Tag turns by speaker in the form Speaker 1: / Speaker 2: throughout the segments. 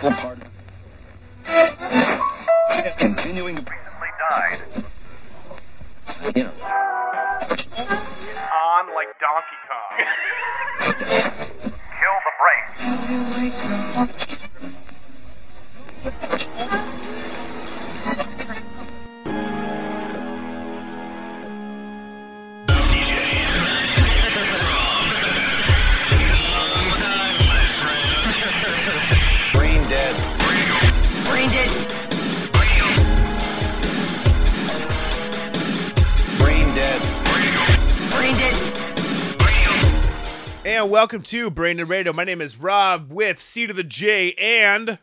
Speaker 1: pardon. Continuing to
Speaker 2: died
Speaker 1: you know,
Speaker 2: on like Donkey Kong. Kill the brakes.
Speaker 3: Brain dead.
Speaker 4: Brain dead.
Speaker 3: Brain dead.
Speaker 4: Brain dead.
Speaker 5: And welcome to Brain Dead Radio. My name is Rob with C to the J and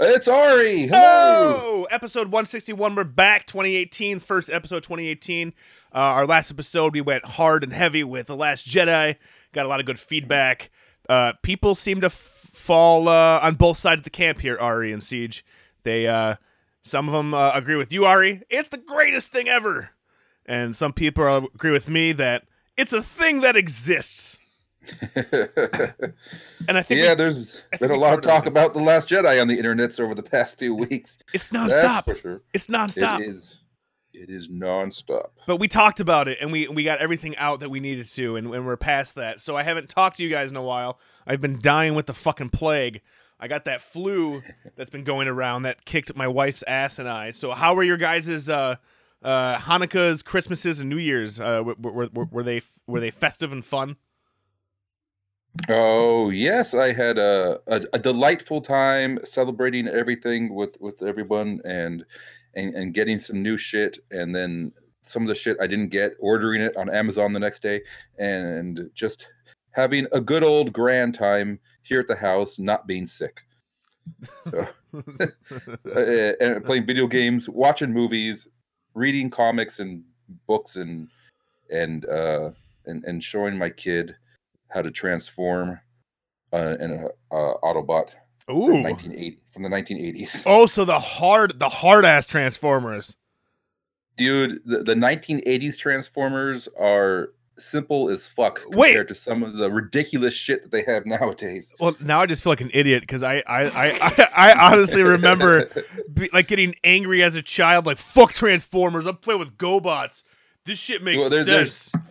Speaker 3: It's Ari. Hello.
Speaker 5: Oh, episode 161. We're back 2018, first episode 2018. Uh, our last episode, we went hard and heavy with The Last Jedi. Got a lot of good feedback. Uh, people seem to f- fall uh, on both sides of the camp here, Ari and Siege. They, uh, some of them uh, agree with you, Ari. It's the greatest thing ever. And some people are, agree with me that it's a thing that exists. And I think
Speaker 3: yeah,
Speaker 5: we-
Speaker 3: there's been a lot of talk about the Last Jedi on the internets over the past few weeks.
Speaker 5: it's
Speaker 3: That's
Speaker 5: nonstop.
Speaker 3: for sure.
Speaker 5: It's nonstop.
Speaker 3: It is. It is nonstop.
Speaker 5: but we talked about it and we we got everything out that we needed to and, and we're past that so i haven't talked to you guys in a while i've been dying with the fucking plague i got that flu that's been going around that kicked my wife's ass and i so how were your guys' uh uh hanukkah's christmases and new year's uh were, were, were, were they were they festive and fun
Speaker 3: Oh yes, I had a, a, a delightful time celebrating everything with with everyone and, and and getting some new shit and then some of the shit I didn't get, ordering it on Amazon the next day and just having a good old grand time here at the house, not being sick. So, uh, and playing video games, watching movies, reading comics and books and and uh and, and showing my kid how to transform uh, an uh, Autobot from,
Speaker 5: ooh
Speaker 3: 1980, from the 1980s.
Speaker 5: oh so the hard the hard ass transformers
Speaker 3: Dude, the, the 1980s Transformers are simple as fuck compared
Speaker 5: Wait.
Speaker 3: to some of the ridiculous shit that they have nowadays.
Speaker 5: well now i just feel like an idiot because I, I i i honestly remember be, like getting angry as a child, like fuck Transformers. I'm playing with GoBots. This shit makes
Speaker 3: Well, there's- there's-
Speaker 5: sense.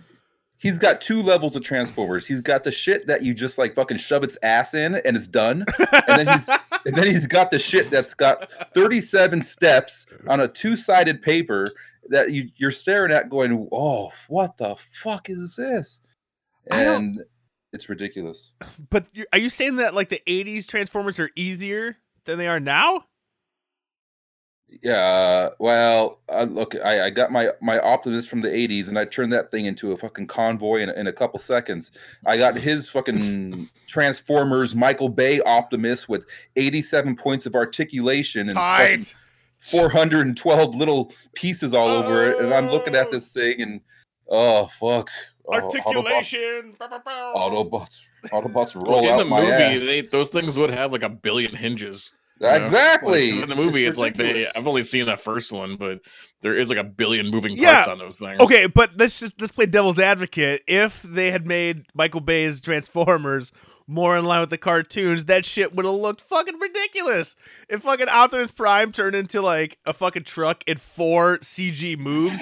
Speaker 3: He's got two levels of Transformers. He's got the shit that you just like fucking shove its ass in and it's done. And then he's and then he's got the shit that's got 37 steps on a two-sided paper that you you're staring at going, "Oh, what the fuck is this?"
Speaker 5: I don't-
Speaker 3: And it's ridiculous.
Speaker 5: But you're, are you saying that like the '80s Transformers are easier than they are now?
Speaker 3: Yeah, well, uh, look, I, I got my my Optimus from the '80s, and I turned that thing into a fucking convoy in, in a couple seconds. I got his fucking Transformers Michael Bay Optimus with 87 points of articulation and fucking
Speaker 5: Tight.
Speaker 3: 412 little pieces all over it, and I'm looking at this thing and oh fuck, Oh,
Speaker 5: Articulation. Bow, bow, bow.
Speaker 3: Autobots, Autobots, Autobots roll
Speaker 6: Like, in
Speaker 3: out
Speaker 6: the
Speaker 3: my
Speaker 6: movie,
Speaker 3: ass.
Speaker 6: they, those things would have like a billion hinges. you know?
Speaker 3: exactly.
Speaker 6: Like, in the movie, it's, like they.
Speaker 3: ridiculous.
Speaker 6: I've only seen that first one, but there is like a billion moving
Speaker 5: Yeah.
Speaker 6: parts on those things.
Speaker 5: Okay, but let's just let's play devil's advocate. If they had made Michael Bay's Transformers more in line with the cartoons, that shit would have looked fucking ridiculous. If fucking Optimus Prime turned into like a fucking truck in four CG moves,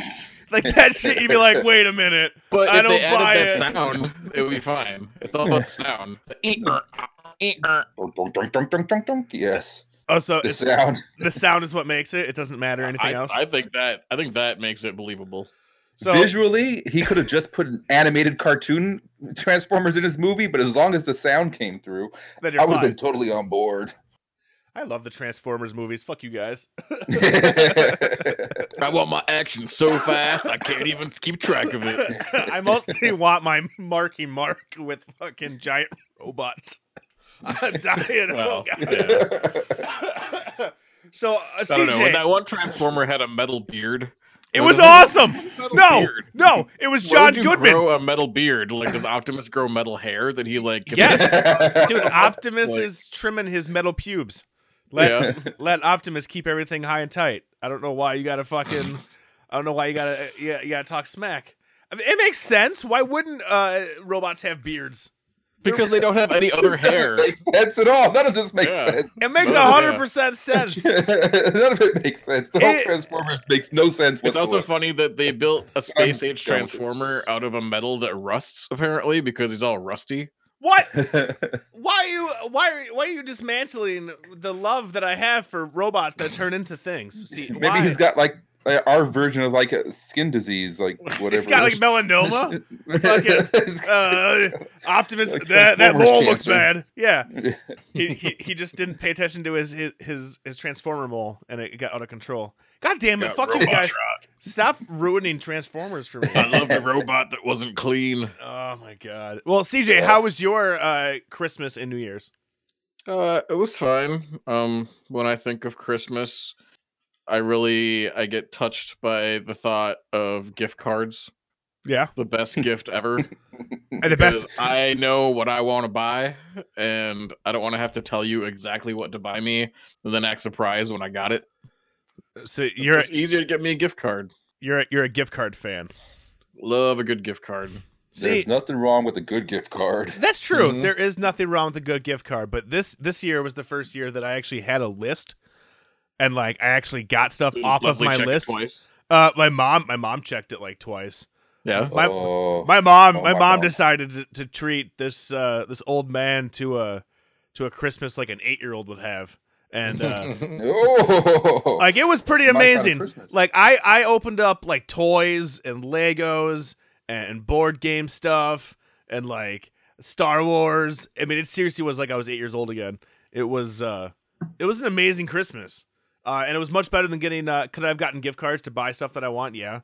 Speaker 5: like that shit, you'd be like, wait a minute.
Speaker 6: but
Speaker 5: I
Speaker 6: if they
Speaker 5: don't buy
Speaker 6: added that
Speaker 5: it.
Speaker 6: sound, it would be fine. It's all about sound. The ee, er, ah, ee, er.
Speaker 3: Dunk, dunk, dunk, dunk, dunk, dunk, dunk. Yes,
Speaker 5: Oh, so
Speaker 3: the
Speaker 5: it's,
Speaker 3: sound.
Speaker 5: the sound is what makes it. It doesn't matter anything
Speaker 6: I,
Speaker 5: else.
Speaker 6: I think that I think that makes it believable.
Speaker 5: so
Speaker 3: Visually, he could have just put an animated cartoon Transformers in his movie, but as long as the sound came through,
Speaker 5: then
Speaker 3: I
Speaker 5: you're
Speaker 3: would have
Speaker 5: fine.
Speaker 3: been totally on board.
Speaker 5: I love the Transformers movies. Fuck you guys.
Speaker 3: yeah,
Speaker 6: I want my action so fast I can't even keep track of it.
Speaker 5: I mostly want my Marky Mark with fucking giant robots. I'm dying. oh,
Speaker 6: Well,
Speaker 5: God.
Speaker 6: yeah.
Speaker 5: so, uh,
Speaker 6: I
Speaker 5: CJ,
Speaker 6: don't know. When that one Transformer had a metal beard.
Speaker 5: it
Speaker 6: when
Speaker 5: was
Speaker 6: the-
Speaker 5: awesome.
Speaker 6: Metal
Speaker 5: No,
Speaker 6: beard.
Speaker 5: no, it was
Speaker 6: Why
Speaker 5: John
Speaker 6: would you
Speaker 5: Goodman.
Speaker 6: grow a metal beard? Like, does Optimus grow metal hair that he like? can-
Speaker 5: Yes. Dude, Optimus
Speaker 6: Like-
Speaker 5: is trimming his metal pubes. Let, let Optimus keep everything high and tight. I don't know why you gotta fucking. I don't know why you gotta. Yeah, you gotta talk smack. I mean, it makes sense. Why wouldn't uh, robots uh, have beards?
Speaker 6: because they don't have any other hair.
Speaker 3: Doesn't make sense at all. None of this makes
Speaker 6: Yeah.
Speaker 3: sense.
Speaker 5: It makes
Speaker 6: Oh,
Speaker 5: a
Speaker 6: yeah.
Speaker 5: hundred percent sense.
Speaker 3: None of it makes sense. The whole
Speaker 5: It-
Speaker 3: Transformers makes no sense.
Speaker 6: It's also
Speaker 3: whatsoever.
Speaker 6: funny that they built a space age
Speaker 3: done with it.
Speaker 6: transformer out of a metal that rusts apparently because he's all rusty.
Speaker 5: What? Why are you? Why are you, why are you dismantling the love that I have for robots that turn into things? See,
Speaker 3: Maybe
Speaker 5: why?
Speaker 3: he's got like uh, our version of like a skin disease, like whatever.
Speaker 5: It's got like
Speaker 3: it
Speaker 5: melanoma.
Speaker 3: is.
Speaker 5: fucking- Uh, Optimus,
Speaker 3: Like
Speaker 5: that that
Speaker 3: Transformers
Speaker 5: mole looks
Speaker 3: cancer.
Speaker 5: bad. Yeah, he, he he just didn't pay attention to his his his, his transformer mole, and it got out of control. God damn it!
Speaker 6: Got
Speaker 5: fuck you
Speaker 6: robot
Speaker 5: guys!
Speaker 6: rot.
Speaker 5: Stop ruining Transformers for me.
Speaker 6: I love the robot that wasn't clean.
Speaker 5: oh my god. Well, CJ, how was your uh, Christmas and New Year's?
Speaker 6: Uh, it was fine. Um, when I think of Christmas, I really I get touched by the thought of gift cards.
Speaker 5: Yeah,
Speaker 6: The best gift ever.
Speaker 5: Uh, the best.
Speaker 6: 'cause I know what I want to buy, and I don't want to have to tell you exactly what to buy me, and then act surprised when I got it.
Speaker 5: So
Speaker 6: It's
Speaker 5: you're
Speaker 6: just easier to get me a gift card.
Speaker 5: you're a, you're a gift card fan.
Speaker 6: Love a good gift card.
Speaker 5: See,
Speaker 3: There's nothing wrong with a good gift card.
Speaker 5: that's true.
Speaker 6: Mhm.
Speaker 5: There is nothing wrong with a good gift card, but this this year was the first year that I actually had a list, and like I actually got stuff off
Speaker 6: Leslie
Speaker 5: of my
Speaker 6: checked Mm, it
Speaker 5: list.
Speaker 6: twice.
Speaker 5: Uh, my mom, my mom checked it like twice.
Speaker 6: Yeah.
Speaker 5: My-
Speaker 3: oh,
Speaker 5: My mom,
Speaker 3: Oh,
Speaker 5: my,
Speaker 3: my
Speaker 5: mom
Speaker 3: God.
Speaker 5: decided to, to treat this uh this old man to a to a Christmas like an eight year old would have, and uh,
Speaker 3: Oh.
Speaker 5: like it was pretty
Speaker 3: My kind of
Speaker 5: amazing.
Speaker 3: Christmas.
Speaker 5: Like I I opened up like toys and Legos and board game stuff and like Star Wars. I mean, it seriously was like I was eight years old again. It was uh it was an amazing Christmas, uh, and it was much better than getting. Uh, could I have gotten gift cards to buy stuff that I want? Yeah,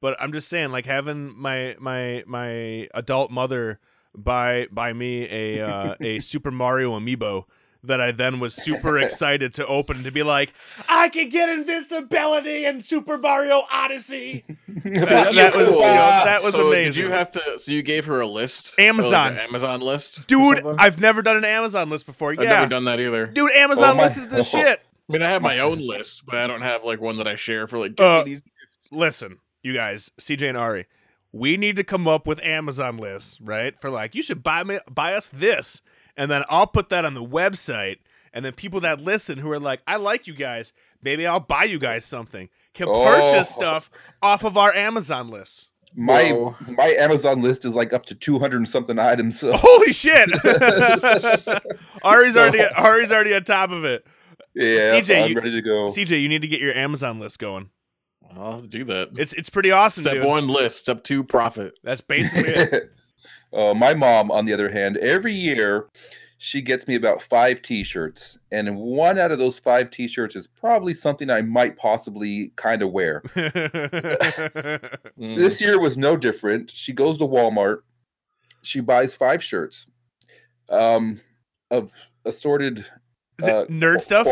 Speaker 5: but I'm just saying, like having my my my adult mother buy buy me a uh, a Super Mario amiibo that I then was super excited to open and to be like, I can get invincibility and Super Mario Odyssey. Uh, that, that was that was
Speaker 6: so Did
Speaker 5: amazing.
Speaker 6: you have to? So you gave her a list. Oh,
Speaker 5: Amazon.
Speaker 6: Like an Amazon list, or
Speaker 5: Dude,
Speaker 6: something?
Speaker 5: I've never done an Amazon list before.
Speaker 6: I've
Speaker 5: yeah.
Speaker 6: never done that either.
Speaker 5: Dude, Amazon
Speaker 3: Oh my-
Speaker 5: list is the shit.
Speaker 6: I mean, I have my
Speaker 3: Oh.
Speaker 6: own list, but I don't have like one that I share for like.
Speaker 5: Uh,
Speaker 6: give me these gifts.
Speaker 5: Listen, you guys, CJ and Ari, we need to come up with Amazon lists, right? For like, you should buy me buy us this, and then I'll put that on the website, and then people that listen who are like, I like you guys, maybe I'll buy you guys something. Can
Speaker 3: Oh.
Speaker 5: purchase stuff off of our Amazon lists.
Speaker 3: my
Speaker 6: Whoa.
Speaker 3: my Amazon list is like up to 200 and something items. So
Speaker 5: Holy shit! Ari's already Ari's already on top of it.
Speaker 3: yeah,
Speaker 5: CJ,
Speaker 3: I'm
Speaker 5: you-
Speaker 3: ready to go.
Speaker 5: CJ, you need to get your Amazon list going.
Speaker 6: I'll have to do that.
Speaker 5: It's it's pretty awesome,
Speaker 6: step
Speaker 5: dude.
Speaker 6: one list. Step two profit.
Speaker 5: That's basically it.
Speaker 3: Uh, my mom, on the other hand, every year she gets me about five T-shirts, and one out of those five T-shirts is probably something I might possibly kind of wear.
Speaker 6: Mm.
Speaker 3: This year was no different. She goes to Walmart, she buys five shirts, um, of assorted
Speaker 5: Is it
Speaker 3: Uh,
Speaker 5: nerd stuff?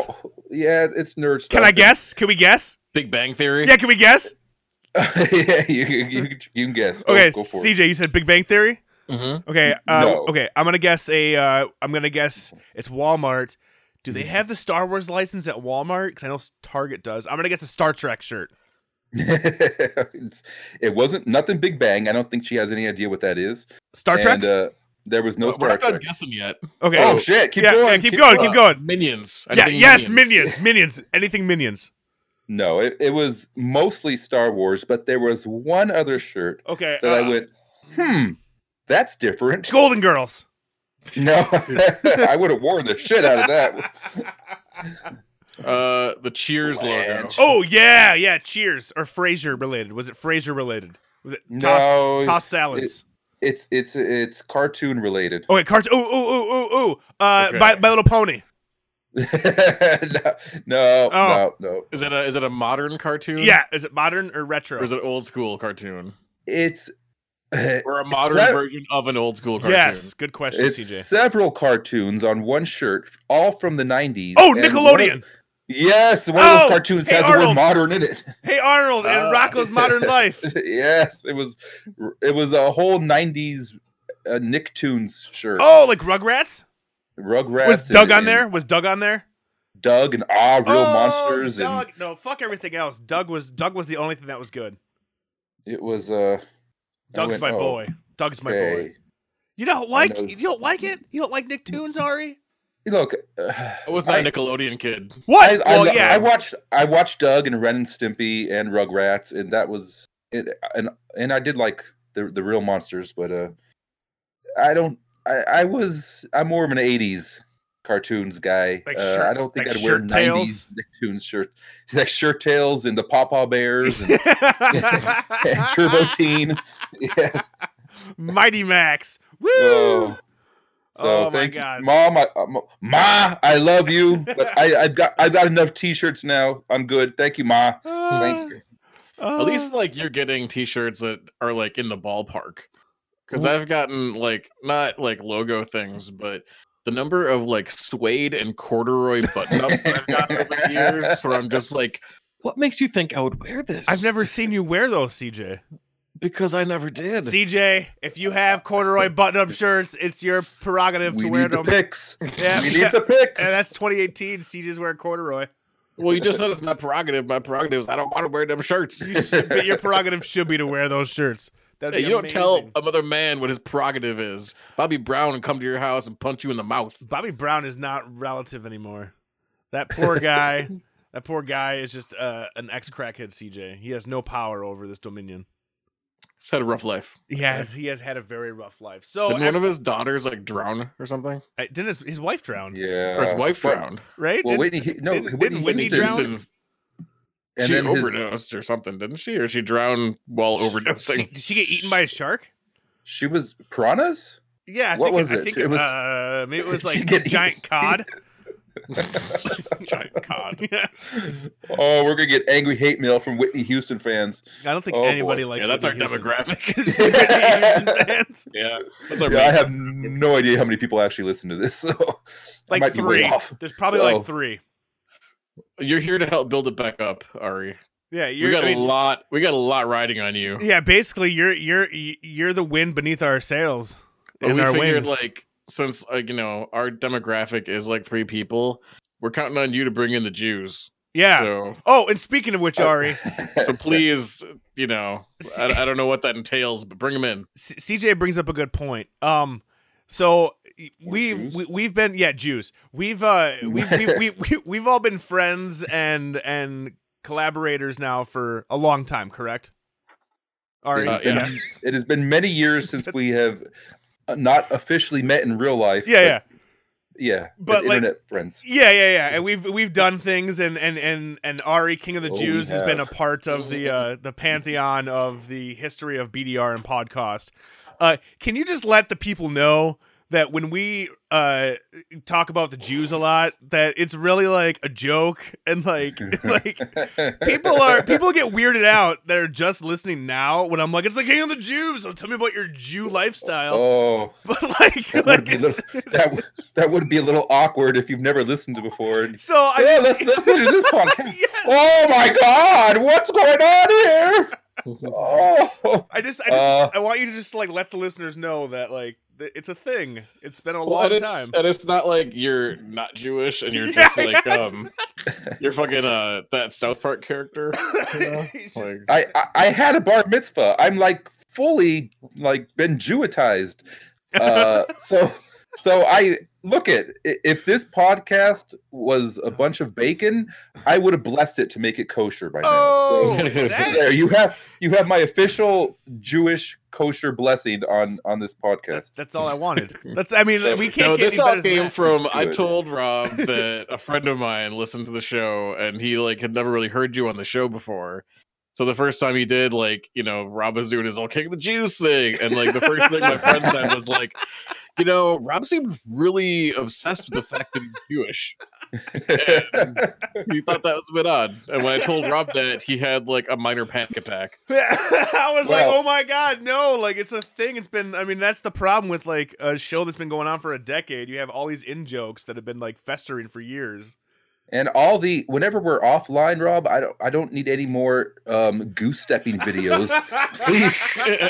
Speaker 3: Yeah, it's nerd stuff.
Speaker 5: Can I guess? Can we guess?
Speaker 6: Big Bang Theory.
Speaker 5: Yeah, can we guess?
Speaker 3: yeah, you, you, you can guess. Go-
Speaker 5: Okay,
Speaker 3: Oh, go for it.
Speaker 5: CJ, you said Big Bang Theory.
Speaker 6: Mhm.
Speaker 5: Okay, uh,
Speaker 3: No.
Speaker 5: okay, I'm gonna guess a. Uh, I'm gonna guess it's Walmart. Do they have the Star Wars license at Walmart? Because I know Target does. I'm gonna guess a Star Trek shirt.
Speaker 3: It's- it wasn't nothing Big Bang. I don't think she has any idea what that is.
Speaker 5: Star Trek.
Speaker 3: And, uh, there was no
Speaker 6: We're
Speaker 3: Star
Speaker 6: not done
Speaker 3: Trek.
Speaker 6: guessing yet.
Speaker 5: okay.
Speaker 3: Oh shit! Keep
Speaker 5: yeah,
Speaker 3: going.
Speaker 5: yeah, keep, going. Keep going.
Speaker 6: Uh, Minions.
Speaker 5: Yeah.
Speaker 6: Anything
Speaker 5: Yes. Minions. Minions. Anything minions.
Speaker 3: No, it, it was mostly Star Wars, but there was one other shirt
Speaker 5: Okay.
Speaker 3: that
Speaker 5: uh,
Speaker 3: I went, hmm, that's different.
Speaker 5: Golden Girls.
Speaker 3: No, I would have worn the shit out of that.
Speaker 6: Uh, the Cheers logo.
Speaker 3: Blanche.
Speaker 5: Oh yeah, yeah. Cheers or Frasier related. Was it Frasier related? Was it toss,
Speaker 3: No,
Speaker 5: toss salads?
Speaker 3: it's it's it's cartoon related.
Speaker 5: okay, cartoon. Ooh ooh ooh ooh ooh. Uh,
Speaker 6: Okay.
Speaker 5: my, my Little Pony.
Speaker 3: no, no,
Speaker 5: Oh.
Speaker 3: no, no.
Speaker 6: Is it a is it a modern cartoon?
Speaker 5: Yeah. Is it modern or retro?
Speaker 6: Or is it old school cartoon?
Speaker 3: It's
Speaker 6: Or a modern
Speaker 3: that-
Speaker 6: version of an old school cartoon?
Speaker 5: Yes. Good question,
Speaker 3: it's
Speaker 5: CJ.
Speaker 3: several cartoons on one shirt, all from the '90s.
Speaker 5: Oh,
Speaker 3: and one of-
Speaker 5: Nickelodeon.
Speaker 3: yes, one of
Speaker 5: Oh,
Speaker 3: those cartoons
Speaker 5: hey,
Speaker 3: has the
Speaker 5: Arnold.
Speaker 3: word "modern" in it.
Speaker 5: Hey Arnold and
Speaker 6: Ah.
Speaker 5: Rocco's Modern Life.
Speaker 3: yes, it was. It was a whole '90s uh, Nicktoons shirt.
Speaker 5: Oh, like Rugrats.
Speaker 3: Rugrats
Speaker 5: Was
Speaker 3: and-
Speaker 5: Doug on
Speaker 3: and
Speaker 5: there? Was Doug on there?
Speaker 3: Doug and Ah, Real
Speaker 5: Oh,
Speaker 3: Monsters,
Speaker 5: Doug. No, fuck everything else. Doug was Doug was the only thing that was good.
Speaker 3: and it was. uh I
Speaker 5: Doug's
Speaker 3: went,
Speaker 5: my
Speaker 3: "Oh,
Speaker 5: boy. Doug's my boy.
Speaker 3: okay."
Speaker 5: You don't like
Speaker 3: know.
Speaker 5: you don't like it. You don't like Nicktoons, Ari.
Speaker 3: Look, uh,
Speaker 6: I was not
Speaker 3: I-
Speaker 6: a Nickelodeon kid.
Speaker 5: What?
Speaker 3: I, I,
Speaker 5: well, yeah.
Speaker 3: I watched I watched Doug and Ren and Stimpy and Rugrats, and that was it. And and I did like the the real monsters, but uh, I don't. I, I was I'm more of an '80s cartoons guy.
Speaker 5: Like
Speaker 3: uh, I
Speaker 5: shirts-
Speaker 3: don't think
Speaker 5: like
Speaker 3: I'd wear
Speaker 5: shirt
Speaker 3: '90s
Speaker 5: tails?
Speaker 3: Nicktoons shirt, like shirt tails and the Pawpaw Bears and, and Turbo Teen. Yeah.
Speaker 5: Mighty Max. Woo!
Speaker 3: Oh. So
Speaker 5: Oh my
Speaker 3: thank
Speaker 5: God.
Speaker 3: you, mom. I, I- ma, I love you, but I, I've got I've got enough T-shirts now. I'm good. Thank you, ma. Thank you.
Speaker 5: Uh,
Speaker 6: At least like you're getting t-shirts that are like in the ballpark. Cuz I've gotten like not like logo things, but the number of like suede and corduroy button-ups I've gotten over the years where I'm just like what makes you think I would wear this?
Speaker 5: I've never seen you wear those, CJ.
Speaker 6: because I never did.
Speaker 5: CJ, if you have corduroy button-up shirts, it's your prerogative
Speaker 3: We
Speaker 5: to wear
Speaker 3: need the
Speaker 5: them.
Speaker 3: pics.
Speaker 5: Yeah.
Speaker 3: We need the pics.
Speaker 5: And that's 2018. CJ's wearing corduroy.
Speaker 6: well, you just said it's my prerogative. My prerogative is I don't want to wear them shirts.
Speaker 5: You should be- your prerogative should be to wear those shirts. That'd
Speaker 6: Hey,
Speaker 5: be
Speaker 6: you don't tell
Speaker 5: amazing.
Speaker 6: another man what his prerogative is. Bobby Brown will come to your house and punch you in the mouth.
Speaker 5: Bobby Brown is not relative anymore. That poor guy. that poor guy is just uh, an ex-crackhead. CJ. He has no power over this dominion.
Speaker 6: He's had a rough life.
Speaker 5: He has. He has had a very rough life. So
Speaker 6: Didn't one of his daughters like drown or something?
Speaker 5: uh, didn't his, his wife drown?
Speaker 3: yeah.
Speaker 6: or his wife
Speaker 3: But-
Speaker 6: drowned.
Speaker 5: Right?
Speaker 3: Well,
Speaker 5: Didn't-
Speaker 3: Whitney. He, no,
Speaker 5: didn't- didn't
Speaker 3: Whitney,
Speaker 5: Whitney
Speaker 3: Houston-
Speaker 5: drown?
Speaker 6: Houston-
Speaker 3: And
Speaker 6: she
Speaker 3: then his-
Speaker 6: overdosed or something, didn't she? Or she drowned while
Speaker 5: She-
Speaker 6: overdosing.
Speaker 5: did she get eaten by a shark?
Speaker 3: she was piranhas.
Speaker 5: Yeah. I
Speaker 3: What
Speaker 5: think
Speaker 3: was
Speaker 5: I
Speaker 3: it?
Speaker 5: think
Speaker 3: It was-
Speaker 5: uh, maybe it was
Speaker 3: She
Speaker 5: like
Speaker 3: get
Speaker 5: giant cod.
Speaker 6: Giant cod.
Speaker 5: Yeah.
Speaker 3: Oh, we're gonna get angry hate mail from Whitney Houston fans.
Speaker 5: I don't think
Speaker 3: Oh, boy.
Speaker 5: anybody likes.
Speaker 6: yeah, that's our
Speaker 5: Whitney Houston.
Speaker 6: demographic.
Speaker 5: Is it Whitney Houston fans.
Speaker 6: yeah, that's our
Speaker 3: Yeah, I
Speaker 6: main-
Speaker 3: have no idea how many people actually listen to this. So I
Speaker 5: Like
Speaker 3: might be way
Speaker 5: three.
Speaker 3: off.
Speaker 5: There's probably
Speaker 3: Whoa.
Speaker 6: Oh.
Speaker 5: like three.
Speaker 6: You're here to help build it back up, Ari.
Speaker 5: Yeah,
Speaker 6: You
Speaker 5: you're.
Speaker 6: got
Speaker 5: I
Speaker 6: a
Speaker 5: mean,
Speaker 6: lot. We got a lot riding on you.
Speaker 5: yeah, basically, you're you're you're the wind beneath our sails.
Speaker 6: But
Speaker 5: and
Speaker 6: we
Speaker 5: our
Speaker 6: figured
Speaker 5: wings.
Speaker 6: like since like you know our demographic is like three people, we're counting on you to bring in the Jews.
Speaker 5: yeah.
Speaker 6: So
Speaker 5: Oh, and speaking of which, Ari,
Speaker 6: so please, you know, I, I don't know what that entails, but bring them in.
Speaker 5: C- CJ brings up a good point. Um, so we've
Speaker 3: Jews?
Speaker 5: we, we've been yeah Jews. We've uh we've we, we, we, we've all been friends and and collaborators now for a long time, correct? Ari,
Speaker 3: It has,
Speaker 6: Uh,
Speaker 3: been,
Speaker 5: yeah.
Speaker 3: it has been many years since we have uh, not officially met in real life.
Speaker 5: Yeah, yeah.
Speaker 3: but- yeah.
Speaker 5: But,
Speaker 3: as
Speaker 5: like-
Speaker 3: internet friends.
Speaker 5: Yeah, yeah, yeah. And we've we've done things, and and and and Ari, King of the
Speaker 3: Oh, we
Speaker 5: Jews, has been a
Speaker 3: have.
Speaker 5: part of the uh, the pantheon of the history of BDR and podcast. Uh, can you just let the people know that when we uh, talk about the Jews a lot, that it's really like a joke, and like like people are people get weirded out that are just listening now when I'm like, it's the King of the Jews, so tell me about your Jew lifestyle.
Speaker 3: Oh,
Speaker 5: But like,
Speaker 3: that would
Speaker 5: like
Speaker 3: be a little, that, would- that would be a little awkward if you've never listened to before. And,
Speaker 5: so I
Speaker 3: yeah, let's let's listen to this podcast.
Speaker 5: Yes.
Speaker 3: Oh my God, what's going on here? Oh,
Speaker 5: I just, I just,
Speaker 3: Uh,
Speaker 5: I want you to just like let the listeners know that like th- it's a thing. It's been a
Speaker 6: Well,
Speaker 5: long
Speaker 6: and it's,
Speaker 5: time.
Speaker 6: and it's not like you're not Jewish and you're
Speaker 5: Yeah,
Speaker 6: just like
Speaker 5: yes.
Speaker 6: um, you're fucking uh that South Park character. you know?
Speaker 5: It's just-
Speaker 6: Like,
Speaker 3: I, I I had a bar mitzvah. I'm like fully like been Jewitized. Uh, so so I look at i- if this podcast was a bunch of bacon, I would have blessed it to make it kosher by now.
Speaker 5: oh,
Speaker 3: So,
Speaker 5: that,
Speaker 3: there you have you have my official Jewish kosher blessing on on this podcast.
Speaker 5: that- that's all I wanted. That's, I mean, we can't
Speaker 6: no,
Speaker 5: get any
Speaker 6: this
Speaker 5: better
Speaker 6: all
Speaker 5: than
Speaker 6: came
Speaker 5: that.
Speaker 6: from
Speaker 3: It's
Speaker 6: I
Speaker 3: good.
Speaker 6: told Rob that a friend of mine listened to the show and he like had never really heard you on the show before. So the first time he did, like, you know, Rob was doing his all kick the juice thing. And like the first thing my friend said was like, you know, Rob seemed really obsessed with the fact that he's Jewish. He thought that was a bit odd. And when I told Rob that, he had like a minor panic attack.
Speaker 5: I was like,
Speaker 3: Well-
Speaker 5: oh my god, no! Like it's a thing. It's been. I mean, that's the problem with like a show that's been going on for a decade. You have all these in jokes that have been like festering for years.
Speaker 3: and all the whenever we're offline, Rob, I don't I don't need any more um, goose stepping videos. Please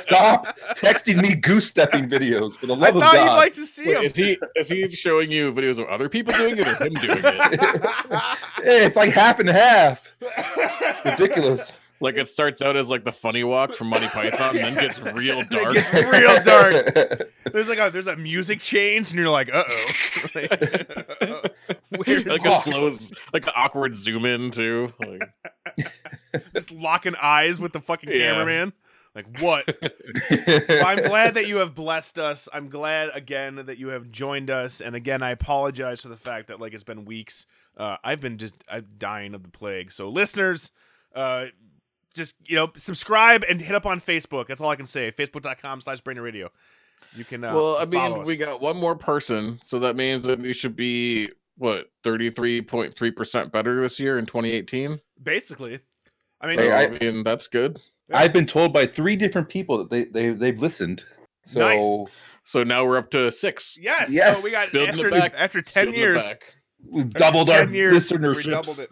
Speaker 3: stop texting me goose stepping videos for the
Speaker 5: I
Speaker 3: love of
Speaker 5: thought you'd
Speaker 3: God.
Speaker 5: like to see
Speaker 6: Wait, is he is he showing you videos of other people doing it or him doing it?
Speaker 5: him.
Speaker 3: Yeah, it's like half and half. Ridiculous.
Speaker 6: Like it starts out as like the funny walk from Monty Python, and then gets real
Speaker 5: It
Speaker 6: dark.
Speaker 5: gets real dark. There's like a there's a music change, and you're like, uh oh. Weird.
Speaker 6: like a slow, like an awkward zoom in too. Like,
Speaker 5: just locking eyes with the fucking
Speaker 6: Yeah.
Speaker 5: cameraman. Like what? Well, I'm glad that you have blessed us. I'm glad again that you have joined us. And again, I apologize for the fact that like it's been weeks. Uh, I've been just I'm dying of the plague. So listeners, uh, just you know, subscribe and hit up on Facebook. That's all I can say. Facebook.com slash brain radio. You can uh,
Speaker 6: well, I mean,
Speaker 5: follow
Speaker 6: we
Speaker 5: us.
Speaker 6: got one more person, so that means that we should be what thirty three point three percent better this year in twenty eighteen.
Speaker 5: basically. I mean,
Speaker 3: Hey,
Speaker 6: I,
Speaker 3: I-
Speaker 6: mean, that's good.
Speaker 3: I've been told by three different people that they, they they've listened. So
Speaker 5: Nice.
Speaker 6: So now we're up to six.
Speaker 5: yes,
Speaker 3: Yes.
Speaker 5: So we got
Speaker 6: Building it
Speaker 5: after,
Speaker 6: back.
Speaker 5: after ten
Speaker 6: Good in the
Speaker 5: years,
Speaker 6: back.
Speaker 3: we've doubled our
Speaker 5: 10 years, we
Speaker 3: listenership.
Speaker 5: doubled it.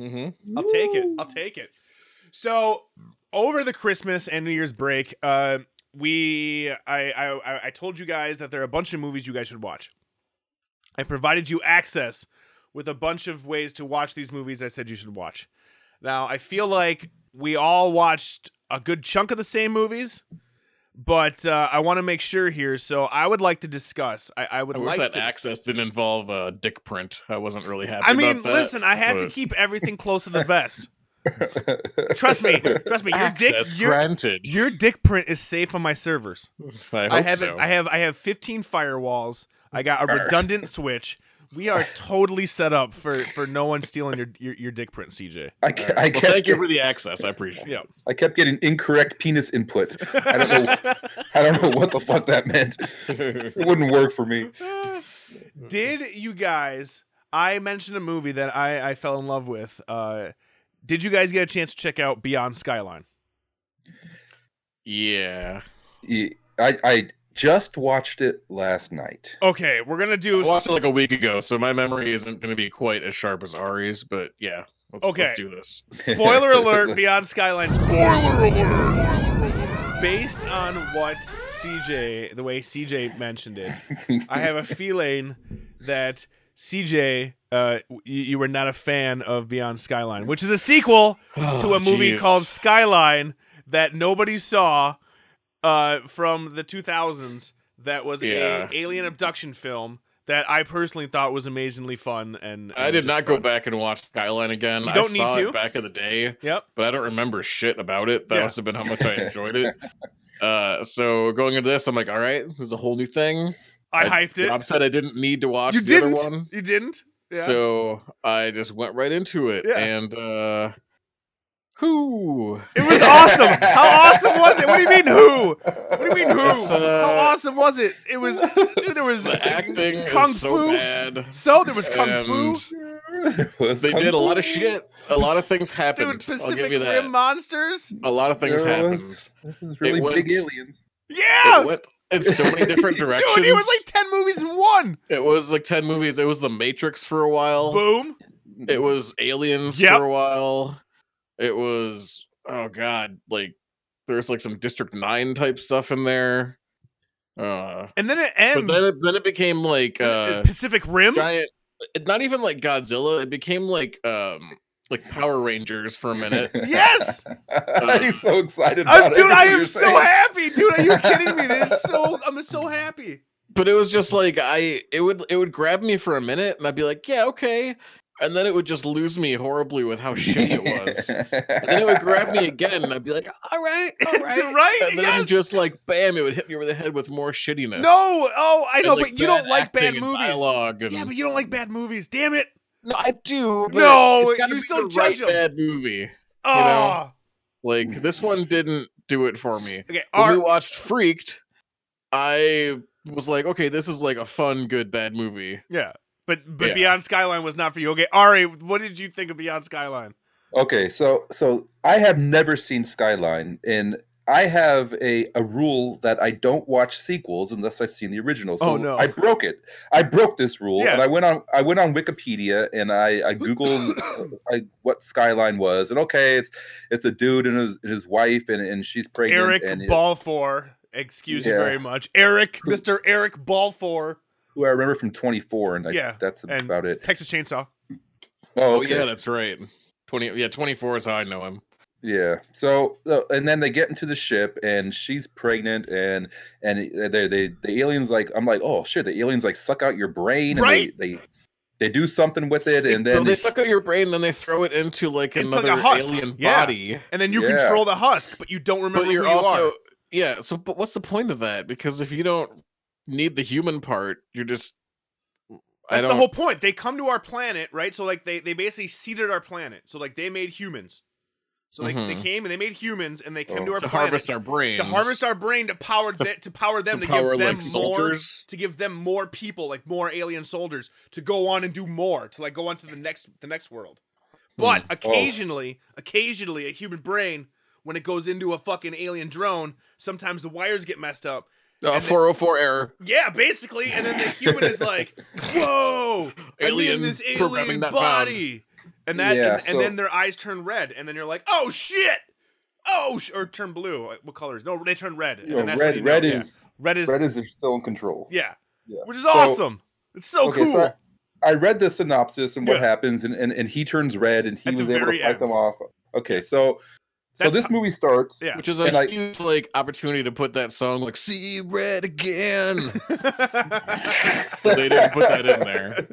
Speaker 6: Mhm.
Speaker 5: I'll take it. I'll take it. So over the Christmas and New Year's break, uh, we I, I I- I told you guys that there are a bunch of movies you guys should watch. I provided you access with a bunch of ways to watch these movies I said you should watch. Now I feel like we all watched a good chunk of the same movies, but uh, I want to make sure here. So I would like to discuss. I, I would
Speaker 6: I wish
Speaker 5: like
Speaker 6: that
Speaker 5: to
Speaker 6: access didn't involve uh, dick print. I wasn't really happy.
Speaker 5: I mean,
Speaker 6: about that,
Speaker 5: listen, I have to
Speaker 6: but
Speaker 5: keep everything close to the vest. trust me, trust me. Your dick,
Speaker 6: access
Speaker 5: your,
Speaker 6: granted.
Speaker 5: your dick print is safe on my servers.
Speaker 6: I, hope
Speaker 5: I have
Speaker 6: so.
Speaker 5: I have I have 15 firewalls. I got a redundant switch. We are totally set up for for no one stealing your your, your dick print, CJ.
Speaker 3: I, ke- I
Speaker 6: well,
Speaker 3: kept
Speaker 6: thank you
Speaker 3: get-
Speaker 6: for the access. I appreciate it.
Speaker 5: Yeah.
Speaker 3: I kept getting incorrect penis input. I don't know. I don't know what the fuck that meant. It wouldn't work for me.
Speaker 5: Did you guys? I mentioned a movie that I I fell in love with. Uh, did you guys get a chance to check out Beyond Skyline?
Speaker 6: yeah.
Speaker 3: Y- I I just watched it last night.
Speaker 5: Okay, we're gonna do.
Speaker 6: I watched it like a week ago, so my memory isn't going to be quite as sharp as Ari's, but yeah. Let's,
Speaker 5: Okay.
Speaker 6: let's do this.
Speaker 5: Spoiler alert, Beyond Skyline. Spoiler alert! Based on what CJ, the way CJ mentioned it, I have a feeling that CJ, uh, you, you were not a fan of Beyond Skyline, which is a sequel to a movie
Speaker 6: Oh, jeez.
Speaker 5: called Skyline that nobody saw uh, from the 2000s that was a
Speaker 6: Yeah.
Speaker 5: alien abduction film that I personally thought was amazingly fun. And,
Speaker 6: I
Speaker 5: and
Speaker 6: did
Speaker 5: just
Speaker 6: not go
Speaker 5: fun.
Speaker 6: back and watch Skyline again.
Speaker 5: You don't
Speaker 6: I
Speaker 5: need
Speaker 6: saw
Speaker 5: to.
Speaker 6: it back in the day,
Speaker 5: Yep.
Speaker 6: but I don't remember shit about it. That
Speaker 5: Yeah.
Speaker 6: must have been how much I enjoyed it. Uh, so going into this, I'm like, all right, this is a whole new thing.
Speaker 5: I,
Speaker 6: I-
Speaker 5: hyped it.
Speaker 6: Rob said I didn't need to watch
Speaker 5: you
Speaker 6: the
Speaker 5: didn't.
Speaker 6: other one.
Speaker 5: You didn't. Yeah.
Speaker 6: So I just went right into it.
Speaker 5: Yeah.
Speaker 6: And uh who
Speaker 5: It was awesome. How awesome was it? What do you mean who? What do you mean who?
Speaker 6: It's, uh,
Speaker 5: How awesome was it? It was dude. There was
Speaker 6: the acting
Speaker 5: kung
Speaker 6: is so
Speaker 5: fu.
Speaker 6: bad.
Speaker 5: So there was kung fu.
Speaker 6: And They did a lot of shit. A lot of things happened.
Speaker 5: Dude,
Speaker 6: I'll give
Speaker 5: Pacific
Speaker 6: you that.
Speaker 5: Rim monsters.
Speaker 6: a lot of things
Speaker 3: There
Speaker 6: happened.
Speaker 3: was- It's really
Speaker 6: went-
Speaker 3: big aliens.
Speaker 5: Yeah,
Speaker 6: It went in so many different directions.
Speaker 5: dude. It was like ten movies in one.
Speaker 6: It was like ten movies. It was The Matrix for a while.
Speaker 5: Boom.
Speaker 6: It was Aliens
Speaker 5: Yep.
Speaker 6: for a while. It was oh god, like there's like some District Nine type stuff in there. Uh,
Speaker 5: And then it
Speaker 6: but
Speaker 5: ends.
Speaker 6: then it, then it became like uh,
Speaker 5: Pacific Rim.
Speaker 6: giant. It, not even like Godzilla. It became like um like Power Rangers for a minute.
Speaker 5: Yes.
Speaker 3: I'm so excited.
Speaker 5: I'm,
Speaker 3: About
Speaker 5: Oh, dude, I am
Speaker 3: everything you're
Speaker 5: so
Speaker 3: saying.
Speaker 5: happy, dude. Are you kidding me? They're so. I'm so happy.
Speaker 6: but it was just like I it would it would grab me for a minute and I'd be like, yeah, okay. And then it would just lose me horribly with how shitty it was. And then it would grab me again and I'd be like, all right, all right.
Speaker 5: You're right.
Speaker 6: And then
Speaker 5: yes.
Speaker 6: just like bam, it would hit me over the head with more shittiness.
Speaker 5: no. Oh, I
Speaker 6: And,
Speaker 5: know,
Speaker 6: like,
Speaker 5: but you don't
Speaker 6: bad
Speaker 5: like bad
Speaker 6: acting and
Speaker 5: movies.
Speaker 6: Dialogue and,
Speaker 5: Yeah, but you don't like bad movies. Damn it!
Speaker 6: no, I do. But
Speaker 5: No,
Speaker 6: it's gotta
Speaker 5: you
Speaker 6: be
Speaker 5: still
Speaker 6: the right
Speaker 5: judge 'em.
Speaker 6: bad movie.
Speaker 5: Oh,
Speaker 6: know? Like this one didn't do it for me.
Speaker 5: okay.
Speaker 6: When we
Speaker 5: Our,
Speaker 6: watched Freaked, I was like, okay, this is like a fun, good, bad movie.
Speaker 5: yeah, but but
Speaker 6: Yeah.
Speaker 5: Beyond Skyline was not for you. Okay, Ari, what did you think of Beyond Skyline?
Speaker 3: Okay, so so I have never seen Skyline, and I have a, a rule that I don't watch sequels unless I've seen the original. So
Speaker 5: Oh, no.
Speaker 3: I broke it. I broke this rule,
Speaker 5: Yeah.
Speaker 3: and I went on I went on Wikipedia and I, I googled uh, I, what Skyline was, and okay, it's it's a dude and his, and his wife, and, and she's pregnant.
Speaker 5: Eric
Speaker 3: and it-
Speaker 5: Balfour. Excuse me
Speaker 3: Yeah.
Speaker 5: very much, Eric, Mister Eric Balfour,
Speaker 3: who I remember from Twenty Four, and I,
Speaker 5: Yeah,
Speaker 3: that's
Speaker 5: and-
Speaker 3: about it.
Speaker 5: Texas Chainsaw.
Speaker 3: Oh,
Speaker 6: Oh
Speaker 3: okay.
Speaker 6: yeah, that's right. Twenty yeah, twenty four is how I know him.
Speaker 3: Yeah. So, so- and then they get into the ship, and she's pregnant, and and they they the aliens like I'm like oh shit the aliens like suck out your brain,
Speaker 5: Right.
Speaker 3: And they, they they do something with it, and
Speaker 6: so
Speaker 3: then
Speaker 6: they
Speaker 3: they,
Speaker 6: suck out your brain, then they throw it into like
Speaker 5: Into, like, a
Speaker 6: another
Speaker 5: husk.
Speaker 6: alien
Speaker 5: Yeah.
Speaker 6: body.
Speaker 5: and then you
Speaker 3: Yeah.
Speaker 5: control the husk, but you don't remember
Speaker 6: But you're
Speaker 5: who you
Speaker 6: also
Speaker 5: are.
Speaker 6: yeah. So, but what's the point of that? Because if you don't need the human part, you're just I
Speaker 5: That's
Speaker 6: don't.
Speaker 5: the whole point. They come to our planet, right? So like they they basically seeded our planet. So like they made humans. So like they
Speaker 6: Mhm.
Speaker 5: came and they made humans and they came
Speaker 3: Oh.
Speaker 5: to our
Speaker 6: to
Speaker 5: planet
Speaker 6: harvest our brains.
Speaker 5: to harvest our brain to power
Speaker 6: To-
Speaker 5: th- to power them to,
Speaker 6: power,
Speaker 5: give them
Speaker 6: like,
Speaker 5: more
Speaker 6: soldiers.
Speaker 5: to give them more people like more alien soldiers to go on and do more to like go on to the next the next world.
Speaker 6: Hmm.
Speaker 5: But
Speaker 6: Oh.
Speaker 5: occasionally, occasionally a human brain when it goes into a fucking alien drone, sometimes the wires get messed up.
Speaker 6: uh, 404 error.
Speaker 5: Yeah, basically, and then the human is like, "Whoa, alien, I need
Speaker 6: Alien
Speaker 5: this alien
Speaker 6: programming not found."
Speaker 5: body," and that,
Speaker 3: Yeah,
Speaker 5: and,
Speaker 3: so-
Speaker 5: and then their eyes turn red, and then you're like, "Oh shit!" Oh, sh-, or turn blue. What color is? No, they turn red. And
Speaker 3: you know,
Speaker 5: then that's when
Speaker 3: red
Speaker 5: you
Speaker 3: red
Speaker 5: know,
Speaker 3: is
Speaker 5: yeah. red is
Speaker 3: red is they're still in control.
Speaker 5: yeah,
Speaker 3: Yeah.
Speaker 5: which is
Speaker 3: So-
Speaker 5: awesome. It's so
Speaker 3: Okay,
Speaker 5: cool.
Speaker 3: so I, I read the synopsis and what
Speaker 5: Yeah.
Speaker 3: happens, and, and and he turns red, and he
Speaker 5: At the
Speaker 3: was able to
Speaker 5: very
Speaker 3: fight
Speaker 5: end.
Speaker 3: them off. Okay, so so
Speaker 5: That's
Speaker 3: this
Speaker 5: ho-
Speaker 3: movie starts.
Speaker 5: Yeah.
Speaker 6: Which is a
Speaker 3: And I-
Speaker 6: huge like opportunity to put that song like "See Red Again." they didn't put that in there.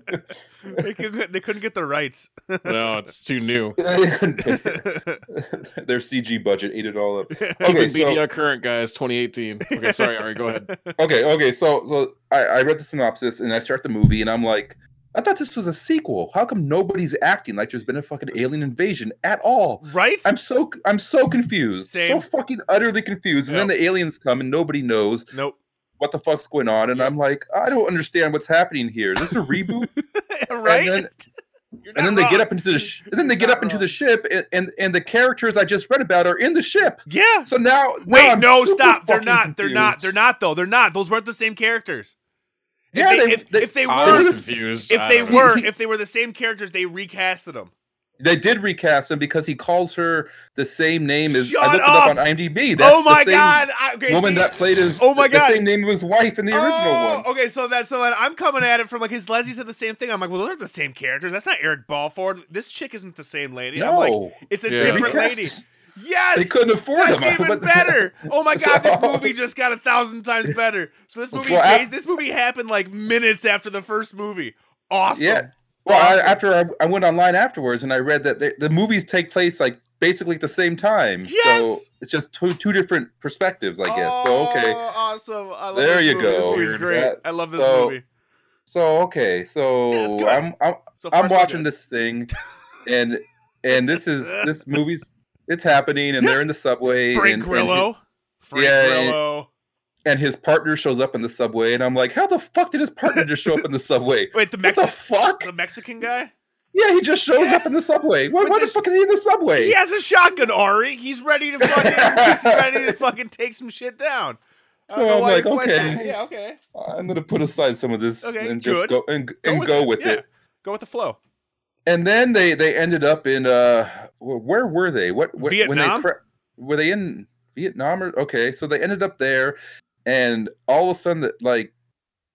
Speaker 5: they, could, they couldn't get the rights.
Speaker 6: No, it's too new.
Speaker 3: Their CG budget ate it all up.
Speaker 6: Keeping
Speaker 3: Okay, so,
Speaker 6: BDR current, guys. 2018. Okay, sorry, Ari. Go ahead.
Speaker 3: okay, okay. So, so I, I read the synopsis and I start the movie and I'm like, I thought this was a sequel. How come nobody's acting like there's been a fucking alien invasion at all?
Speaker 5: right?
Speaker 3: I'm so I'm so confused,
Speaker 5: Same.
Speaker 3: so fucking utterly confused. And
Speaker 5: Yep.
Speaker 3: then the aliens come and nobody knows
Speaker 5: nope.
Speaker 3: what the fuck's going on. And I'm like, I don't understand what's happening here. Is this a reboot?
Speaker 5: right?
Speaker 3: then-
Speaker 5: You're
Speaker 3: and
Speaker 5: not
Speaker 3: then they get
Speaker 5: wrong.
Speaker 3: up into the sh- and then they get
Speaker 5: Not
Speaker 3: up into
Speaker 5: wrong.
Speaker 3: the ship and, and and the characters I just read about are in the ship.
Speaker 5: Yeah.
Speaker 3: So now, now
Speaker 5: Wait,
Speaker 3: I'm
Speaker 5: no,
Speaker 3: super
Speaker 5: stop. They're
Speaker 3: fucking
Speaker 5: not. They're not.
Speaker 3: confused.
Speaker 5: They're not though. They're not. Those weren't the same characters. If
Speaker 3: Yeah,
Speaker 5: they,
Speaker 3: they-
Speaker 5: if,
Speaker 3: they-
Speaker 5: if they
Speaker 6: I was
Speaker 5: were
Speaker 6: confused.
Speaker 5: if
Speaker 6: I
Speaker 5: they
Speaker 6: don't know.
Speaker 5: were
Speaker 3: He- he-
Speaker 5: if they were the same characters, they recasted them.
Speaker 3: They did recast him because he calls her the same name as
Speaker 5: Shut
Speaker 3: I looked
Speaker 5: up!
Speaker 3: it up on IMDb. That's
Speaker 5: oh my
Speaker 3: the same
Speaker 5: god! I, okay,
Speaker 3: woman
Speaker 5: see-
Speaker 3: that played his
Speaker 5: Oh my
Speaker 3: the
Speaker 5: God.
Speaker 3: same name of his wife in the original
Speaker 5: Oh,
Speaker 3: one.
Speaker 5: Okay, so that's so that I'm coming at it from like his Leslie said the same thing. I'm like, well, those aren't the same characters. That's not Eric Balfour. This chick isn't the same lady. I'm
Speaker 3: No,
Speaker 5: like, it's a
Speaker 6: Yeah.
Speaker 5: different
Speaker 3: Recast
Speaker 5: lady.
Speaker 3: it.
Speaker 5: Yes,
Speaker 3: they couldn't afford
Speaker 5: That's
Speaker 3: him.
Speaker 5: even
Speaker 3: But-
Speaker 5: better. Oh my god, this
Speaker 3: No.
Speaker 5: movie just got a thousand times better. So this movie,
Speaker 3: Well, I-
Speaker 5: changed- this movie happened like minutes after the first movie. Awesome.
Speaker 3: Yeah. Well,
Speaker 5: Awesome.
Speaker 3: I, after I, I went online afterwards and I read that they, the movies take place like basically at the same time. So
Speaker 5: Yes!
Speaker 3: it's just two two different perspectives, I guess. so
Speaker 5: Oh,
Speaker 3: okay.
Speaker 5: Awesome. I love
Speaker 3: There
Speaker 5: this
Speaker 3: you
Speaker 5: movie. This
Speaker 3: go.
Speaker 5: movie's
Speaker 6: Weird.
Speaker 5: great.
Speaker 3: That-
Speaker 5: I love this
Speaker 3: so-
Speaker 5: movie.
Speaker 3: So okay.
Speaker 5: Yeah, it's
Speaker 3: So
Speaker 5: good.
Speaker 3: I'm I'm
Speaker 5: So far,
Speaker 3: I'm
Speaker 5: so
Speaker 3: watching
Speaker 5: good.
Speaker 3: this thing, and and this is this movie's it's happening, and they're in the subway.
Speaker 5: Frank
Speaker 3: and, and
Speaker 5: Grillo. Frank
Speaker 3: Yeah, and-
Speaker 5: Grillo.
Speaker 3: hi- and his partner shows up in the subway, and I'm like, how the fuck did his partner just show up in the subway?
Speaker 5: Wait, the
Speaker 3: What the
Speaker 5: Mexican,
Speaker 3: fuck?
Speaker 5: the Mexican guy.
Speaker 3: Yeah, he just shows up in the subway. Why,
Speaker 5: But
Speaker 3: why the
Speaker 5: this-
Speaker 3: fuck is he in the subway?
Speaker 5: He has a shotgun, Ari. He's ready to fucking, he's ready to fucking take some shit down. I don't
Speaker 3: So
Speaker 5: know
Speaker 3: I'm
Speaker 5: why
Speaker 3: like,
Speaker 5: you question-
Speaker 3: okay.
Speaker 5: yeah, okay.
Speaker 3: I'm gonna put aside some of this
Speaker 5: Okay,
Speaker 3: and
Speaker 5: good.
Speaker 3: just go and, and
Speaker 5: with
Speaker 3: go
Speaker 5: it.
Speaker 3: with
Speaker 5: Yeah.
Speaker 3: it.
Speaker 5: Go with the flow.
Speaker 3: And then they they ended up in uh, wh- where were they? What, what
Speaker 5: Vietnam?
Speaker 3: When they cra- were they in Vietnam or okay? So they ended up there, and all of a sudden, that like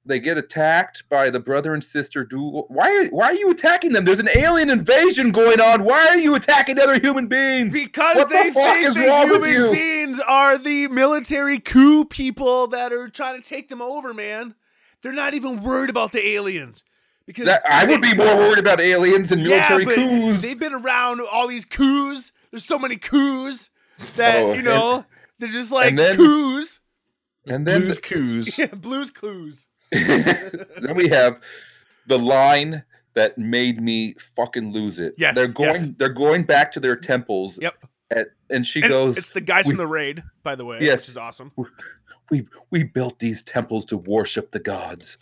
Speaker 3: they get attacked by the brother and sister duel. Why are- why are you attacking them? There's an alien invasion going on. Why are you attacking other human beings?
Speaker 5: Because
Speaker 3: What the
Speaker 5: they
Speaker 3: fuck
Speaker 5: think
Speaker 3: is
Speaker 5: that
Speaker 3: wrong with
Speaker 5: human
Speaker 3: you?
Speaker 5: beings are the military coup people that are trying to take them over, man. They're not even worried about the aliens. Because
Speaker 3: That- I would
Speaker 5: they-
Speaker 3: be more worried about aliens and military
Speaker 5: yeah, but
Speaker 3: coups.
Speaker 5: They've been around all these coups. There's so many coups that,
Speaker 3: Oh,
Speaker 5: you
Speaker 3: and-
Speaker 5: know, they're just like
Speaker 3: then-
Speaker 5: coups.
Speaker 3: and then
Speaker 6: Blues Coos.
Speaker 5: Yeah, blues clues.
Speaker 3: then we have the line that made me fucking lose it.
Speaker 5: Yes,
Speaker 3: they're going.
Speaker 5: yes.
Speaker 3: They're going back to their temples.
Speaker 5: Yep.
Speaker 3: At, and she
Speaker 5: And
Speaker 3: goes,
Speaker 5: it's the guys
Speaker 3: "We-
Speaker 5: from the raid, by the way,
Speaker 3: Yes.
Speaker 5: which is awesome.
Speaker 3: "We we built these temples to worship the gods.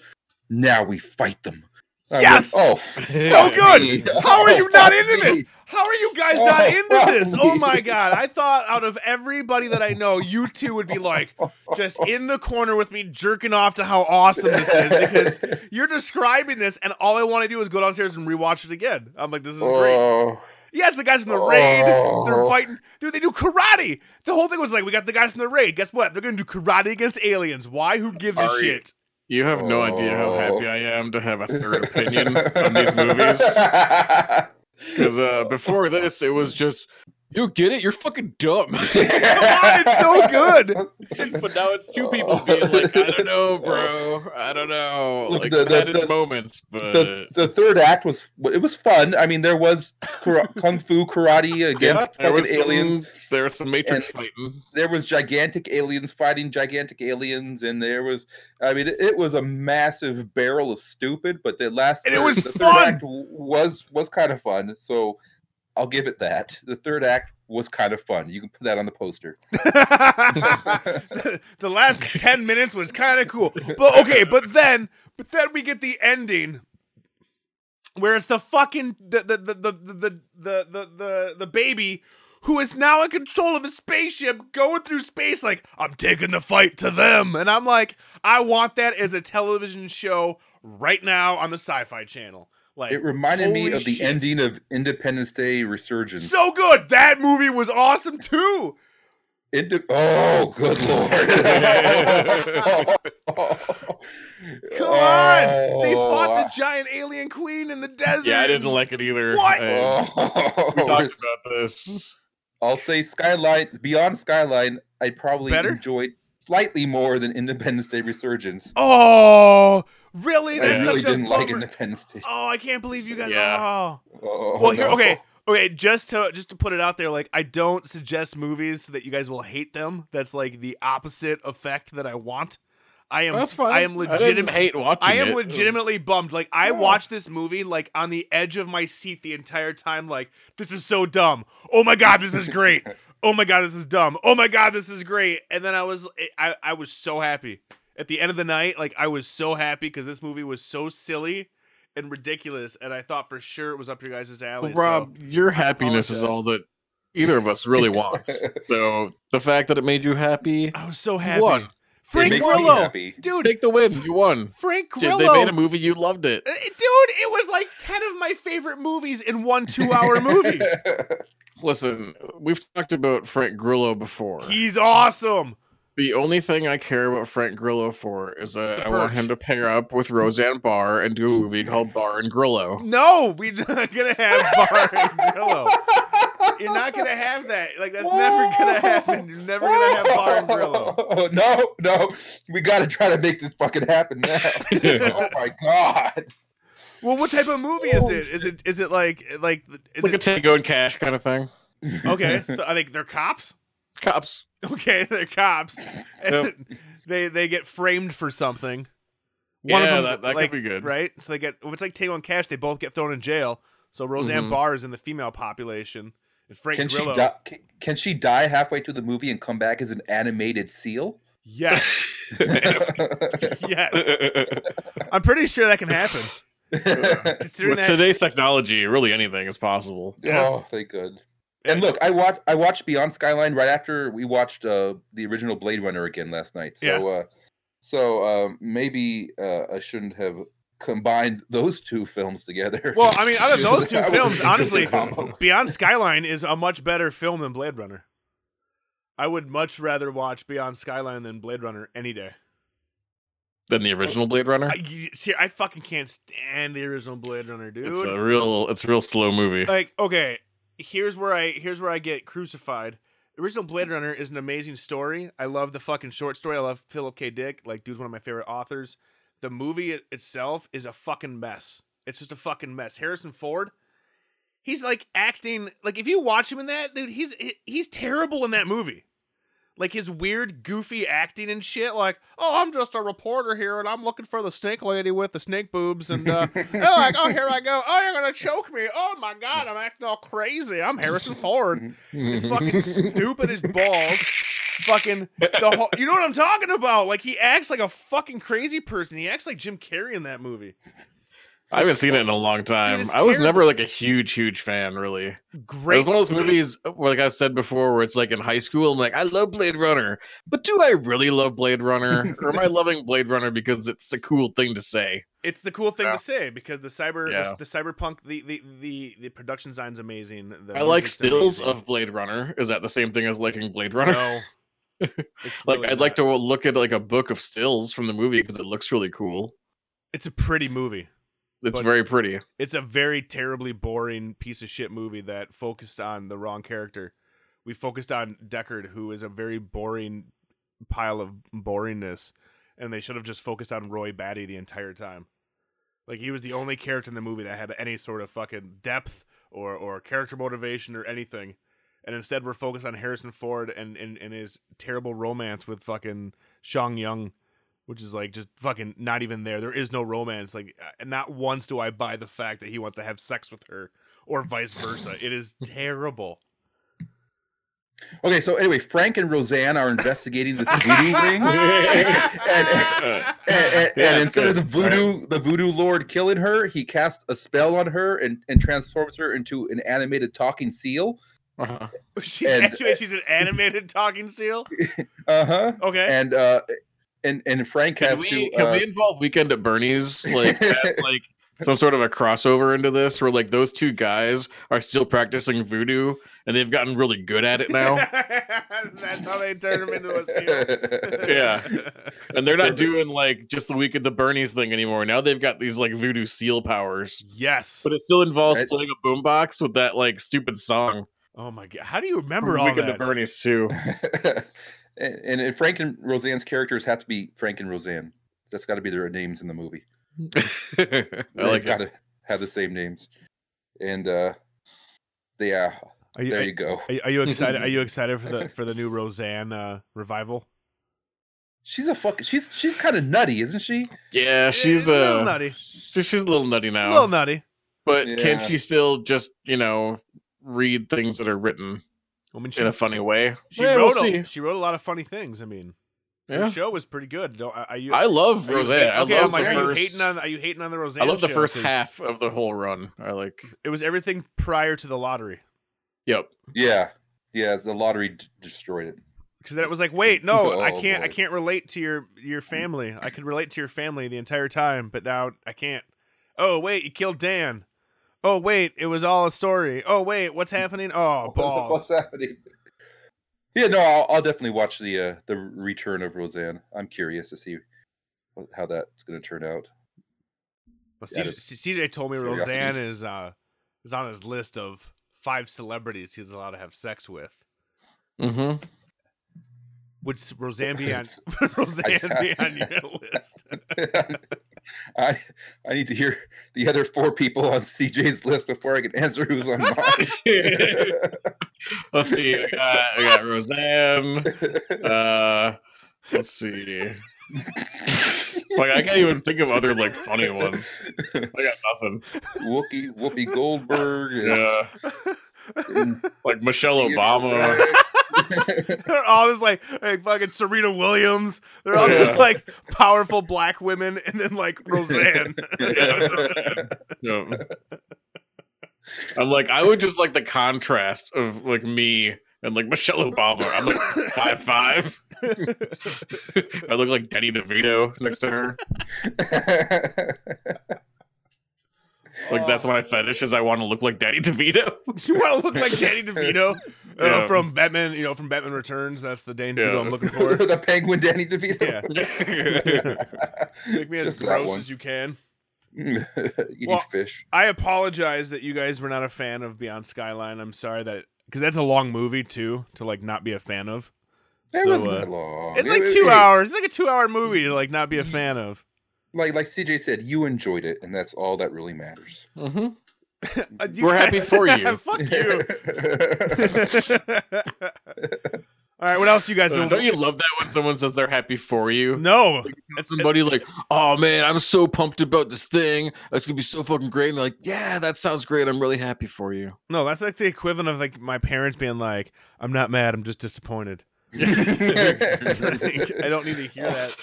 Speaker 3: Now we fight them." I went,
Speaker 5: Yes!
Speaker 3: oh,
Speaker 5: so
Speaker 3: fuck me.
Speaker 5: good. How are
Speaker 3: Oh,
Speaker 5: you not
Speaker 3: fuck
Speaker 5: into
Speaker 3: me.
Speaker 5: this? How are you guys not
Speaker 3: Oh,
Speaker 5: into
Speaker 3: fuck
Speaker 5: this? Oh
Speaker 3: me.
Speaker 5: my god! I thought out of everybody that I know, you two would be like just in the corner with me, jerking off to how awesome this is because you're describing this, and all I want to do is go downstairs and rewatch it again. I'm like, this is great.
Speaker 3: Oh,
Speaker 5: Yeah, it's the guys from the raid. They're
Speaker 3: Oh.
Speaker 5: fighting, dude. They do karate. The whole thing was like, we got the guys from the raid. Guess what? They're gonna do karate against aliens. Why? Who gives a
Speaker 6: Ari.
Speaker 5: shit?
Speaker 6: You have no idea how happy I am to have a third opinion on these movies. Because uh, before this, it was just You don't get it? You're fucking dumb.
Speaker 5: Come on, it's so good.
Speaker 6: but now it's two people being like, I don't know, bro. I don't know.
Speaker 3: Look,
Speaker 6: Like
Speaker 3: the- the-
Speaker 6: that is
Speaker 3: the-
Speaker 6: moments, but
Speaker 3: the, the third act was it was fun. I mean, there was kara- kung fu karate against
Speaker 6: yeah, there
Speaker 3: fucking
Speaker 6: was
Speaker 3: aliens.
Speaker 6: aliens. Some, there was some Matrix fighting.
Speaker 3: There was gigantic aliens fighting gigantic aliens, and there was I mean, it, it was a massive barrel of stupid. But the last
Speaker 5: And it
Speaker 3: third-
Speaker 5: was
Speaker 3: the
Speaker 5: fun!
Speaker 3: Third act w- was was kind of fun. So I'll give it that. The third act was kind of fun. You can put that on the poster.
Speaker 5: the last 10 minutes was kind of cool. But okay, but then but then we get the ending where it's the fucking the the the the the the the, the, the, the baby who is now in control of a spaceship going through space like I'm taking the fight to them and I'm like I want that as a television show right now on the Sci-Fi channel. Like
Speaker 3: It reminded me
Speaker 5: holy
Speaker 3: of the
Speaker 5: shit.
Speaker 3: ending of Independence Day Resurgence.
Speaker 5: So good. That movie was awesome too.
Speaker 3: Indi- oh, good lord!
Speaker 5: Come on! They
Speaker 3: Oh,
Speaker 5: fought
Speaker 3: I-
Speaker 5: the giant alien queen in the desert.
Speaker 6: Yeah, I didn't like it either.
Speaker 5: What?
Speaker 6: I-
Speaker 3: Oh.
Speaker 6: we talked about this.
Speaker 3: I'll say Skyline Beyond Skyline. I probably
Speaker 5: Better?
Speaker 3: enjoyed slightly more than Independence Day Resurgence.
Speaker 5: Oh, really?
Speaker 3: I
Speaker 5: That's
Speaker 3: really
Speaker 5: such a
Speaker 3: didn't like
Speaker 5: bummer.
Speaker 3: Independence Day.
Speaker 5: Oh, I can't believe you guys.
Speaker 6: Yeah.
Speaker 5: Oh.
Speaker 3: Oh,
Speaker 5: well, here,
Speaker 3: no.
Speaker 5: okay, okay. Just to just to put it out there, like I don't suggest movies so that you guys will hate them. That's like the opposite effect that I want. I am.
Speaker 6: That's fine.
Speaker 5: I am
Speaker 6: didn't
Speaker 5: legitimate.
Speaker 6: hate watching.
Speaker 5: I am
Speaker 6: it. It was-
Speaker 5: legitimately bummed. Like I
Speaker 6: Yeah.
Speaker 5: watched this movie like on the edge of my seat the entire time. Like this is so dumb. Oh my god, this is great. oh my god, this is dumb. Oh my god, this is great. And then I was I I was so happy at the end of the night. Like I was so happy because this movie was so silly and ridiculous, and I thought for sure it was up your guys' alley.
Speaker 6: Well, Rob, your happiness is
Speaker 5: apologize.
Speaker 6: all that either of us really wants. so the fact that it made you
Speaker 5: so
Speaker 6: happy,
Speaker 5: I was so happy.
Speaker 6: What?
Speaker 3: It
Speaker 5: Frank
Speaker 3: makes me
Speaker 5: Grillo,
Speaker 3: happy.
Speaker 5: dude.
Speaker 6: take the win. You won.
Speaker 5: Frank
Speaker 6: Did
Speaker 5: Grillo.
Speaker 6: they made a movie? You loved it.
Speaker 5: Uh, Dude, it was like 10 of my favorite movies in one two hour movie.
Speaker 6: Listen, we've talked about Frank Grillo before.
Speaker 5: He's awesome.
Speaker 6: the only thing I care about Frank Grillo for is that
Speaker 5: The
Speaker 6: I want
Speaker 5: Purge.
Speaker 6: him to pair up with Roseanne Barr and do a movie called Barr and Grillo.
Speaker 5: No, we're not gonna have Bar and Grillo. You're not gonna have that. Like that's never gonna happen. You're never gonna have Bar and Grillo.
Speaker 3: No, no, we got to try to make this fucking happen now. oh my god!
Speaker 5: Well, what type of movie is it? Is it is it like like is
Speaker 6: like
Speaker 5: it
Speaker 6: a Tango and Cash kind of thing.
Speaker 5: okay? So I think they're cops.
Speaker 6: Cops.
Speaker 5: Okay, they're cops.
Speaker 6: Yep.
Speaker 5: And they they get framed for something.
Speaker 6: Yeah, that- that could
Speaker 5: like,
Speaker 6: be good.
Speaker 5: right? So they get if it's like Tango and Cash, they both get thrown in jail. So Roseanne
Speaker 6: Mhm.
Speaker 5: Barr is in the female population. And Frank
Speaker 3: Can she,
Speaker 5: Grillo,
Speaker 3: di- can, can she die halfway through the movie and come back as an animated seal?
Speaker 5: yes, yes. I'm pretty sure that can happen. Considering
Speaker 6: With
Speaker 5: that
Speaker 6: today's technology, really anything is possible.
Speaker 3: Oh, thank God. And look, I watched I watched Beyond Skyline right after we watched uh, the original Blade Runner again last night. So
Speaker 5: Yeah.
Speaker 3: uh, so um, maybe uh, I shouldn't have combined those two films together.
Speaker 5: Well, I mean, out of those two
Speaker 3: That was
Speaker 5: films,
Speaker 3: an interesting
Speaker 5: honestly,
Speaker 3: combo.
Speaker 5: Beyond Skyline is a much better film than Blade Runner. I would much rather watch Beyond Skyline than Blade Runner any day.
Speaker 6: Than the original Blade Runner.
Speaker 5: Oh, I, you- see, I fucking can't stand the original Blade Runner, dude.
Speaker 6: It's a real, it's a real slow movie.
Speaker 5: like, okay, here's where I here's where I get crucified. The original Blade Runner is an amazing story. I love the fucking short story. I love Philip K. Dick. Like, dude's one of my favorite authors. The movie i- itself is a fucking mess. It's just a fucking mess. Harrison Ford, he's like acting like if you watch him in that, dude, he's he- he's terrible in that movie. Like his weird, goofy acting and shit. Like, oh, I'm just a reporter here, and I'm looking for the snake lady with the snake boobs, and uh, oh, like, oh, here I go. Oh, you're gonna choke me. Oh my god, I'm acting all crazy. I'm Harrison Ford. He's fucking stupid as balls. Fucking the whole, you know what I'm talking about? Like he acts like a fucking crazy person. He acts like Jim Carrey in that movie.
Speaker 6: I haven't seen it in a long time.
Speaker 5: it's
Speaker 6: I was never
Speaker 5: terrible.
Speaker 6: like a huge, huge fan, really. It
Speaker 5: Great.
Speaker 6: was one of those movies, uh, like I've said before, where it's like in high school, I'm like, I love Blade Runner, but do I really love Blade Runner, or am I loving Blade Runner because it's a cool thing to say?
Speaker 5: It's the cool thing
Speaker 6: Yeah.
Speaker 5: to say because the cyber,
Speaker 6: Yeah.
Speaker 5: the, the cyberpunk, the the the, the production design's amazing. The
Speaker 6: I like
Speaker 5: music's
Speaker 6: stills
Speaker 5: amazing.
Speaker 6: of Blade Runner. Is that the same thing as liking Blade Runner?
Speaker 5: no. It's
Speaker 6: like
Speaker 5: really
Speaker 6: I'd like
Speaker 5: not.
Speaker 6: to look at like a book of stills from the movie because it looks really cool.
Speaker 5: It's a pretty movie.
Speaker 6: It's
Speaker 5: But-
Speaker 6: very pretty.
Speaker 5: It's a very terribly boring piece of shit movie that focused on the wrong character. We focused on Deckard, who is a very boring pile of boringness, and they should have just focused on Roy Batty the entire time. Like he was the only character in the movie that had any sort of fucking depth or or character motivation or anything. And instead we're focused on Harrison Ford and, and, and his terrible romance with fucking Shang Young which is like just fucking not even there. There is no romance. Like uh, not once do I buy the fact that he wants to have sex with her or vice versa. It is terrible.
Speaker 3: Okay, so anyway, Frank and Roseanne are investigating this voodoo ring, and, and, and-
Speaker 6: Yeah,
Speaker 3: and
Speaker 6: it's
Speaker 3: instead of the
Speaker 6: good.
Speaker 3: voodoo the voodoo lord killing her he casts a spell on her and, and transforms her into an animated talking seal
Speaker 6: Uh-huh.
Speaker 5: She
Speaker 3: And-
Speaker 5: actually she's an animated talking seal.
Speaker 3: uh-huh
Speaker 5: Okay.
Speaker 3: and uh and and frank
Speaker 6: Can
Speaker 3: has
Speaker 6: we
Speaker 3: to
Speaker 6: can
Speaker 3: uh,
Speaker 6: we involve Weekend at Bernie's like as, like some sort of a crossover into this where like those two guys are still practicing voodoo and they've gotten really good at it now
Speaker 5: That's how they turn him into a seal.
Speaker 6: Yeah. and they're not doing like just the Weekend at Bernie's thing anymore. Now they've got these like voodoo seal powers,
Speaker 5: Yes.
Speaker 6: but it still involves
Speaker 3: Right.
Speaker 6: playing a boombox with that like stupid song.
Speaker 5: Oh my god. How do you
Speaker 6: from
Speaker 5: remember all
Speaker 6: Weekend at
Speaker 5: that?
Speaker 6: Bernie's too.
Speaker 3: and, and and frank and roseanne's characters have to be frank and roseanne that's got to be their names in the movie
Speaker 6: I like
Speaker 3: got
Speaker 6: it.
Speaker 3: to have the same names and uh yeah
Speaker 5: Are
Speaker 3: there
Speaker 5: you,
Speaker 3: you go
Speaker 5: are, are you excited? Are you excited for the for the new Roseanne uh, revival?
Speaker 3: she's a fuck she's she's kind of nutty isn't she
Speaker 6: Yeah, she's uh,
Speaker 5: little nutty,
Speaker 6: she- she's a little nutty now.
Speaker 5: a little nutty.
Speaker 6: but can
Speaker 3: Yeah.
Speaker 6: she still just you know read things that are written
Speaker 5: I mean, she,
Speaker 6: in a funny way?
Speaker 5: She
Speaker 6: Yeah, we'll
Speaker 5: wrote a,
Speaker 6: see.
Speaker 5: she wrote a lot of funny things. I mean,
Speaker 6: Yeah.
Speaker 5: the show was pretty good. Don't, are you,
Speaker 6: I love
Speaker 5: are you-
Speaker 6: Roseanne. I
Speaker 5: okay,
Speaker 6: love
Speaker 5: I'm
Speaker 6: the
Speaker 5: like, are you
Speaker 6: first.
Speaker 5: hating on? Are you hating on the Roseanne?
Speaker 6: I love the
Speaker 5: show?
Speaker 6: first
Speaker 5: 'Cause
Speaker 6: half of the whole run. I like.
Speaker 5: It was everything prior to the lottery
Speaker 6: Yep.
Speaker 3: yeah yeah the lottery d- destroyed it
Speaker 5: because then it was like, wait, no, I
Speaker 3: Oh,
Speaker 5: can't. I
Speaker 3: boy.
Speaker 5: can't relate to your your family. I could relate to your family the entire time, but now I can't. Oh wait, you killed Dan. Oh wait, it was all a story. Oh wait, what's happening? Oh
Speaker 3: What's
Speaker 5: balls.
Speaker 3: happening? Yeah, no, I'll, I'll definitely watch the uh, the return of Roseanne. I'm curious to see what, how that's going to turn out.
Speaker 5: Well,
Speaker 3: Yeah,
Speaker 5: CJ, CJ told me
Speaker 3: Curiosity.
Speaker 5: Roseanne is uh is on his list of five celebrities he's allowed to have sex with.
Speaker 6: Mm-hmm.
Speaker 5: Would s- Roseanne be on Roseanne be on your list?
Speaker 3: I I need to hear the other four people on CJ's list before I can answer who's on mine.
Speaker 6: let's see. I got, I got Roseanne. Uh, let's see. Like I can't even think of other like funny ones. I got nothing.
Speaker 3: Whoopi Whoopi Goldberg. is-
Speaker 6: Yeah. Like Michelle Obama.
Speaker 5: They're all just like, like fucking Serena Williams. They're all
Speaker 6: Yeah.
Speaker 5: just like powerful black women, and then like Roseanne.
Speaker 6: No. I'm like, I would just like the contrast of like me and like Michelle Obama. I'm like five five. I look like Danny DeVito next to her. Like that's my fetish is I want to look like Danny DeVito.
Speaker 5: you want to look like Danny DeVito uh,
Speaker 6: Yeah.
Speaker 5: from Batman? You know, from Batman Returns. That's the Danny DeVito
Speaker 6: Yeah.
Speaker 5: I'm looking for.
Speaker 3: the Penguin Danny DeVito.
Speaker 5: Yeah, make me as
Speaker 3: Just that
Speaker 5: gross
Speaker 3: one.
Speaker 5: as you can.
Speaker 3: Eating
Speaker 5: Well,
Speaker 3: fish.
Speaker 5: I apologize that you guys were not a fan of Beyond Skyline. I'm sorry that because that's a long movie too to like not be a fan of.
Speaker 3: It
Speaker 5: So,
Speaker 3: wasn't
Speaker 5: uh,
Speaker 3: that long.
Speaker 5: It's
Speaker 3: Oh, It-
Speaker 5: like
Speaker 3: it-
Speaker 5: two
Speaker 3: it-
Speaker 5: hours. It's like a two hour movie to like not be a fan of.
Speaker 3: Like like CJ said, you enjoyed it, and that's all that really matters.
Speaker 6: mm-hmm.
Speaker 5: Uh, you
Speaker 6: We're happy for you.
Speaker 5: Fuck you. All right, what else you guys
Speaker 3: Uh,
Speaker 5: been?
Speaker 6: Uh, Don't you love that when someone says they're happy for you?
Speaker 5: no,
Speaker 6: It's somebody like, oh man, I'm so pumped about this thing. It's gonna be so fucking great. And they're like, yeah, that sounds great. I'm really happy for you.
Speaker 5: no, that's like the equivalent of like my parents being like, "I'm not mad, I'm just disappointed." Like, I don't need to hear that.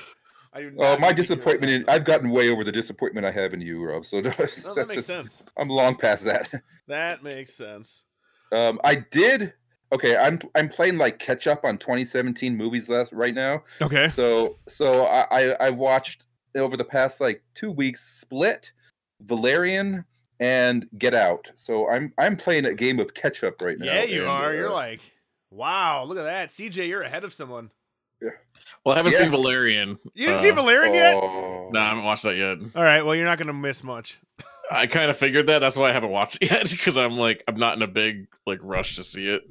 Speaker 5: I do
Speaker 3: oh,
Speaker 5: not
Speaker 3: my
Speaker 5: need to hear
Speaker 3: disappointment!
Speaker 5: that.
Speaker 3: In, I've gotten way over the disappointment I have in you, Rob. So that's,
Speaker 5: No, that
Speaker 3: that's
Speaker 5: makes
Speaker 3: just,
Speaker 5: sense.
Speaker 3: I'm long past that.
Speaker 5: That makes sense.
Speaker 3: Um, I did. Okay, I'm I'm playing like catch up on 2017 movies last right now.
Speaker 5: Okay.
Speaker 3: So so I, I I've watched over the past like two weeks Split, Valerian, and Get Out. So I'm I'm playing a game of catch up right now.
Speaker 5: Yeah, you
Speaker 3: and,
Speaker 5: are. You're
Speaker 3: uh,
Speaker 5: like, wow, look at that, CJ. You're ahead of someone.
Speaker 6: Well, I haven't
Speaker 3: Yes.
Speaker 6: seen Valerian.
Speaker 5: You didn't see
Speaker 6: Uh,
Speaker 5: Valerian yet?
Speaker 3: oh.
Speaker 6: No, I haven't watched that yet.
Speaker 5: All right. Well, you're not gonna miss much.
Speaker 6: I kind of figured that. That's why I haven't watched it yet because I'm like I'm not in a big like rush to see it.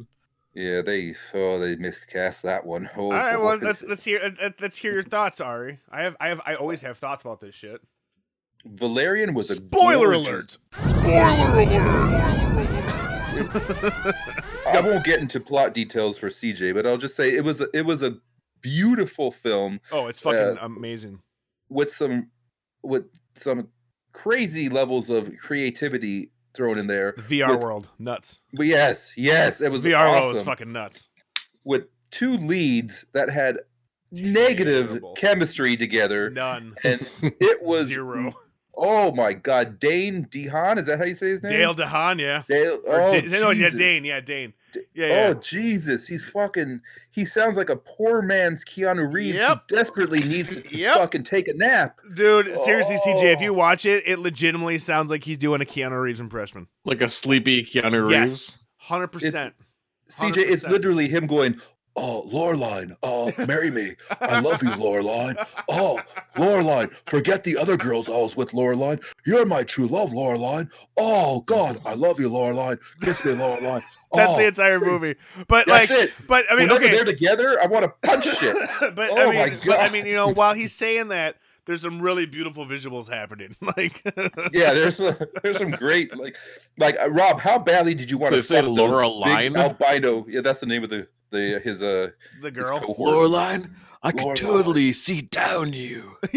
Speaker 3: Yeah, they oh they miscast that one. Oh,
Speaker 5: All right, well
Speaker 3: boy.
Speaker 5: let's let's hear let- let's hear your thoughts, Ari. I have I have I always have thoughts about this shit.
Speaker 3: Valerian was a
Speaker 5: Spoiler
Speaker 3: gorgeous-
Speaker 5: alert.
Speaker 3: I won't get into plot details for CJ, but I'll just say it was a, it was a beautiful film
Speaker 5: Oh, it's fucking amazing.
Speaker 3: with some with some crazy levels of creativity thrown in there.
Speaker 5: VR
Speaker 3: with-
Speaker 5: world nuts.
Speaker 3: But yes, yes, it was
Speaker 5: VR world is
Speaker 3: awesome.
Speaker 5: fucking nuts.
Speaker 3: with two leads that had negative
Speaker 5: Terrible.
Speaker 3: chemistry together.
Speaker 5: None.
Speaker 3: And it was
Speaker 5: Zero.
Speaker 3: Oh my god, Dane Dehan, is that how you say his name?
Speaker 5: Dale DeHaan, yeah.
Speaker 3: Dale.
Speaker 5: Or
Speaker 3: Oh,
Speaker 5: Da- no, yeah,
Speaker 3: Jesus.
Speaker 5: Dane, yeah, Dane.
Speaker 3: D-
Speaker 5: Yeah, yeah.
Speaker 3: Oh Jesus, he's fucking. He sounds like a poor man's Keanu Reeves
Speaker 5: Yep.
Speaker 3: who desperately needs to
Speaker 5: Yep.
Speaker 3: fucking take a nap.
Speaker 5: Dude, seriously, CJ, if
Speaker 3: Oh.
Speaker 5: you watch it, it legitimately sounds like he's doing a Keanu Reeves impression.
Speaker 6: Like a sleepy Keanu Reeves.
Speaker 5: Yes, hundred percent.
Speaker 3: CJ, it's
Speaker 5: 100%.
Speaker 3: literally him going. Oh, Loreline, oh, marry me. I love you, Loreline. Oh, Loreline, forget the other girls I was with, Loreline. You're my true love, Loreline. Oh, God, I love you, Loreline. Kiss me, Loreline.
Speaker 5: That's
Speaker 3: oh,
Speaker 5: the entire movie. But
Speaker 3: that's
Speaker 5: like,
Speaker 3: it.
Speaker 5: but I mean,
Speaker 3: Whenever
Speaker 5: okay,
Speaker 3: they're together, I want to punch shit.
Speaker 5: but I
Speaker 3: Oh
Speaker 5: mean,
Speaker 3: my
Speaker 5: but I
Speaker 3: God.
Speaker 5: mean, you know, while he's saying that, there's some really beautiful visuals happening. Like,
Speaker 3: yeah, there's a, there's some great like like uh, Rob. How badly did you want
Speaker 6: So
Speaker 3: to
Speaker 6: you say
Speaker 3: fuck those
Speaker 6: Laura
Speaker 3: big
Speaker 6: Lind?
Speaker 3: Albino, yeah, that's the name of the the his uh
Speaker 5: the
Speaker 3: his
Speaker 5: girl.
Speaker 3: cohort.
Speaker 6: Line, I
Speaker 3: could Lore line. totally
Speaker 6: see down you.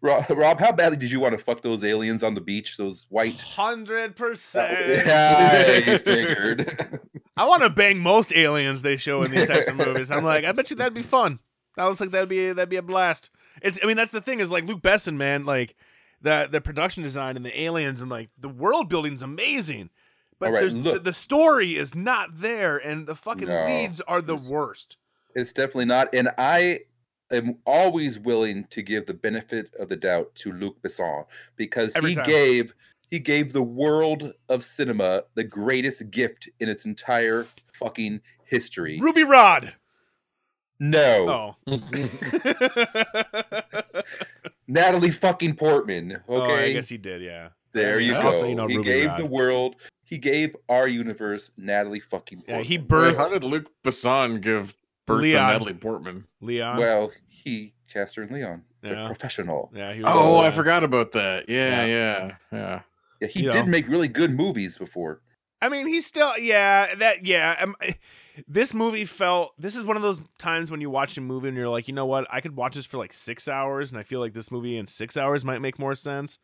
Speaker 3: Rob, Rob, how badly did you want to fuck those aliens on the beach? Those white.
Speaker 5: Hundred percent.
Speaker 3: I figured.
Speaker 5: I want to bang most aliens they show in these types of movies. I'm like, I bet you that'd be fun. I was like, that'd be that'd be a blast. It's. I mean, that's the thing is like Luke Besson, man. Like the the production design and the aliens and like the world building's amazing. But
Speaker 3: All right,
Speaker 5: there's the,
Speaker 3: look.
Speaker 5: the story is not there, and the fucking
Speaker 3: No.
Speaker 5: leads are the
Speaker 3: It's-
Speaker 5: worst.
Speaker 3: It's definitely not, and I am always willing to give the benefit of the doubt to Luc Besson because
Speaker 5: Every
Speaker 3: he
Speaker 5: time.
Speaker 3: gave he gave the world of cinema the greatest gift in its entire fucking history.
Speaker 5: Ruby Rod.
Speaker 3: No,
Speaker 5: Oh.
Speaker 3: Natalie fucking Portman. Okay,
Speaker 5: Oh, I guess he did. Yeah.
Speaker 3: there you
Speaker 6: Yeah.
Speaker 3: go.
Speaker 5: Also, you know,
Speaker 3: he
Speaker 5: Ruby
Speaker 3: gave
Speaker 5: Rod.
Speaker 3: the world. He gave our universe Natalie fucking
Speaker 5: Yeah.
Speaker 3: Portman.
Speaker 5: He
Speaker 6: How
Speaker 5: birthed
Speaker 6: did Luke Besson give birth
Speaker 5: Leon.
Speaker 6: to Natalie Portman?
Speaker 5: Leon.
Speaker 3: well, he cast her in Leon.
Speaker 5: Yeah.
Speaker 3: They're professional.
Speaker 5: yeah. He was
Speaker 6: Oh,
Speaker 5: uh,
Speaker 6: I forgot about that. Yeah, yeah, yeah.
Speaker 3: Yeah, he
Speaker 5: You
Speaker 3: did
Speaker 5: know.
Speaker 3: make really good movies before.
Speaker 5: I mean, he's still yeah, that yeah. Um, this movie felt this is one of those times when you watch a movie and you're like, you know what, I could watch this for like six hours, and I feel like this movie in six hours might make more sense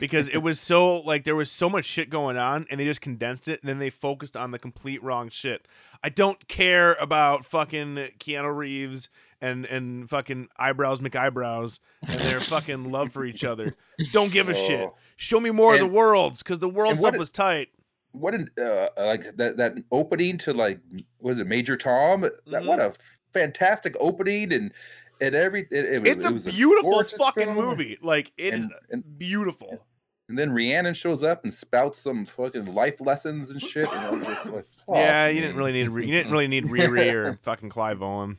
Speaker 5: because it was so like there was so much shit going on, and they just condensed it, and then they focused on the complete wrong shit. I don't care about fucking Keanu Reeves and and fucking eyebrows McEyebrows and their fucking love for each other. Don't give a shit.
Speaker 3: Oh.
Speaker 5: Show me more of
Speaker 3: And-
Speaker 5: the worlds because the world
Speaker 3: and what
Speaker 5: stuff
Speaker 3: it-
Speaker 5: was tight.
Speaker 3: what an uh, like that that opening to like was it Major Tom? That what
Speaker 5: Mm-hmm.
Speaker 3: a fantastic opening and and every it, it was-
Speaker 5: It's
Speaker 3: it
Speaker 5: a
Speaker 3: was
Speaker 5: beautiful
Speaker 3: gorgeous
Speaker 5: fucking
Speaker 3: film,
Speaker 5: movie. Like it is
Speaker 3: And, and
Speaker 5: beautiful.
Speaker 3: and then Rhiannon shows up and spouts some fucking life lessons and shit. And I was just like,
Speaker 5: yeah,
Speaker 3: fuck,
Speaker 5: you didn't
Speaker 3: man.
Speaker 5: really need you didn't really need Riri or fucking Clive Owen.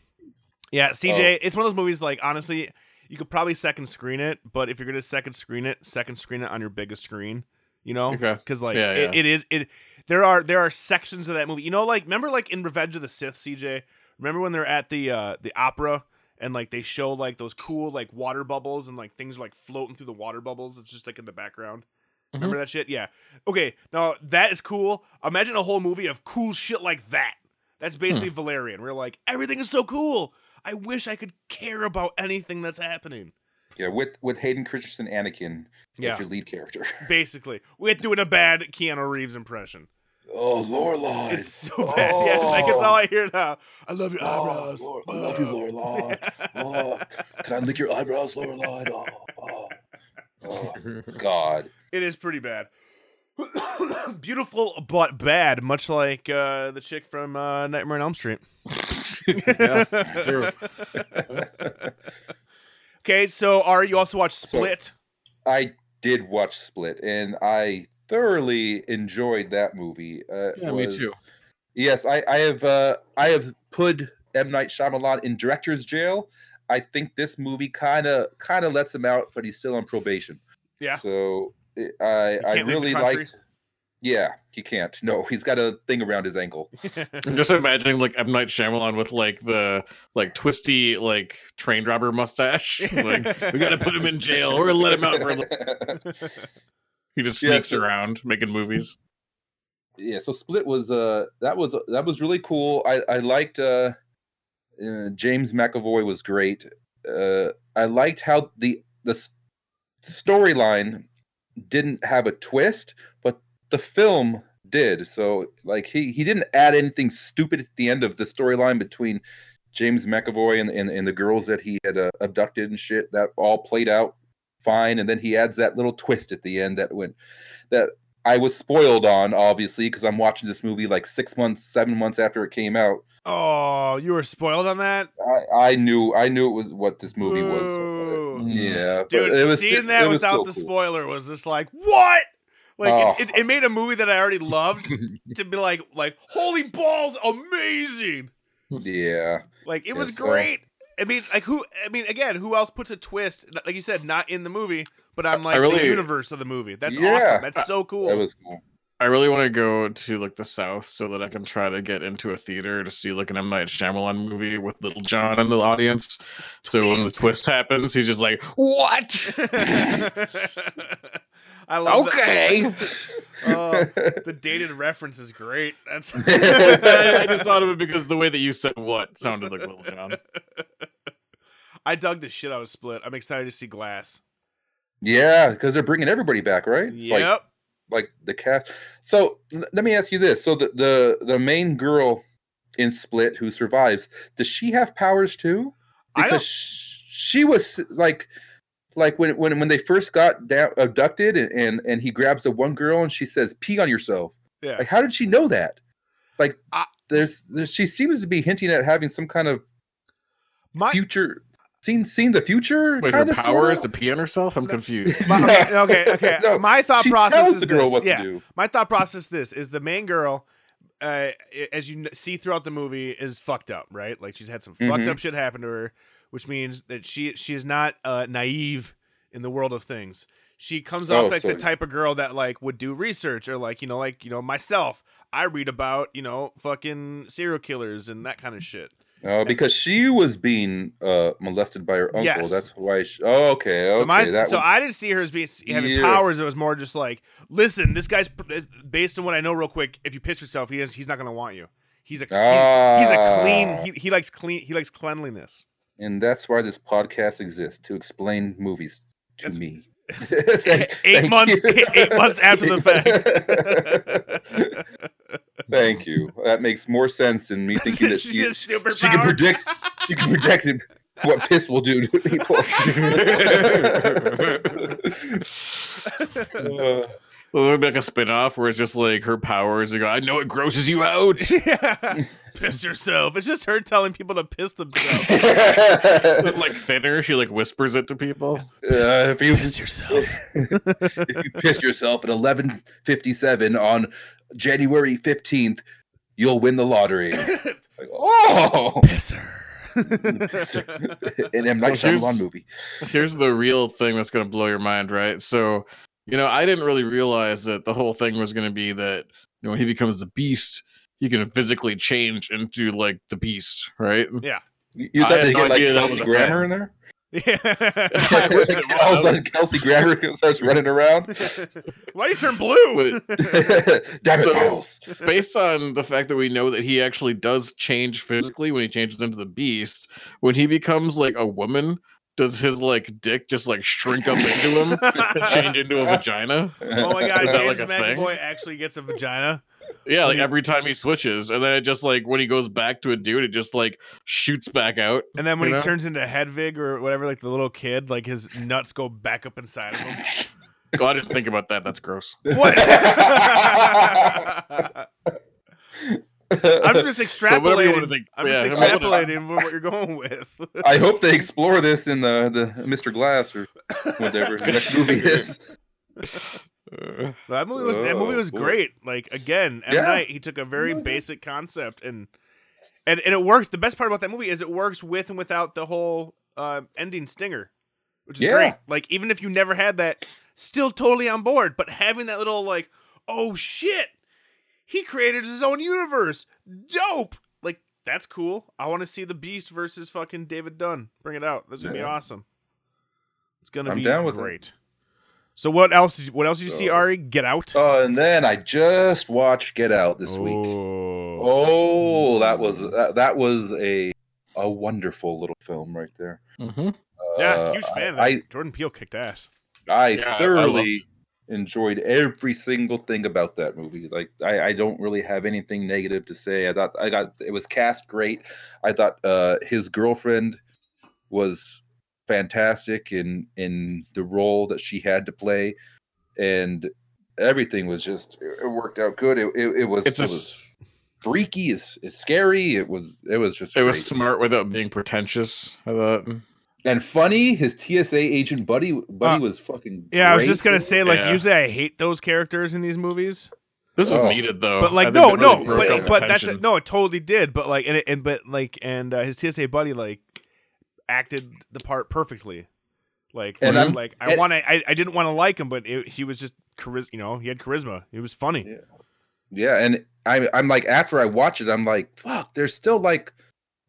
Speaker 5: Yeah, CJ, it's one of those movies. Like honestly, you could probably second screen it, but if you're gonna second screen it, second screen it on your biggest screen. You know,
Speaker 6: Okay.
Speaker 5: because like
Speaker 6: Yeah,
Speaker 5: it-
Speaker 6: yeah.
Speaker 5: it is it. There are there are sections of that movie. You know, like remember like in Revenge of the Sith, CJ. Remember when they're at the uh the opera and like they show like those cool like water bubbles and like things are like floating through the water bubbles. It's just like in the background.
Speaker 6: Mm-hmm.
Speaker 5: Remember that shit? Yeah. Okay. Now that is cool. Imagine a whole movie of cool shit like that. That's
Speaker 6: Hmm.
Speaker 5: basically Valerian. We're like everything is so cool. I wish I could care about anything that's happening.
Speaker 3: Yeah, with with Hayden Christensen, Anakin, yeah.
Speaker 5: Yeah.
Speaker 3: your lead character.
Speaker 5: Basically, we're doing a bad Keanu Reeves impression.
Speaker 3: Oh, Lorelai,
Speaker 5: It's so bad. Yeah, like it's all I hear now. I love your eyebrows.
Speaker 3: I Oh, love you, Lorelai. Oh, can I lick your eyebrows, Lorelai? Oh, oh, oh, God.
Speaker 5: It is pretty bad. Beautiful but bad, much like uh, the chick from uh, Nightmare on Elm Street.
Speaker 6: yeah, true.
Speaker 5: Okay, so Ari, you also watched Split.
Speaker 3: I did watch Split, and I thoroughly enjoyed that movie. Uh, it
Speaker 6: Yeah, me too.
Speaker 3: Yes, I, I have. Uh, I have put M Night Shyamalan in director's jail. I think this movie kind of kind of lets him out, but he's still on probation.
Speaker 5: Yeah.
Speaker 3: So it, I
Speaker 5: can't
Speaker 3: I
Speaker 5: leave the
Speaker 3: really
Speaker 5: country?
Speaker 3: liked. Yeah, he can't. No, he's got a thing around his ankle.
Speaker 6: I'm just imagining like M Night Shyamalan with like the like twisty like train robber mustache. like we gotta put him in jail. We're gonna let him out for. A little. He just
Speaker 3: Yeah,
Speaker 6: sneaks
Speaker 3: so-
Speaker 6: around making movies.
Speaker 3: yeah so split was uh that was that was really cool i i liked uh, uh james mcavoy was great uh i liked how the the s- storyline didn't have a twist but the film did so like he he didn't add anything stupid at the end of the storyline between james mcavoy and, and and the girls that he had uh, abducted and shit that all played out fine and then he adds that little twist at the end that went that I was spoiled on, obviously, because I'm watching this movie like six months, seven months after it came out.
Speaker 5: Oh, you were spoiled on that,
Speaker 3: I, I knew, I knew it was what this movie was.
Speaker 5: Boo.
Speaker 3: uh, Yeah, but
Speaker 5: dude.
Speaker 3: it was
Speaker 5: seeing
Speaker 3: still-
Speaker 5: that
Speaker 3: it was
Speaker 5: without
Speaker 3: still
Speaker 5: the
Speaker 3: cool.
Speaker 5: spoiler was just like what? Like
Speaker 3: Oh.
Speaker 5: it, it, it made a movie that I already loved to be like like holy balls, amazing.
Speaker 3: Yeah,
Speaker 5: Like it was
Speaker 3: Yes, sir.
Speaker 5: great. I mean, like who? I mean, again, who else puts a twist? Like you said, not in the movie, but I'm like the
Speaker 6: really-
Speaker 5: universe of the movie. That's
Speaker 3: Yeah.
Speaker 5: awesome. That's so cool.
Speaker 3: that was cool.
Speaker 6: I really want to go to like the South so that I can try to get into a theater to see like an M Night Shyamalan movie with Little John in the audience. So when the twist happens, he's just like, "What?
Speaker 5: I love the-
Speaker 6: Okay."
Speaker 5: Oh, the dated reference is great. That's
Speaker 6: I just thought of it because the way that you said "what" sounded like Little John.
Speaker 5: I dug the shit out of Split. I'm excited to see Glass.
Speaker 3: Yeah, because they're bringing everybody back, right? Like,
Speaker 5: Yep.
Speaker 3: like the cast. So l- let me ask you this: so the the the main girl in Split who survives, does she have powers too?
Speaker 5: I don't-
Speaker 3: Because sh- she was like, like when when when they first got da- abducted, and, and and he grabs the one girl and she says, "Pee on yourself."
Speaker 5: yeah.
Speaker 3: Like, how did she know that? Like,
Speaker 5: I-
Speaker 3: there's, there's she seems to be hinting at having some kind of
Speaker 5: My,
Speaker 3: future. Seen, seen the future?
Speaker 6: Wait, her
Speaker 3: kinda,
Speaker 6: power is
Speaker 3: sorta?
Speaker 6: to pee on herself. I'm confused.
Speaker 5: my- okay, okay, okay.
Speaker 3: No,
Speaker 5: my thought
Speaker 3: she
Speaker 5: process
Speaker 3: tells
Speaker 5: is
Speaker 3: the girl
Speaker 5: this.
Speaker 3: what
Speaker 5: yeah.
Speaker 3: to do.
Speaker 5: My thought process this is the main girl uh, i- as you kn- see throughout the movie is fucked up, right? Like she's had some fucked
Speaker 3: Mhm.
Speaker 5: up shit happen to her, which means that she she is not uh, naive in the world of things. She comes off
Speaker 3: Oh,
Speaker 5: like the
Speaker 3: sorry.
Speaker 5: type of girl that like would do research or like you know like you know myself. I read about you know fucking serial killers and that kind of shit.
Speaker 3: Oh, because she was being uh, molested by her uncle.
Speaker 5: Yes.
Speaker 3: That's why. She, oh, okay. Okay.
Speaker 5: so my
Speaker 3: that
Speaker 5: so
Speaker 3: was-
Speaker 5: I didn't see her as being having
Speaker 3: Yeah.
Speaker 5: powers. It was more just like, listen, this guy's based on what I know. Real quick, if you piss yourself, he is he's not gonna want you. He's a he's- he's,
Speaker 6: Oh.
Speaker 5: a
Speaker 3: Ah.
Speaker 5: clean. He, he likes clean. He likes cleanliness.
Speaker 3: and that's why this podcast exists to explain movies to
Speaker 5: That's-
Speaker 3: me.
Speaker 5: eight months eight months after the fact.
Speaker 3: Thank you. That makes more sense than me thinking that
Speaker 5: She
Speaker 3: she,
Speaker 5: has
Speaker 3: she can
Speaker 5: superpowers.
Speaker 3: predict. She can predict it- what piss will do to people. Uh,
Speaker 6: Well, there'd be like a spin-off where it's just like her powers. You go, I know it grosses you out.
Speaker 5: yeah. Piss yourself. It's just her telling people to piss themselves.
Speaker 6: it's like thinner. She like whispers it to people.
Speaker 3: Uh, if you
Speaker 5: piss yourself.
Speaker 3: if you piss yourself at 11:57 on January 15th, you'll win the lottery. Like, oh,
Speaker 5: Pisser.
Speaker 3: an M Night
Speaker 6: Well, here's-
Speaker 3: Shyamalan movie.
Speaker 6: Here's the real thing that's gonna blow your mind, right? So, you know, I didn't really realize that the whole thing was gonna be that you know when he becomes a beast, he can physically change into like the beast, right?
Speaker 3: You you
Speaker 6: I
Speaker 3: thought
Speaker 6: had
Speaker 3: they
Speaker 6: no
Speaker 3: get like
Speaker 6: idea that
Speaker 3: Kelsey
Speaker 6: was a
Speaker 3: Grammer in there?
Speaker 5: yeah.
Speaker 6: I wish it
Speaker 3: All of a
Speaker 6: was.
Speaker 3: sudden, Kelsey Grammer starts running around.
Speaker 5: Why do you turn blue?
Speaker 3: Damn
Speaker 6: So-
Speaker 3: it, Miles.
Speaker 6: based on the fact that we know that he actually does change physically when he changes into the beast, when he becomes like a woman, does his like dick just like shrink up into him and change into a vagina?
Speaker 5: Oh my god,
Speaker 6: Is that
Speaker 5: James
Speaker 6: like a thing?
Speaker 5: McAvoy actually gets a vagina.
Speaker 6: Yeah, like
Speaker 5: Yeah.
Speaker 6: every time he switches, and then it just like when he goes back to a dude, it just like shoots back out.
Speaker 5: And then when
Speaker 6: You
Speaker 5: he
Speaker 6: know?
Speaker 5: turns into Hedvig or whatever, like the little kid, like his nuts go back up inside of him.
Speaker 6: Oh, I didn't think about that. That's gross.
Speaker 5: What? I'm just
Speaker 6: But whatever you
Speaker 5: extrapolating.
Speaker 6: want to think.
Speaker 5: I'm
Speaker 6: yeah,
Speaker 5: just
Speaker 6: I wanna-
Speaker 5: extrapolating what you're going with.
Speaker 3: I hope they explore this in the, the Mr. Glass or whatever the next movie is.
Speaker 6: Uh,
Speaker 5: that movie was that
Speaker 3: Oh,
Speaker 5: movie was
Speaker 3: boy.
Speaker 5: great. Like again, M
Speaker 3: Yeah.
Speaker 5: Night he took a very
Speaker 3: Mhm.
Speaker 5: basic concept and and and it works. The best part about that movie is it works with and without the whole uh, ending stinger, which is
Speaker 3: Yeah.
Speaker 5: great. Like even if you never had that still totally on board. But having that little like, oh shit, he created his own universe. Dope. Like that's cool. I want to see the Beast versus fucking David Dunn. Bring it out. That's gonna be
Speaker 3: Yeah.
Speaker 5: awesome. It's gonna
Speaker 3: I'm
Speaker 5: be
Speaker 3: down with it.
Speaker 5: great. So what else? What else you see,
Speaker 3: So-
Speaker 5: Ari? Get out.
Speaker 3: Oh, and then I just watched Get Out this week.
Speaker 5: Oh.
Speaker 3: Oh, that was that, that was a a wonderful little film right there.
Speaker 6: Mm-hmm.
Speaker 5: Yeah,
Speaker 3: Uh,
Speaker 5: huge fan. of that.
Speaker 3: I,
Speaker 5: Jordan Peele kicked ass.
Speaker 3: I
Speaker 6: Yeah, I
Speaker 3: thoroughly enjoyed every single thing about that movie. Like I, I don't really have anything negative to say. I thought I got it was cast great. I thought uh his girlfriend was fantastic in in the role that she had to play and everything was just it worked out good. It it, it was
Speaker 6: It's
Speaker 3: it
Speaker 6: a
Speaker 3: was
Speaker 6: s-
Speaker 3: freaky, it's, it's scary. It was it was just
Speaker 6: It was
Speaker 3: great.
Speaker 6: smart without being pretentious. I thought. mm.
Speaker 3: and funny. His TSA agent buddy buddy was fucking
Speaker 5: Yeah, I was just
Speaker 3: great.
Speaker 5: gonna say, like,
Speaker 6: Yeah.
Speaker 5: usually I hate those characters in these movies,
Speaker 6: This was
Speaker 3: Oh.
Speaker 6: needed though.
Speaker 5: but
Speaker 6: I
Speaker 5: like,
Speaker 6: think
Speaker 5: no,
Speaker 6: that really
Speaker 5: no,
Speaker 6: broke
Speaker 5: but
Speaker 6: up the
Speaker 5: but that's
Speaker 6: tension.
Speaker 5: no, it totally did. But like, and it, and but like, and uh, his TSA buddy like acted the part perfectly. Like,
Speaker 3: And
Speaker 5: like-
Speaker 3: I'm-
Speaker 5: like, I
Speaker 3: and-
Speaker 5: want to, I, I didn't want to like him, but it, he was just charisma. You know, he had charisma. He was funny.
Speaker 3: Yeah. Yeah, and I'm I'm like after I watch it, I'm like, fuck, there's still like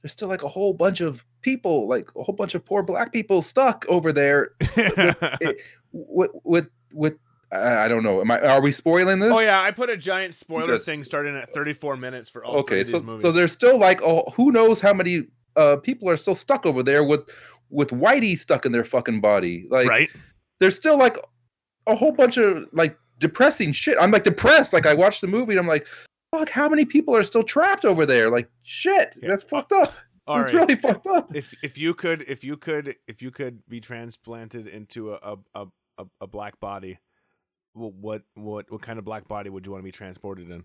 Speaker 3: there's still like a whole bunch of people, like a whole bunch of poor black people stuck over there with with with I I don't know. Am I are we spoiling this?
Speaker 5: oh yeah, I put a giant spoiler
Speaker 3: Because-
Speaker 5: thing starting at 34 minutes for all. three
Speaker 3: Okay,
Speaker 5: of these
Speaker 3: so
Speaker 5: movies.
Speaker 3: so there's still like oh who knows how many uh people are still stuck over there with with whitey stuck in their fucking body. Like
Speaker 5: right.
Speaker 3: there's still like a whole bunch of like depressing shit. I'm like depressed. Like I watched the movie and I'm like, fuck, how many people are still trapped over there? Like shit,
Speaker 5: Yeah.
Speaker 3: that's fucked up.
Speaker 5: All
Speaker 3: it's
Speaker 5: right.
Speaker 3: really fucked up.
Speaker 5: if if you could if you could if you could be transplanted into a a a, a, a black body wh- what what what kind of black body would you want to be transported in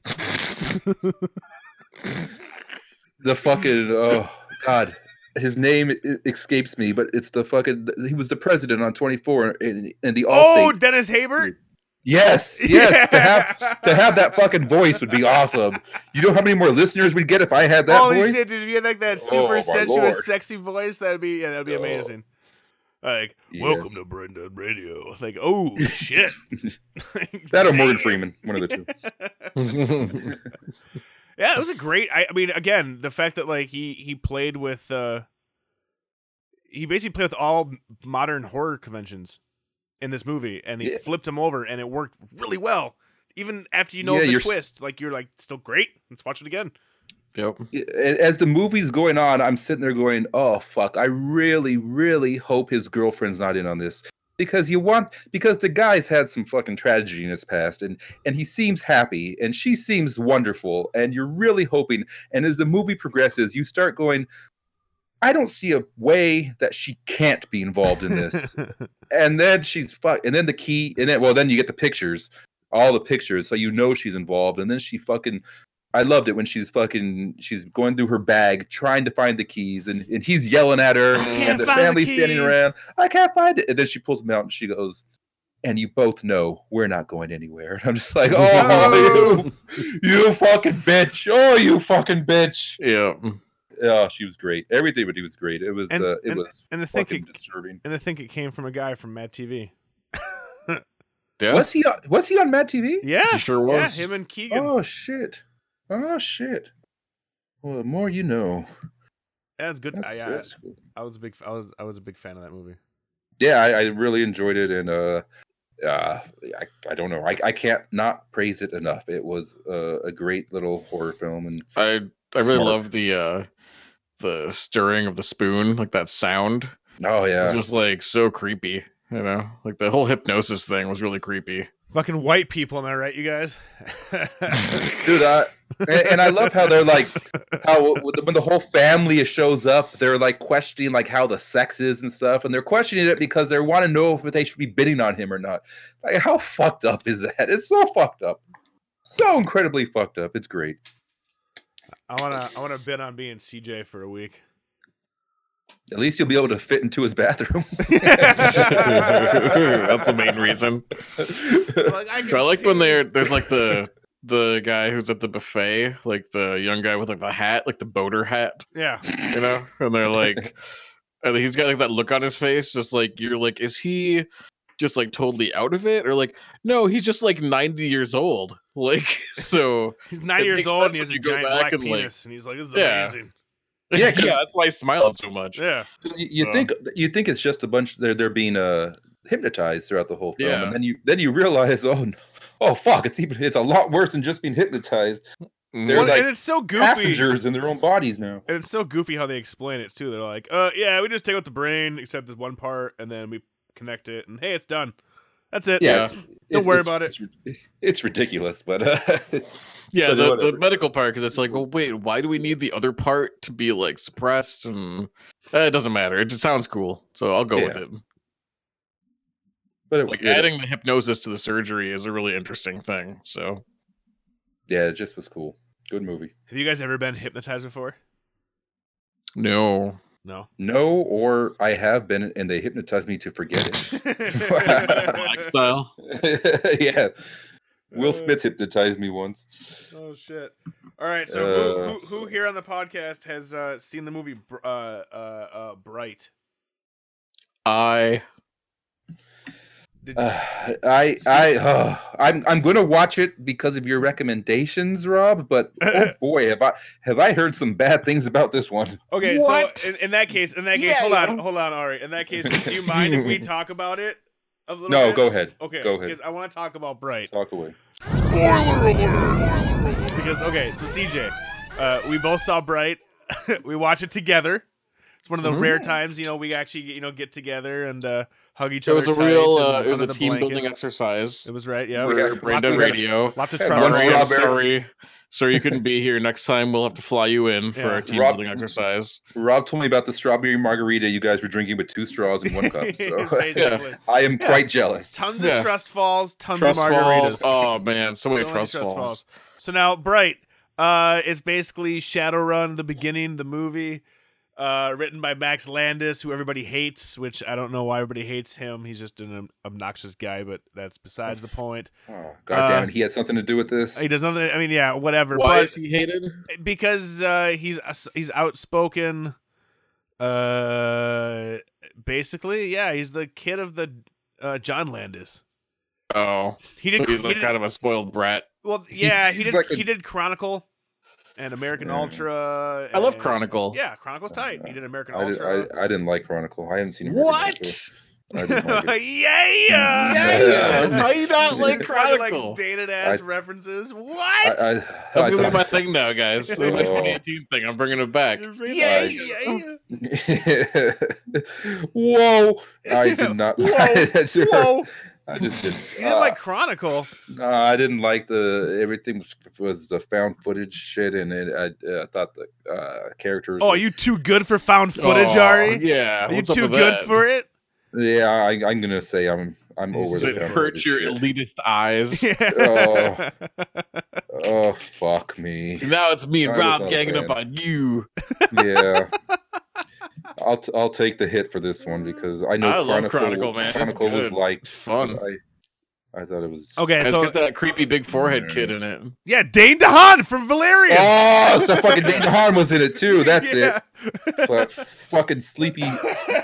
Speaker 3: The fucking oh god, his name e- escapes me, but it's the fucking he was the president on 24 and, and the
Speaker 5: oh
Speaker 3: Allstate.
Speaker 5: dennis haber
Speaker 3: yes, yes. To have to have that fucking voice would be awesome. You know how many more listeners we'd get if I had that
Speaker 5: holy
Speaker 3: voice?
Speaker 5: shit dude if you had like that
Speaker 3: Oh,
Speaker 5: super
Speaker 3: my
Speaker 5: sensuous
Speaker 3: lord.
Speaker 5: sexy voice that'd be yeah, that'd be
Speaker 3: Oh.
Speaker 5: amazing like welcome
Speaker 3: Yes.
Speaker 5: to brenda radio like oh shit
Speaker 3: That or
Speaker 5: Damn.
Speaker 3: Morgan Freeman, one of the two.
Speaker 5: Yeah, it was a great. I, I mean, again, the fact that like he he played with uh he basically played with all m- modern horror conventions in this movie, and he
Speaker 3: Yeah.
Speaker 5: flipped them over, and it worked really well. Even after you know
Speaker 3: Yeah,
Speaker 5: the
Speaker 3: you're s-
Speaker 5: twist, like you're like still great. Let's watch it again.
Speaker 6: yep.
Speaker 3: A- as the movie's going on, I'm sitting there going, "Oh fuck! I really, really hope his girlfriend's not in on this because you want because the guy's had some fucking tragedy in his past, and and he seems happy, and she seems wonderful, and you're really hoping. And as the movie progresses, you start going." I don't see a way that she can't be involved in this. and then she's fuck and then the key and then well then you get the pictures all the pictures so you know she's involved and then she fucking i loved it when she's fucking she's going through her bag trying to find the keys and, and he's yelling at her
Speaker 5: can't
Speaker 3: and the
Speaker 5: find the
Speaker 3: family's standing
Speaker 5: keys.
Speaker 3: around i can't find it and then she pulls them out and she goes and you both know we're not going anywhere. And I'm just like, oh, you, you fucking bitch! Oh, you fucking bitch!
Speaker 6: Yep.
Speaker 3: Oh, she was great. Everything, but he was great. It was,
Speaker 5: And-
Speaker 3: uh, it was
Speaker 5: and I think
Speaker 3: fucking
Speaker 5: it-
Speaker 3: disturbing.
Speaker 5: and I think it came from a guy from Mad TV.
Speaker 6: Yeah.
Speaker 3: Was he? On, was he on Mad TV?
Speaker 5: Yeah,
Speaker 6: He sure
Speaker 5: yeah,
Speaker 6: was.
Speaker 5: him and Keegan.
Speaker 3: Oh shit! Oh shit! Well, the more you know.
Speaker 5: That's good.
Speaker 3: That's-
Speaker 5: I, I,
Speaker 3: that's cool.
Speaker 5: I was a big. I was. I was a big fan of that movie.
Speaker 3: Yeah, I, I really enjoyed it, and uh, uh, I, I don't know, I, I can't not praise it enough. It was uh, a great little horror film, and
Speaker 6: I I really
Speaker 3: Smart.
Speaker 6: love the uh the stirring of the spoon, like that sound.
Speaker 3: oh
Speaker 6: It's
Speaker 3: yeah,
Speaker 6: just like so creepy. You know, like the whole hypnosis thing was really creepy.
Speaker 5: Fucking white people, am I right, you guys?
Speaker 3: dude, I, and, and I love how they're like how when the- when the whole family shows up, they're like questioning like how the sex is and stuff, and they're questioning it because they want to know if they should be bidding on him or not. Like, how fucked up is that? It's so fucked up, so incredibly fucked up. It's great.
Speaker 5: I wanna. I wanna bid on being CJ for a week.
Speaker 3: At least you'll be able to fit into his bathroom.
Speaker 6: That's the main reason.
Speaker 5: like, I,
Speaker 6: I like when there there's like the the guy who's at the buffet, like the young guy with like the hat, like the boater hat,
Speaker 5: yeah.
Speaker 6: you know? And they're like and he's got like that look on his face, just like you're like, is he just like totally out of it or like no he's just like 90 years old like so
Speaker 5: He's nine
Speaker 6: It
Speaker 5: years
Speaker 6: makes
Speaker 5: old and
Speaker 6: sense
Speaker 5: he has
Speaker 6: when
Speaker 5: a
Speaker 6: you go
Speaker 5: giant
Speaker 6: back
Speaker 5: black
Speaker 6: and, like-
Speaker 5: penis, and he's like, "This is
Speaker 6: Yeah.
Speaker 5: amazing."
Speaker 6: yeah, that's why i smiled so much
Speaker 5: Yeah,
Speaker 3: You, you
Speaker 6: Uh.
Speaker 3: think you think it's just a bunch they're they're being uh hypnotized throughout the whole film,
Speaker 6: Yeah.
Speaker 3: and then you then you realize oh no, oh fuck it's even it's a lot worse than just being hypnotized. They're
Speaker 5: Well,
Speaker 3: like
Speaker 5: Mm, and it's so goofy.
Speaker 3: Passengers in their own bodies now.
Speaker 5: And it's so goofy how they explain it too. They're like, "Uh, yeah, we just take out the brain, except this one part, and then we connect it, and hey, it's done. That's it.
Speaker 6: Yeah.
Speaker 3: it's-
Speaker 5: Don't
Speaker 3: it's-
Speaker 5: worry
Speaker 3: it's-
Speaker 5: about it.
Speaker 3: It's, ri- it's ridiculous, but uh, it's-
Speaker 6: yeah
Speaker 3: But
Speaker 6: the, the
Speaker 3: whatever.
Speaker 6: medical part because it's like well wait why do we need the other part to be like suppressed and uh, it doesn't matter it just sounds cool so i'll go with
Speaker 3: Yeah.
Speaker 6: it
Speaker 3: but it,
Speaker 6: like
Speaker 3: it-
Speaker 6: adding the hypnosis to the surgery is a really interesting thing so
Speaker 3: yeah, it just was cool. Good movie.
Speaker 5: Have you guys ever been hypnotized before?
Speaker 6: no
Speaker 5: No.
Speaker 3: No, or I have been, and they hypnotized me to forget it.
Speaker 6: style
Speaker 5: Uh.
Speaker 3: yeah. Will Smith hypnotized me once.
Speaker 5: Oh shit! All right, so who-
Speaker 3: Uh,
Speaker 5: who, who, here on the podcast has uh, seen the movie Br- uh, uh, uh, Bright?
Speaker 6: i
Speaker 5: Did,
Speaker 3: Uh, I I uh, I'm I'm going to watch it because of your recommendations, Rob. But oh boy, have I have I heard some bad things about this one?
Speaker 5: okay,
Speaker 6: what?
Speaker 5: so in, in that case, in that case,
Speaker 6: Yeah,
Speaker 5: hold on,
Speaker 6: yeah.
Speaker 5: hold on, Ari. In that case, do you mind if we talk about it a little?
Speaker 3: No,
Speaker 5: bit?
Speaker 3: go ahead.
Speaker 5: Okay,
Speaker 3: go ahead.
Speaker 5: Because I want to talk about Bright.
Speaker 3: Talk away.
Speaker 5: Because okay, so CJ, uh, we both saw Bright. we watch it together. It's one of the
Speaker 3: Mm-hmm.
Speaker 5: rare times you know we actually you know get together and uh, hug each
Speaker 6: it
Speaker 5: other.
Speaker 6: was a
Speaker 5: tight
Speaker 6: real
Speaker 5: and
Speaker 6: uh, it was
Speaker 5: under the
Speaker 6: a team
Speaker 5: blanket.
Speaker 6: building exercise
Speaker 5: It was right, yeah.
Speaker 3: We got-
Speaker 6: for
Speaker 3: lots
Speaker 6: Brandon
Speaker 3: of guys-
Speaker 6: Radio.
Speaker 5: Lots of
Speaker 3: Hey,
Speaker 5: trust.
Speaker 3: One
Speaker 6: Sorry,
Speaker 3: for
Speaker 6: I'm
Speaker 3: Robert.
Speaker 6: sorry. Sorry you couldn't be here. Next time we'll have to fly you in for
Speaker 5: Yeah.
Speaker 6: a team
Speaker 3: Rob-
Speaker 6: building exercise.
Speaker 3: Rob told me about the strawberry margarita you guys were drinking with two straws and one cup. So
Speaker 5: Basically.
Speaker 3: I am quite jealous.
Speaker 5: Tons
Speaker 6: Yeah.
Speaker 5: of trust falls, tons
Speaker 6: Trust
Speaker 5: of margaritas.
Speaker 6: falls. Oh man, so many trust, falls.
Speaker 5: So now Bright uh, is basically Shadowrun, the beginning, the movie, uh, written by Max Landis, who everybody hates, which I don't know why everybody hates him. He's just an obnoxious guy, but that's besides the point.
Speaker 3: Oh, God damn
Speaker 5: Uh,
Speaker 3: it! He had something to do with this.
Speaker 5: He does nothing. I mean, yeah, whatever.
Speaker 6: Why
Speaker 5: but
Speaker 6: is he hated?
Speaker 5: because uh, he's he's outspoken. Uh, basically, yeah, he's the kid of the uh, John Landis.
Speaker 6: Oh,
Speaker 5: He
Speaker 6: so
Speaker 5: did.
Speaker 6: he's
Speaker 5: he
Speaker 6: like
Speaker 5: did-
Speaker 6: kind of a spoiled brat.
Speaker 5: Well,
Speaker 3: He's-
Speaker 5: yeah, he
Speaker 3: he's
Speaker 5: did.
Speaker 3: like a-
Speaker 5: he did Chronicle and American
Speaker 3: Yeah.
Speaker 5: Ultra.
Speaker 6: I love
Speaker 5: and-
Speaker 6: Chronicle.
Speaker 5: Yeah, Chronicle's tight. He did American
Speaker 3: Uh, I, did,
Speaker 5: Ultra.
Speaker 3: I, I didn't like Chronicle. I haven't seen American
Speaker 6: What?
Speaker 3: Ultra. I didn't like it.
Speaker 5: yeah.
Speaker 3: Yeah,
Speaker 6: Yeah. How you not like
Speaker 5: You guys are, like,
Speaker 6: Chronicle?
Speaker 5: dated ass
Speaker 3: I-
Speaker 5: references. What?
Speaker 3: I, I,
Speaker 6: That's
Speaker 3: I
Speaker 6: gonna be my
Speaker 3: thought-
Speaker 6: thing now, guys. So the next
Speaker 3: Oh.
Speaker 6: 2018 thing, I'm bringing it back.
Speaker 5: You're really- oh.
Speaker 3: Yeah,
Speaker 5: yeah, yeah.
Speaker 3: Whoa! I did not.
Speaker 5: Whoa,
Speaker 3: I, just,
Speaker 5: Whoa!
Speaker 3: I just did. uh,
Speaker 5: You didn't
Speaker 3: Ah.
Speaker 5: like Chronicle.
Speaker 3: No, I didn't like the everything was, was the found footage shit, and it, I, uh, I thought the uh, characters.
Speaker 5: Oh,
Speaker 3: were-
Speaker 5: are you too good for found footage,
Speaker 6: Aw,
Speaker 5: Ari?
Speaker 6: Yeah.
Speaker 5: Are you
Speaker 6: what's up
Speaker 5: too
Speaker 6: with
Speaker 5: good
Speaker 6: that?
Speaker 5: for it?
Speaker 3: Yeah, I, I'm gonna say I'm I'm over
Speaker 6: Does
Speaker 3: the
Speaker 6: it
Speaker 3: found
Speaker 6: hurt
Speaker 3: footage
Speaker 6: your
Speaker 3: shit.
Speaker 6: elitist eyes?
Speaker 5: Yeah.
Speaker 3: Oh fuck me!
Speaker 6: So now it's me and
Speaker 3: I was
Speaker 6: Rob
Speaker 3: not a
Speaker 6: ganging
Speaker 3: fan.
Speaker 6: up on you.
Speaker 3: Yeah. I'll t- I'll take the hit for this one because I know
Speaker 6: I
Speaker 3: Chronicle,
Speaker 6: love Chronicle, man. It's
Speaker 3: Chronicle was
Speaker 6: good.
Speaker 3: like
Speaker 6: It's fun.
Speaker 3: I, I thought it was
Speaker 5: Okay,
Speaker 6: And it's
Speaker 5: so
Speaker 6: got that creepy big forehead kid in it.
Speaker 5: yeah, Dane DeHaan from Valerian.
Speaker 3: Oh, so fucking Dayton Hahn was in it too. That's
Speaker 5: Yeah.
Speaker 3: it. Fu- fucking sleepy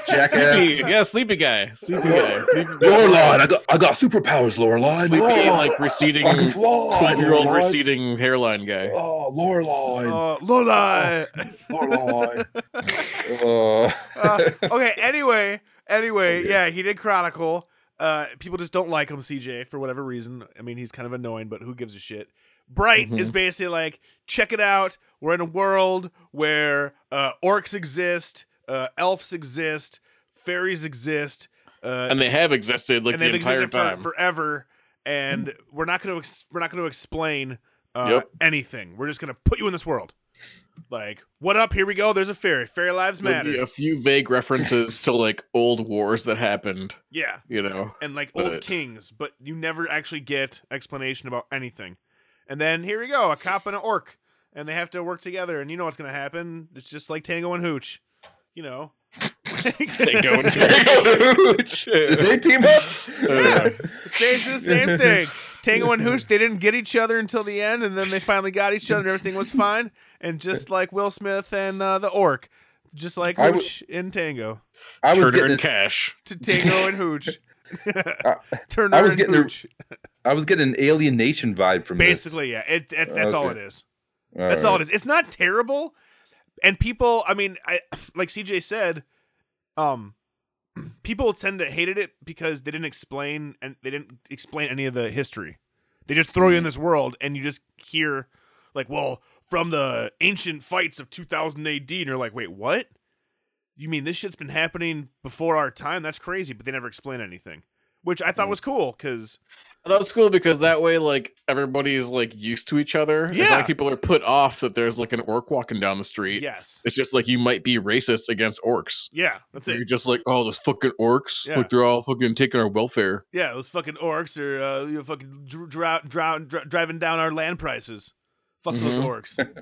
Speaker 3: jackass.
Speaker 6: Sleepy, yeah, sleepy guy, sleepy guy.
Speaker 3: Loreline, I got I got superpowers, Loreline.
Speaker 6: Sleepy, like receding,
Speaker 3: I can fly,
Speaker 6: twelve-year-old
Speaker 3: Loreline.
Speaker 6: receding hairline guy.
Speaker 3: Oh, Loreline,
Speaker 5: Oh, Lola.
Speaker 3: Loreline. Oh.
Speaker 5: Uh, okay. Anyway, anyway, yeah, he did Chronicle. Uh, people just don't like him, CJ, for whatever reason. I mean, he's kind of annoying, but who gives a shit? Bright
Speaker 6: Mhm.
Speaker 5: is basically like, check it out. We're in a world where uh, orcs exist, uh, elves exist, fairies exist, uh,
Speaker 6: And they have existed like
Speaker 5: and
Speaker 6: the
Speaker 5: they've
Speaker 6: entire
Speaker 5: existed for-
Speaker 6: time. Mm-hmm.
Speaker 5: forever. And we're not going to ex- we're not going to explain uh,
Speaker 6: Yep.
Speaker 5: anything. We're just going to put you in this world. Like, what up? Here we go. There's a fairy. Fairy lives
Speaker 6: There'll
Speaker 5: matter.
Speaker 6: be a few vague references to like old wars that happened,
Speaker 5: yeah,
Speaker 6: you know.
Speaker 5: and like
Speaker 6: But-
Speaker 5: old kings, but you never actually get explanation about anything. And then here we go, a cop and an orc, and they have to work together, and you know what's going to happen. It's just like Tango and Hooch, you know.
Speaker 6: Tango and-
Speaker 3: Did they team up?
Speaker 6: Uh,
Speaker 5: It's the same thing. Tango and Hooch, they didn't get each other until the end, and then they finally got each other. and Everything was fine, and just like Will Smith and uh, the orc, just like
Speaker 3: I w-
Speaker 5: Hooch and Tango,
Speaker 3: I was
Speaker 6: Turner
Speaker 3: getting
Speaker 6: and Cash.
Speaker 5: to Tango and Hooch. Turner
Speaker 3: I was
Speaker 5: and
Speaker 3: getting a-
Speaker 5: Pooch.
Speaker 3: I was getting an alienation vibe from this.
Speaker 5: Basically, yeah. It, it, that's all it
Speaker 3: Okay.
Speaker 5: is. That's all it is. It's not terrible, and people. I mean, I like CJ said, um, people tend to hated it because they didn't explain and they didn't explain any of the history. They just throw you in this world, and you just hear like, well, from the ancient fights of 2000 AD, and you're like, wait, what? You mean this shit's been happening before our time? That's crazy. But they never explain anything, which I thought was cool because
Speaker 6: That was cool because that way, like everybody's like used to each other. It's not
Speaker 5: Yeah.
Speaker 6: like people are put off that there's like an orc walking down the street.
Speaker 5: yes,
Speaker 6: It's just like you might be racist against orcs.
Speaker 5: yeah, that's it.
Speaker 6: You're just like, oh, those fucking orcs.
Speaker 5: Yeah.
Speaker 6: Like they're all fucking taking our welfare.
Speaker 5: Yeah, those fucking orcs are uh, you know, fucking dr- drown, drown, dr- driving down our land prices. Fuck those
Speaker 6: Mhm.
Speaker 5: orcs.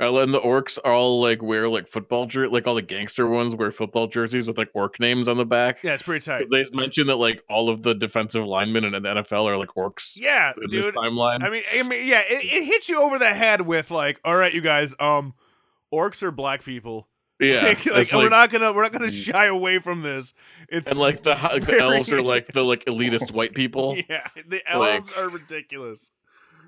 Speaker 6: Uh, and the orcs all like wear like football jer- like all the gangster ones wear football jerseys with like orc names on the back.
Speaker 5: Yeah, it's pretty tight.
Speaker 6: 'Cause they mentioned that like all of the defensive linemen in the NFL are like orcs
Speaker 5: Yeah,
Speaker 6: in this
Speaker 5: dude.
Speaker 6: timeline.
Speaker 5: I mean, I mean, yeah, it, it hits you over the head with like, all right, you guys, um, orcs are black people.
Speaker 6: yeah,
Speaker 5: like, like,
Speaker 6: it's,
Speaker 5: we're
Speaker 6: like- Mm.
Speaker 5: not gonna, we're not gonna shy away from this. It's
Speaker 6: and like the hi- the
Speaker 5: very-
Speaker 6: elves are like the like elitist white people.
Speaker 5: yeah, the elves are ridiculous.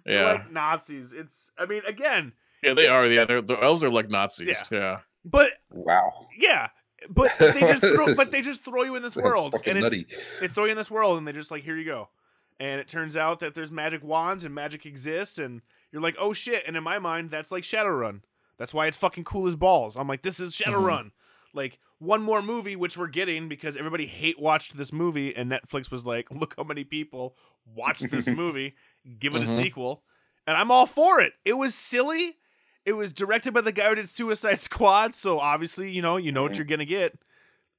Speaker 5: They're
Speaker 6: Yeah,
Speaker 5: like Nazis. It's, I mean, again,
Speaker 6: yeah, they are. Yeah, they're, the elves are like Nazis. Yeah,
Speaker 5: but
Speaker 3: Wow.
Speaker 5: yeah, but they just, throw, but they just throw you in this
Speaker 3: That's
Speaker 5: world,
Speaker 3: fucking
Speaker 5: and it's,
Speaker 3: nutty.
Speaker 5: they throw you in this world and they're just like here you go and it turns out that there's magic wands and magic exists and you're like oh shit and in my mind that's like shadowrun that's why it's fucking cool as balls i'm like this is shadowrun like one more movie which we're getting because everybody hate watched this movie and netflix was like look how many people watched this movie give it a
Speaker 6: Mhm.
Speaker 5: sequel and i'm all for it it was silly it was directed by the guy who did suicide squad so obviously you know you know what you're gonna get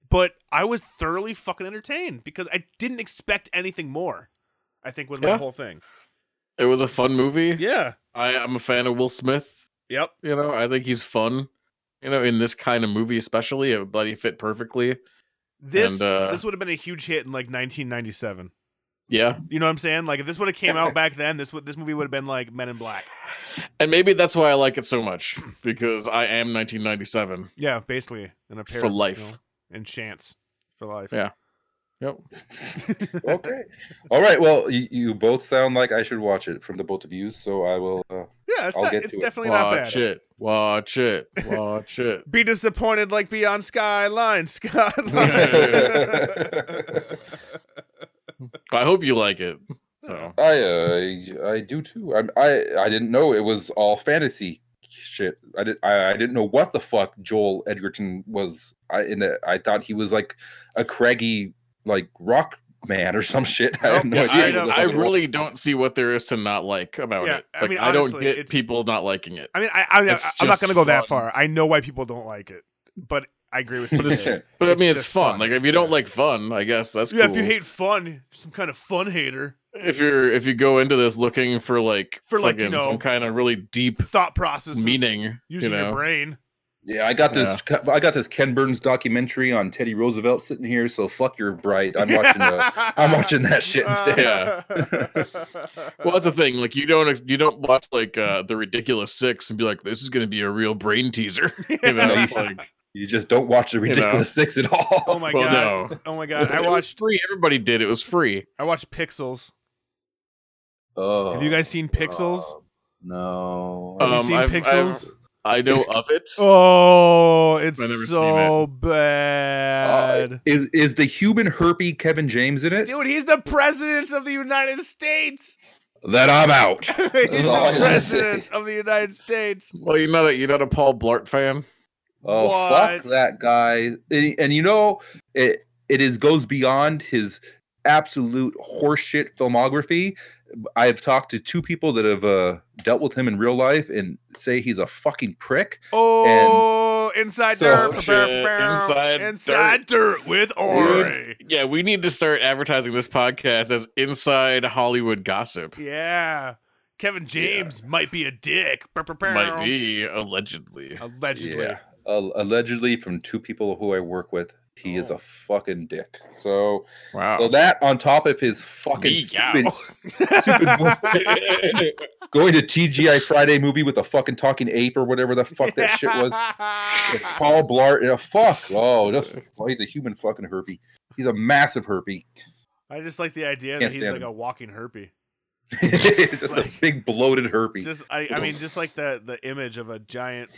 Speaker 5: but I was thoroughly fucking entertained because I didn't expect anything more. I think was my
Speaker 6: Yeah.
Speaker 5: whole thing.
Speaker 6: it was a fun movie.
Speaker 5: Yeah.
Speaker 6: I, I'm a fan of Will Smith.
Speaker 5: Yep.
Speaker 6: You know, I think he's fun. You know, in this kind of movie especially, it bloody fit perfectly.
Speaker 5: This
Speaker 6: And, uh,
Speaker 5: this would have been a huge hit in like 1997.
Speaker 6: Yeah,
Speaker 5: You know what I'm saying? Like if this would have came out back then, this would this movie would have been like Men in Black.
Speaker 6: and maybe that's why I like it so much because I am 1997.
Speaker 5: Yeah, basically, and a pair
Speaker 6: For
Speaker 5: of, you
Speaker 6: life.
Speaker 5: know, and chance for life.
Speaker 6: Yeah. Yep.
Speaker 3: okay. All right. Well, you, you both sound like I should watch it from the both of you, so I will. Uh,
Speaker 5: Yeah, it's,
Speaker 3: I'll
Speaker 5: not,
Speaker 3: get
Speaker 5: it's
Speaker 3: to it.
Speaker 5: definitely not bad.
Speaker 6: Watch it. Watch it. Watch it.
Speaker 5: Be disappointed like Beyond Skyline,
Speaker 3: uh,
Speaker 5: Skyline.
Speaker 3: I
Speaker 6: I hope you like it.
Speaker 5: Hmm.
Speaker 6: So
Speaker 3: uh, I do too. I, I I didn't know it was all fantasy shit. I did I, I didn't know what the fuck Joel Edgerton was. I in the I thought he was like a craggy like rock man or some shit. I had no
Speaker 5: Yeah,
Speaker 3: idea.
Speaker 5: I
Speaker 3: he was
Speaker 5: don't-
Speaker 3: a
Speaker 6: I, I
Speaker 3: fucking-
Speaker 6: really don't see what there is to not like about
Speaker 5: Yeah,
Speaker 6: it.
Speaker 5: I
Speaker 6: Like, I,
Speaker 5: mean,
Speaker 6: don't
Speaker 5: honestly,
Speaker 6: get
Speaker 5: it's-
Speaker 6: people not liking it.
Speaker 5: I mean, I, I, I
Speaker 6: It's
Speaker 5: I'm not
Speaker 6: just
Speaker 5: going to go that
Speaker 6: fun.
Speaker 5: far. I know why people don't like it, but I agree with you.
Speaker 6: But
Speaker 5: it's
Speaker 6: I mean, it's
Speaker 5: just
Speaker 6: fun.
Speaker 5: fun.
Speaker 6: Like if you
Speaker 5: Yeah.
Speaker 6: don't like fun, I guess that's
Speaker 5: yeah, if
Speaker 6: cool.
Speaker 5: you hate fun, you're some kind of fun hater,
Speaker 6: if you're if you go into this looking for like
Speaker 5: For, like, you
Speaker 6: fucking
Speaker 5: know,
Speaker 6: some kind of really deep
Speaker 5: thought process,
Speaker 6: meaning, you
Speaker 5: using
Speaker 6: know.
Speaker 5: your brain.
Speaker 3: Yeah, I got this. I got this Ken Burns documentary on Teddy Roosevelt sitting here. So fuck your bright. I'm watching. The, I'm watching that shit instead.
Speaker 6: Yeah. Well, that's the thing. Like you don't ex- you don't watch like uh the ridiculous six and be like, this is gonna be a real brain teaser. you know,
Speaker 3: Yeah.
Speaker 6: it's like,
Speaker 3: You just don't watch the
Speaker 6: know.
Speaker 3: ridiculous six at all.
Speaker 5: oh my
Speaker 6: well,
Speaker 5: god!
Speaker 6: no.
Speaker 5: Oh my god! I
Speaker 6: It was
Speaker 5: watched.
Speaker 6: free. Everybody did. It was free.
Speaker 5: I watched Pixels.
Speaker 3: Oh,
Speaker 5: Have you guys Uh, seen Pixels?
Speaker 3: no.
Speaker 5: Have you
Speaker 6: Um,
Speaker 5: seen
Speaker 6: I've- I've-
Speaker 5: Pixels?
Speaker 6: I know
Speaker 3: It's-
Speaker 6: of it.
Speaker 5: oh, it's
Speaker 6: I've never seen
Speaker 5: so
Speaker 3: Uh,
Speaker 5: bad,
Speaker 3: is is the human herpy Kevin James in it?
Speaker 5: dude. He's the president of the United States.
Speaker 3: That I'm out.
Speaker 5: he's
Speaker 3: all I
Speaker 5: the
Speaker 3: gotta
Speaker 5: president of the United States.
Speaker 6: Well, you're not a you're not a Paul Blart fan.
Speaker 3: Oh
Speaker 5: What?
Speaker 3: fuck that guy. And, and you know it. It is goes beyond his absolute horseshit filmography. I've talked to two people that have uh, dealt with him in real life and say he's a fucking prick.
Speaker 5: Oh, inside
Speaker 3: So-
Speaker 5: dirt,
Speaker 6: Oh, shit.
Speaker 5: Bow, bow.
Speaker 6: Inside
Speaker 5: inside dirt. with Ori.
Speaker 6: Yeah, we need to start advertising this podcast as inside Hollywood gossip.
Speaker 5: Yeah, Kevin James might be a dick. Bow, bow, bow.
Speaker 6: Might be allegedly.
Speaker 5: allegedly.
Speaker 3: Yeah. Al- allegedly, from two people who I work with, he is a fucking dick. So, so
Speaker 6: Wow.
Speaker 3: that on top of his fucking
Speaker 6: Meow.
Speaker 3: stupid, stupid movie, going to TGI Friday movie with a fucking talking ape or whatever the fuck that shit was. with Paul Blart, yeah, fuck. Oh, just, oh, he's a human fucking herpy. He's a massive herpy.
Speaker 5: I just like the idea
Speaker 3: Can't
Speaker 5: that he's
Speaker 3: stand
Speaker 5: like
Speaker 3: him.
Speaker 5: a walking herpy.
Speaker 3: it's just a
Speaker 5: Like-
Speaker 3: big bloated herpes.
Speaker 5: Just I, I mean, just like the the image of a giant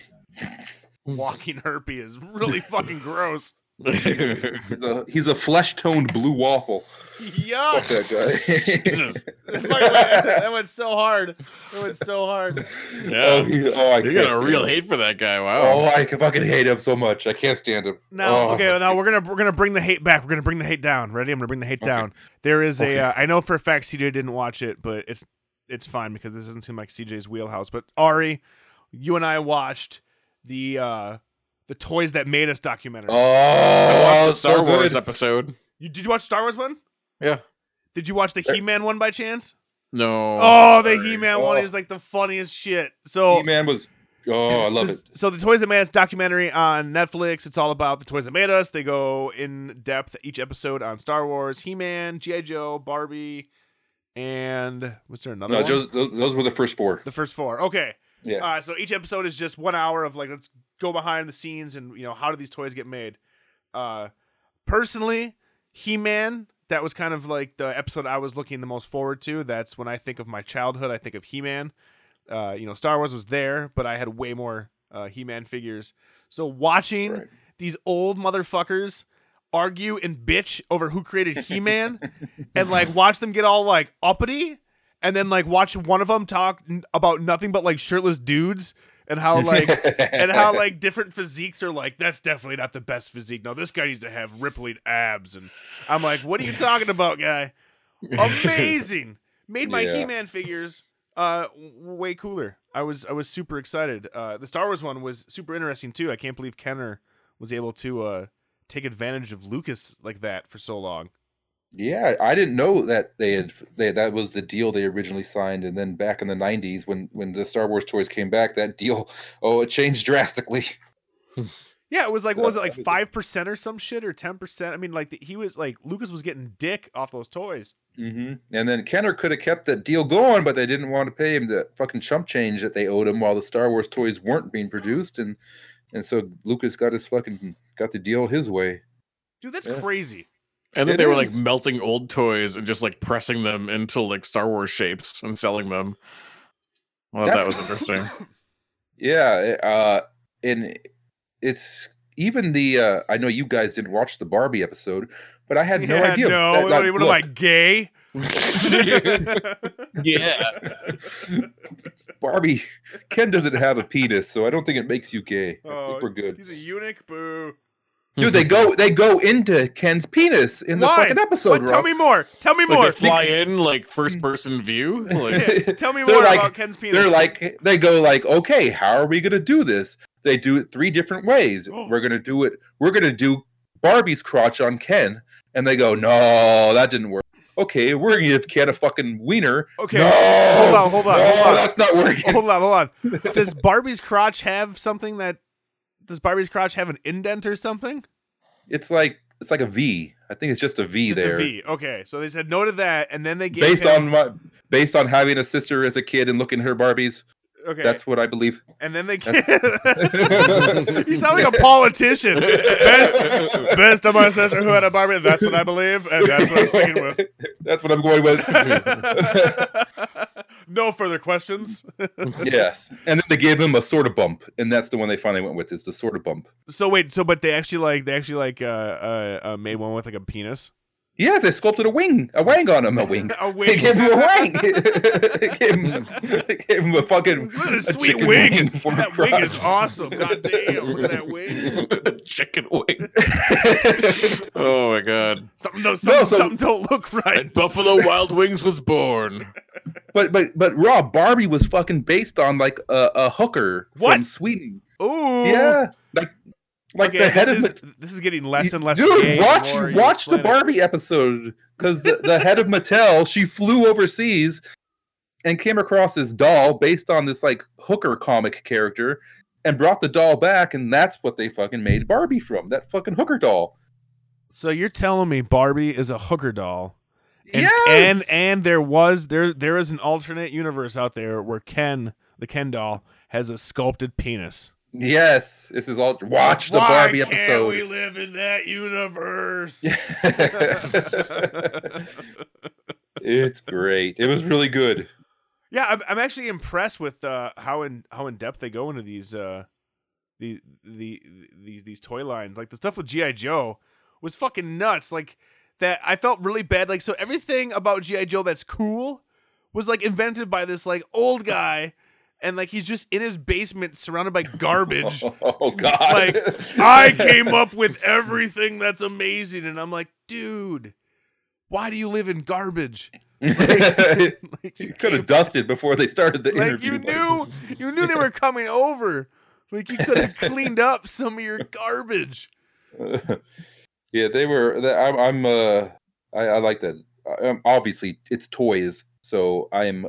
Speaker 5: walking herpy is really fucking gross.
Speaker 3: he's a he's a flesh toned blue waffle. Fuck
Speaker 5: Yuck!
Speaker 3: that guy.
Speaker 6: Jesus.
Speaker 5: That fucking went- that went so hard. That went so hard.
Speaker 6: Yeah.
Speaker 3: Oh, he- oh, I
Speaker 6: You
Speaker 3: can't
Speaker 6: got a
Speaker 3: stand
Speaker 6: real
Speaker 3: him.
Speaker 6: hate for that guy.
Speaker 3: Oh,
Speaker 6: Wow.
Speaker 3: I can fucking hate him so much. I can't stand him.
Speaker 5: Now,
Speaker 3: Oh,
Speaker 5: okay, now we're gonna we're gonna bring the hate back. We're gonna bring the hate down. Ready? I'm gonna bring the hate down. There is
Speaker 3: Okay.
Speaker 5: a. Uh, I know for a fact CJ didn't watch it, but it's it's fine because this doesn't seem like CJ's wheelhouse. But Ari, you and I watched the uh the toys that made us documentary.
Speaker 3: Oh,
Speaker 6: I watched the
Speaker 3: it's so
Speaker 6: Star Wars
Speaker 3: good.
Speaker 6: episode.
Speaker 5: You, did you watch Star Wars one?
Speaker 6: Yeah.
Speaker 5: Did you watch the
Speaker 3: There-
Speaker 5: He Man one by chance?
Speaker 6: No.
Speaker 5: Oh, the
Speaker 6: sorry.
Speaker 5: He Man one
Speaker 3: Oh.
Speaker 5: is like the funniest shit. So
Speaker 3: He-Man was. Oh, I love
Speaker 5: This-
Speaker 3: it.
Speaker 5: So the Toys That Made Us documentary on Netflix. It's all about the Toys That Made Us. They go in depth each episode on Star Wars, He Man, GI Joe, Barbie, and was there another
Speaker 3: No,
Speaker 5: one?
Speaker 3: those, those those were the first four.
Speaker 5: the first four. Okay.
Speaker 3: Yeah.
Speaker 5: Uh, so each episode is just one hour of like let's go behind the scenes and you know how do these toys get made. Uh, personally, He Man. That was kind of like the episode I was looking the most forward to. That's when I think of my childhood. I think of He Man. Uh, you know, Star Wars was there, but I had way more uh, He Man figures. So watching
Speaker 3: Right.
Speaker 5: these old motherfuckers argue and bitch over who created He Man and like watch them get all like uppity and then like watch one of them talk n- about nothing but like shirtless dudes and how like and how like different physiques are like that's definitely not the best physique. No, this guy needs to have rippling abs and I'm like, "What are you talking about, guy?" Amazing. Made my
Speaker 3: Yeah.
Speaker 5: He-Man figures uh w- way cooler. I was I was super excited. Uh the Star Wars one was super interesting too. I can't believe Kenner was able to uh take advantage of Lucas like that for so long.
Speaker 3: Yeah, I didn't know that they had they, that was the deal they originally signed, and then back in the '90s, when when the Star Wars toys came back, that deal oh it changed drastically.
Speaker 5: Yeah, it was like what
Speaker 3: Yeah,
Speaker 5: was it like
Speaker 3: that was it.
Speaker 5: five percent or some shit or ten percent? I mean, like the, he was like Lucas was getting dick off those toys. Mm-hmm.
Speaker 3: hmm And then Kenner could have kept that deal going, but they didn't want to pay him the fucking chump change that they owed him while the Star Wars toys weren't being produced, and and so Lucas got his fucking got the deal his way.
Speaker 5: Dude, that's
Speaker 3: Yeah.
Speaker 5: crazy.
Speaker 6: And then
Speaker 3: It
Speaker 6: they were like
Speaker 3: is.
Speaker 6: melting old toys and just like pressing them into like Star Wars shapes and selling them. Well, that
Speaker 3: That's-
Speaker 6: was interesting.
Speaker 3: Yeah, it- uh, and it's even the uh, I know you guys didn't watch the Barbie episode, but I had no
Speaker 5: Yeah,
Speaker 3: idea.
Speaker 5: No,
Speaker 3: that,
Speaker 5: what, are- what am I
Speaker 3: look,
Speaker 5: gay?
Speaker 6: yeah.
Speaker 3: Barbie, Ken doesn't have a penis, so I don't think it makes you gay. I
Speaker 5: Oh,
Speaker 3: think we're good.
Speaker 5: He's a eunuch. Boo.
Speaker 3: Dude, they go they go into Ken's penis in
Speaker 5: Why?
Speaker 3: the fucking episode,
Speaker 5: But
Speaker 3: Rob.
Speaker 5: tell me more. Tell me more.
Speaker 6: Like they fly in like first person view. Like,
Speaker 5: Tell me
Speaker 3: They're
Speaker 5: more
Speaker 3: like-
Speaker 5: about Ken's penis.
Speaker 3: They're like they go like, okay, how are we gonna do this? They do it three different ways.
Speaker 5: Oh.
Speaker 3: we're gonna do it. We're gonna do Barbie's crotch on Ken, and they go, no, that didn't work. Okay, we're gonna give Ken a fucking wiener.
Speaker 5: okay,
Speaker 3: No,
Speaker 5: hold on, hold on,
Speaker 3: no,
Speaker 5: hold on.
Speaker 3: that's not working.
Speaker 5: hold on, hold on. Does Barbie's crotch have something that? Does Barbie's crotch have an indent or something?
Speaker 3: It's like it's like a V. I think it's just a V
Speaker 5: Just
Speaker 3: there.
Speaker 5: a V. Okay, so they said no to that, and then they gave
Speaker 3: Based
Speaker 5: him,
Speaker 3: on my, based on having a sister as a kid and looking at her Barbies,
Speaker 5: okay,
Speaker 3: that's what I believe.
Speaker 5: and then they gave, you sound like a politician. Best, best of my sister who had a Barbie. That's what I believe, and that's what I'm sticking with.
Speaker 3: That's what I'm going with.
Speaker 5: no further questions.
Speaker 3: yes. And then they gave him a sort of bump, and that's the one they finally went with. Is the sort of bump.
Speaker 5: So wait, so but they actually like they actually like uh, uh, uh made one with like a penis.
Speaker 3: Yes, they sculpted a wing, a wang on him, a wing.
Speaker 5: A
Speaker 3: They
Speaker 5: wig.
Speaker 3: gave him a wang. they, gave him, they gave him a fucking
Speaker 5: What a
Speaker 3: a
Speaker 5: sweet
Speaker 3: chicken
Speaker 5: wig.
Speaker 3: wing for
Speaker 5: That
Speaker 3: crotch.
Speaker 5: wig is awesome. God damn, look at that wig.
Speaker 6: Chicken wing. oh my god.
Speaker 5: Something don't something,
Speaker 3: so-
Speaker 5: something don't look right.
Speaker 6: And Buffalo Wild Wings was born.
Speaker 3: But but but Raw Barbie was fucking based on like a, a hooker from
Speaker 5: What?
Speaker 3: Sweden.
Speaker 5: Ooh.
Speaker 3: Yeah, like like
Speaker 5: okay,
Speaker 3: the head
Speaker 5: this
Speaker 3: of
Speaker 5: is, this is getting less and less.
Speaker 3: Dude,
Speaker 5: gay
Speaker 3: watch
Speaker 5: more you
Speaker 3: watch the
Speaker 5: explain it.
Speaker 3: Barbie episode because the, the head of Mattel she flew overseas and came across this doll based on this like hooker comic character and brought the doll back and that's what they fucking made Barbie from that fucking hooker doll.
Speaker 5: So you're telling me Barbie is a hooker doll? And,
Speaker 3: yes,
Speaker 5: and and there was there there is an alternate universe out there where Ken the Ken doll has a sculpted penis.
Speaker 3: Yes, this is all. Watch the
Speaker 5: Why
Speaker 3: Barbie
Speaker 5: can't
Speaker 3: episode.
Speaker 5: we live in that universe?
Speaker 3: it's great. It was really good.
Speaker 5: Yeah, I'm, I'm actually impressed with uh, how in how in depth they go into these uh, the the these these toy lines. Like the stuff with GI Joe was fucking nuts. Like that, I felt really bad. Like so, everything about GI Joe that's cool was like invented by this like old guy, and like he's just in his basement surrounded by garbage.
Speaker 3: Oh God!
Speaker 5: Like, I came up with everything that's amazing, and I'm like, dude, why do you live in garbage? Like,
Speaker 3: you could have dusted before they started the
Speaker 5: like
Speaker 3: interview.
Speaker 5: you
Speaker 3: but-
Speaker 5: knew you knew they were coming over like you could have cleaned up some of your garbage
Speaker 3: yeah, they were. the- I'm. I'm uh, I, I like that. I- I'm, obviously, it's toys, so I'm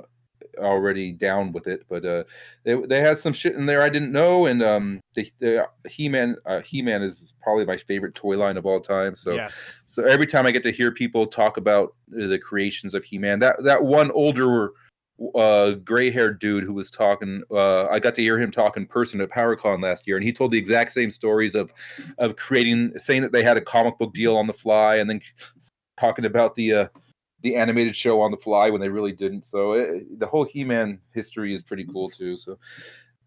Speaker 3: already down with it. But uh, they they had some shit in there I didn't know, and um, they, they, He-Man, uh, He-Man is probably my favorite toy line of all time. So
Speaker 5: yes
Speaker 3: so every time I get to hear people talk about uh, the creations of He-Man, that that one older uh gray-haired dude who was talking uh I got to hear him talk in person at PowerCon last year and he told the exact same stories of of creating saying that they had a comic book deal on the fly and then talking about the uh the animated show on the fly when they really didn't so it, the whole He-Man history is pretty cool too so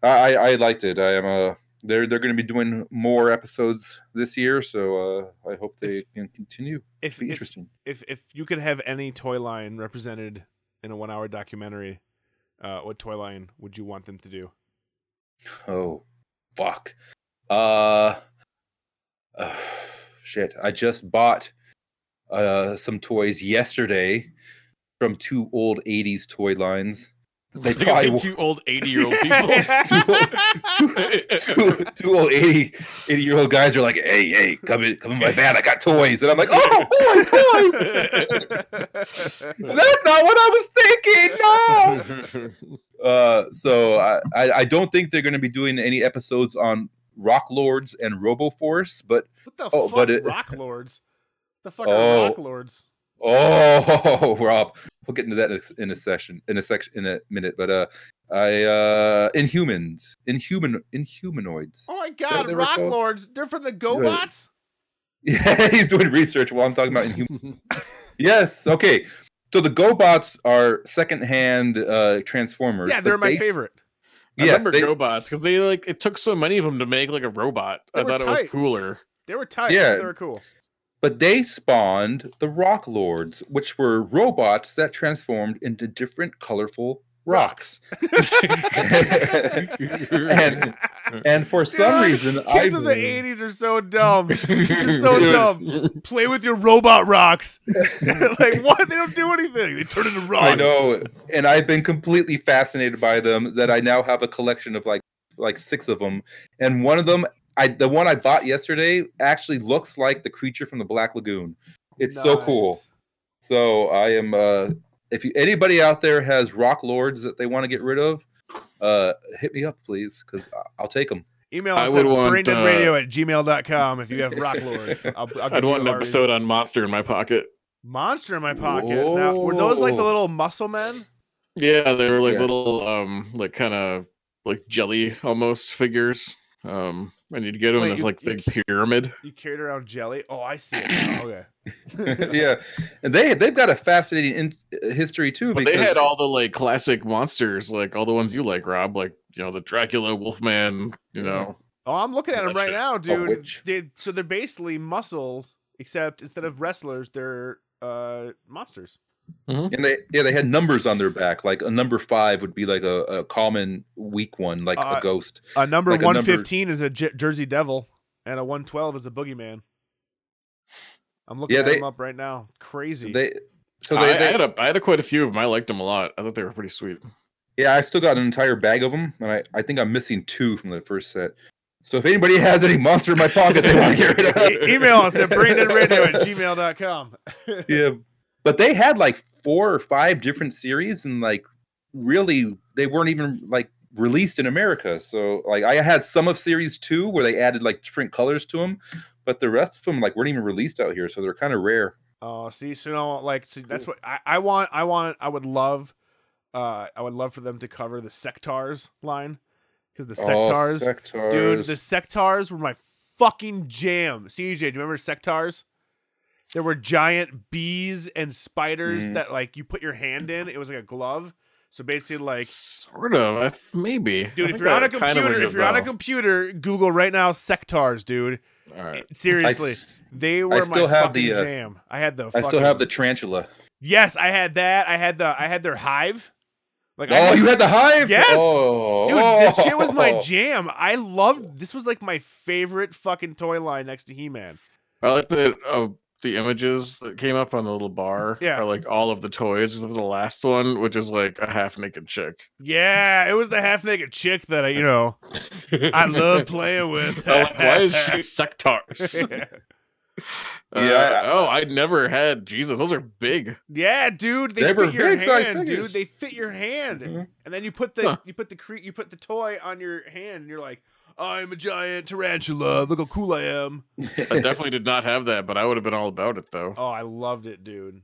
Speaker 3: I I I liked it I am uh they're they're going to be doing more episodes this year, so uh, I hope they can continue.
Speaker 5: if
Speaker 3: It'll be
Speaker 5: if,
Speaker 3: interesting.
Speaker 5: if if you could have any toy line represented in a one hour documentary uh what toy line would you want them to do
Speaker 3: Oh, fuck. Uh, uh, shit. I just bought uh some toys yesterday from two old '80s toy lines. They
Speaker 6: Like I
Speaker 3: probably
Speaker 6: said,
Speaker 3: wa-
Speaker 6: two old 80 year old people.
Speaker 3: two, two old 80, 80 year old guys are like, hey, hey, come in, come in my van. I got toys. And I'm like, oh, boy, toys. That's not what I was thinking. No. Uh, so I, I, I don't think they're going to be doing any episodes on Rock Lords and Robo Force, but
Speaker 5: what the
Speaker 3: Oh,
Speaker 5: fuck
Speaker 3: but it-
Speaker 5: rock lords the fuck
Speaker 3: Oh.
Speaker 5: are rock lords
Speaker 3: oh, Rob, we'll get into that in a, in a session in a section in a minute. But uh, I uh, Inhumans, Inhuman, Inhumanoids.
Speaker 5: oh my
Speaker 3: They-
Speaker 5: god
Speaker 3: they were
Speaker 5: rock
Speaker 3: called-
Speaker 5: lords they're from the gobots
Speaker 3: Yeah, he's doing research while I'm talking about Inhumans. yes, okay. So the GoBots are secondhand uh, Transformers.
Speaker 5: yeah
Speaker 3: but
Speaker 5: they're my
Speaker 3: they-
Speaker 5: favorite
Speaker 6: I
Speaker 3: Yes,
Speaker 6: remember
Speaker 3: they-
Speaker 6: GoBots because they like it took so many of them to make like a robot.
Speaker 5: They
Speaker 6: I
Speaker 5: were
Speaker 6: thought it was
Speaker 5: tight.
Speaker 6: cooler.
Speaker 5: they were tight
Speaker 3: Yeah.
Speaker 5: they were cool
Speaker 3: But they spawned the Rock Lords, which were robots that transformed into different colorful rocks. and, and for some
Speaker 5: Dude,
Speaker 3: reason, I
Speaker 5: Kids of the '80s are so dumb. They're so
Speaker 3: Dude.
Speaker 5: dumb. Play with your robot rocks. like what? They don't do anything. They turn into rocks.
Speaker 3: I know, and I've been completely fascinated by them. That I now have a collection of like like six of them, and one of them, I the one I bought yesterday actually looks like the creature from the Black Lagoon. It's so cool. So I am. Uh, if you, anybody out there has rock lords that they want to get rid of, uh, hit me up, please, because I'll take them.
Speaker 5: Email
Speaker 6: I
Speaker 5: us at
Speaker 6: would want, uh,
Speaker 5: BrandonRadio at gmail.com if you have rock lords. I'll, I'll give
Speaker 6: I'd
Speaker 5: you
Speaker 6: want an
Speaker 5: Ari's
Speaker 6: episode on Monster in my pocket.
Speaker 5: Monster in my pocket. Now, were those like the
Speaker 3: Whoa.
Speaker 5: little muscle men?
Speaker 6: Yeah, they were like
Speaker 3: Yeah.
Speaker 6: little, um, like kind of like jelly almost figures. Um, and you'd get them
Speaker 5: Wait,
Speaker 6: in this
Speaker 5: you-
Speaker 6: like
Speaker 5: you
Speaker 6: big
Speaker 5: ca-
Speaker 6: pyramid.
Speaker 5: You carried around jelly. Oh, I see. It now. Okay.
Speaker 3: yeah, and they they've got a fascinating in- uh, history too.
Speaker 6: But they had all the like classic monsters, like all the ones you like, Rob, like you know the Dracula, Wolfman,
Speaker 3: Mm-hmm.
Speaker 6: you know.
Speaker 5: Oh, I'm looking at
Speaker 6: That
Speaker 5: them right
Speaker 6: shit.
Speaker 5: now, dude.
Speaker 3: witch.
Speaker 5: They, so they're basically muscles, except instead of wrestlers, they're uh, monsters.
Speaker 3: and they yeah they had numbers on their back. Like a number five would be like a, a common weak one, like
Speaker 5: Uh,
Speaker 3: a ghost.
Speaker 5: A number
Speaker 3: Like a number-
Speaker 5: 115 is a J- Jersey Devil, and a 112 is a Boogeyman. I'm looking
Speaker 3: Yeah,
Speaker 5: at
Speaker 3: they-
Speaker 5: them up right now. Crazy.
Speaker 3: They so they,
Speaker 6: I,
Speaker 3: they
Speaker 6: I had a, I had a quite a few of them. I liked them a lot. I thought they were pretty sweet.
Speaker 3: Yeah, I still got an entire bag of them, and I, I think I'm missing two from the first set. So if anybody has any monster in my pockets they want to get rid of,
Speaker 5: E- email us at braindeadradio at gmail.com.
Speaker 3: yeah. But they had like four or five different series, and like really, they weren't even like released in America. So like, I had some of series two where they added like different colors to them, but the rest of them like weren't even released out here, so they're kind of rare.
Speaker 5: Oh, see, so no, like, see, that's what I, I want. I want. I would love, uh, I would love for them to cover the Sectars line because the
Speaker 3: Oh,
Speaker 5: sectars,
Speaker 3: sectars.
Speaker 5: dude, the sectars were my fucking jam. CJ, do you remember sectars? There were giant bees and spiders
Speaker 3: Mhm.
Speaker 5: that like you put your hand in. It was like a glove. So basically, like
Speaker 6: sort of, I- maybe. I
Speaker 5: Dude, if
Speaker 6: think
Speaker 5: you're on a
Speaker 6: that kind of
Speaker 5: computer,
Speaker 6: rings
Speaker 5: if you're on a
Speaker 6: bell.
Speaker 5: computer, Google right now sectars, dude.
Speaker 6: All right.
Speaker 3: I
Speaker 5: Seriously,
Speaker 3: s-
Speaker 5: they were
Speaker 3: still
Speaker 5: my
Speaker 3: have
Speaker 5: fucking
Speaker 3: the, uh,
Speaker 5: jam. I had the.
Speaker 3: I
Speaker 5: Fucking,
Speaker 3: still have the tarantula.
Speaker 5: Yes, I had that. I had the. I had their hive. Like, I
Speaker 3: Oh, you had the hive.
Speaker 5: Yes!
Speaker 3: Oh,
Speaker 5: dude, this shit was my
Speaker 3: oh.
Speaker 5: jam. I loved. This was like my favorite fucking toy line next to He-Man.
Speaker 6: I like that uh, the images that came up on the little bar
Speaker 5: Yeah.
Speaker 6: are like all of the toys. except for The last one, which is like a half naked chick.
Speaker 5: Yeah, it was the half-naked chick that I, you know, I love playing with.
Speaker 6: I'm like, Why is she sectars? Uh,
Speaker 3: Yeah.
Speaker 6: oh, I never had. Jesus, those are big.
Speaker 5: Yeah, dude, they
Speaker 3: They were
Speaker 5: fit your
Speaker 3: big-sized
Speaker 5: hand, dude.
Speaker 3: figures.
Speaker 5: They fit your hand,
Speaker 3: Mhm.
Speaker 5: and then you put the
Speaker 6: Mm-hmm. Huh.
Speaker 5: you put the cre- you put the toy on your hand, and you're like, "I'm a giant tarantula. Look how cool I am."
Speaker 6: I definitely did not have that, but I would have been all about it though.
Speaker 5: Oh, I loved it, dude.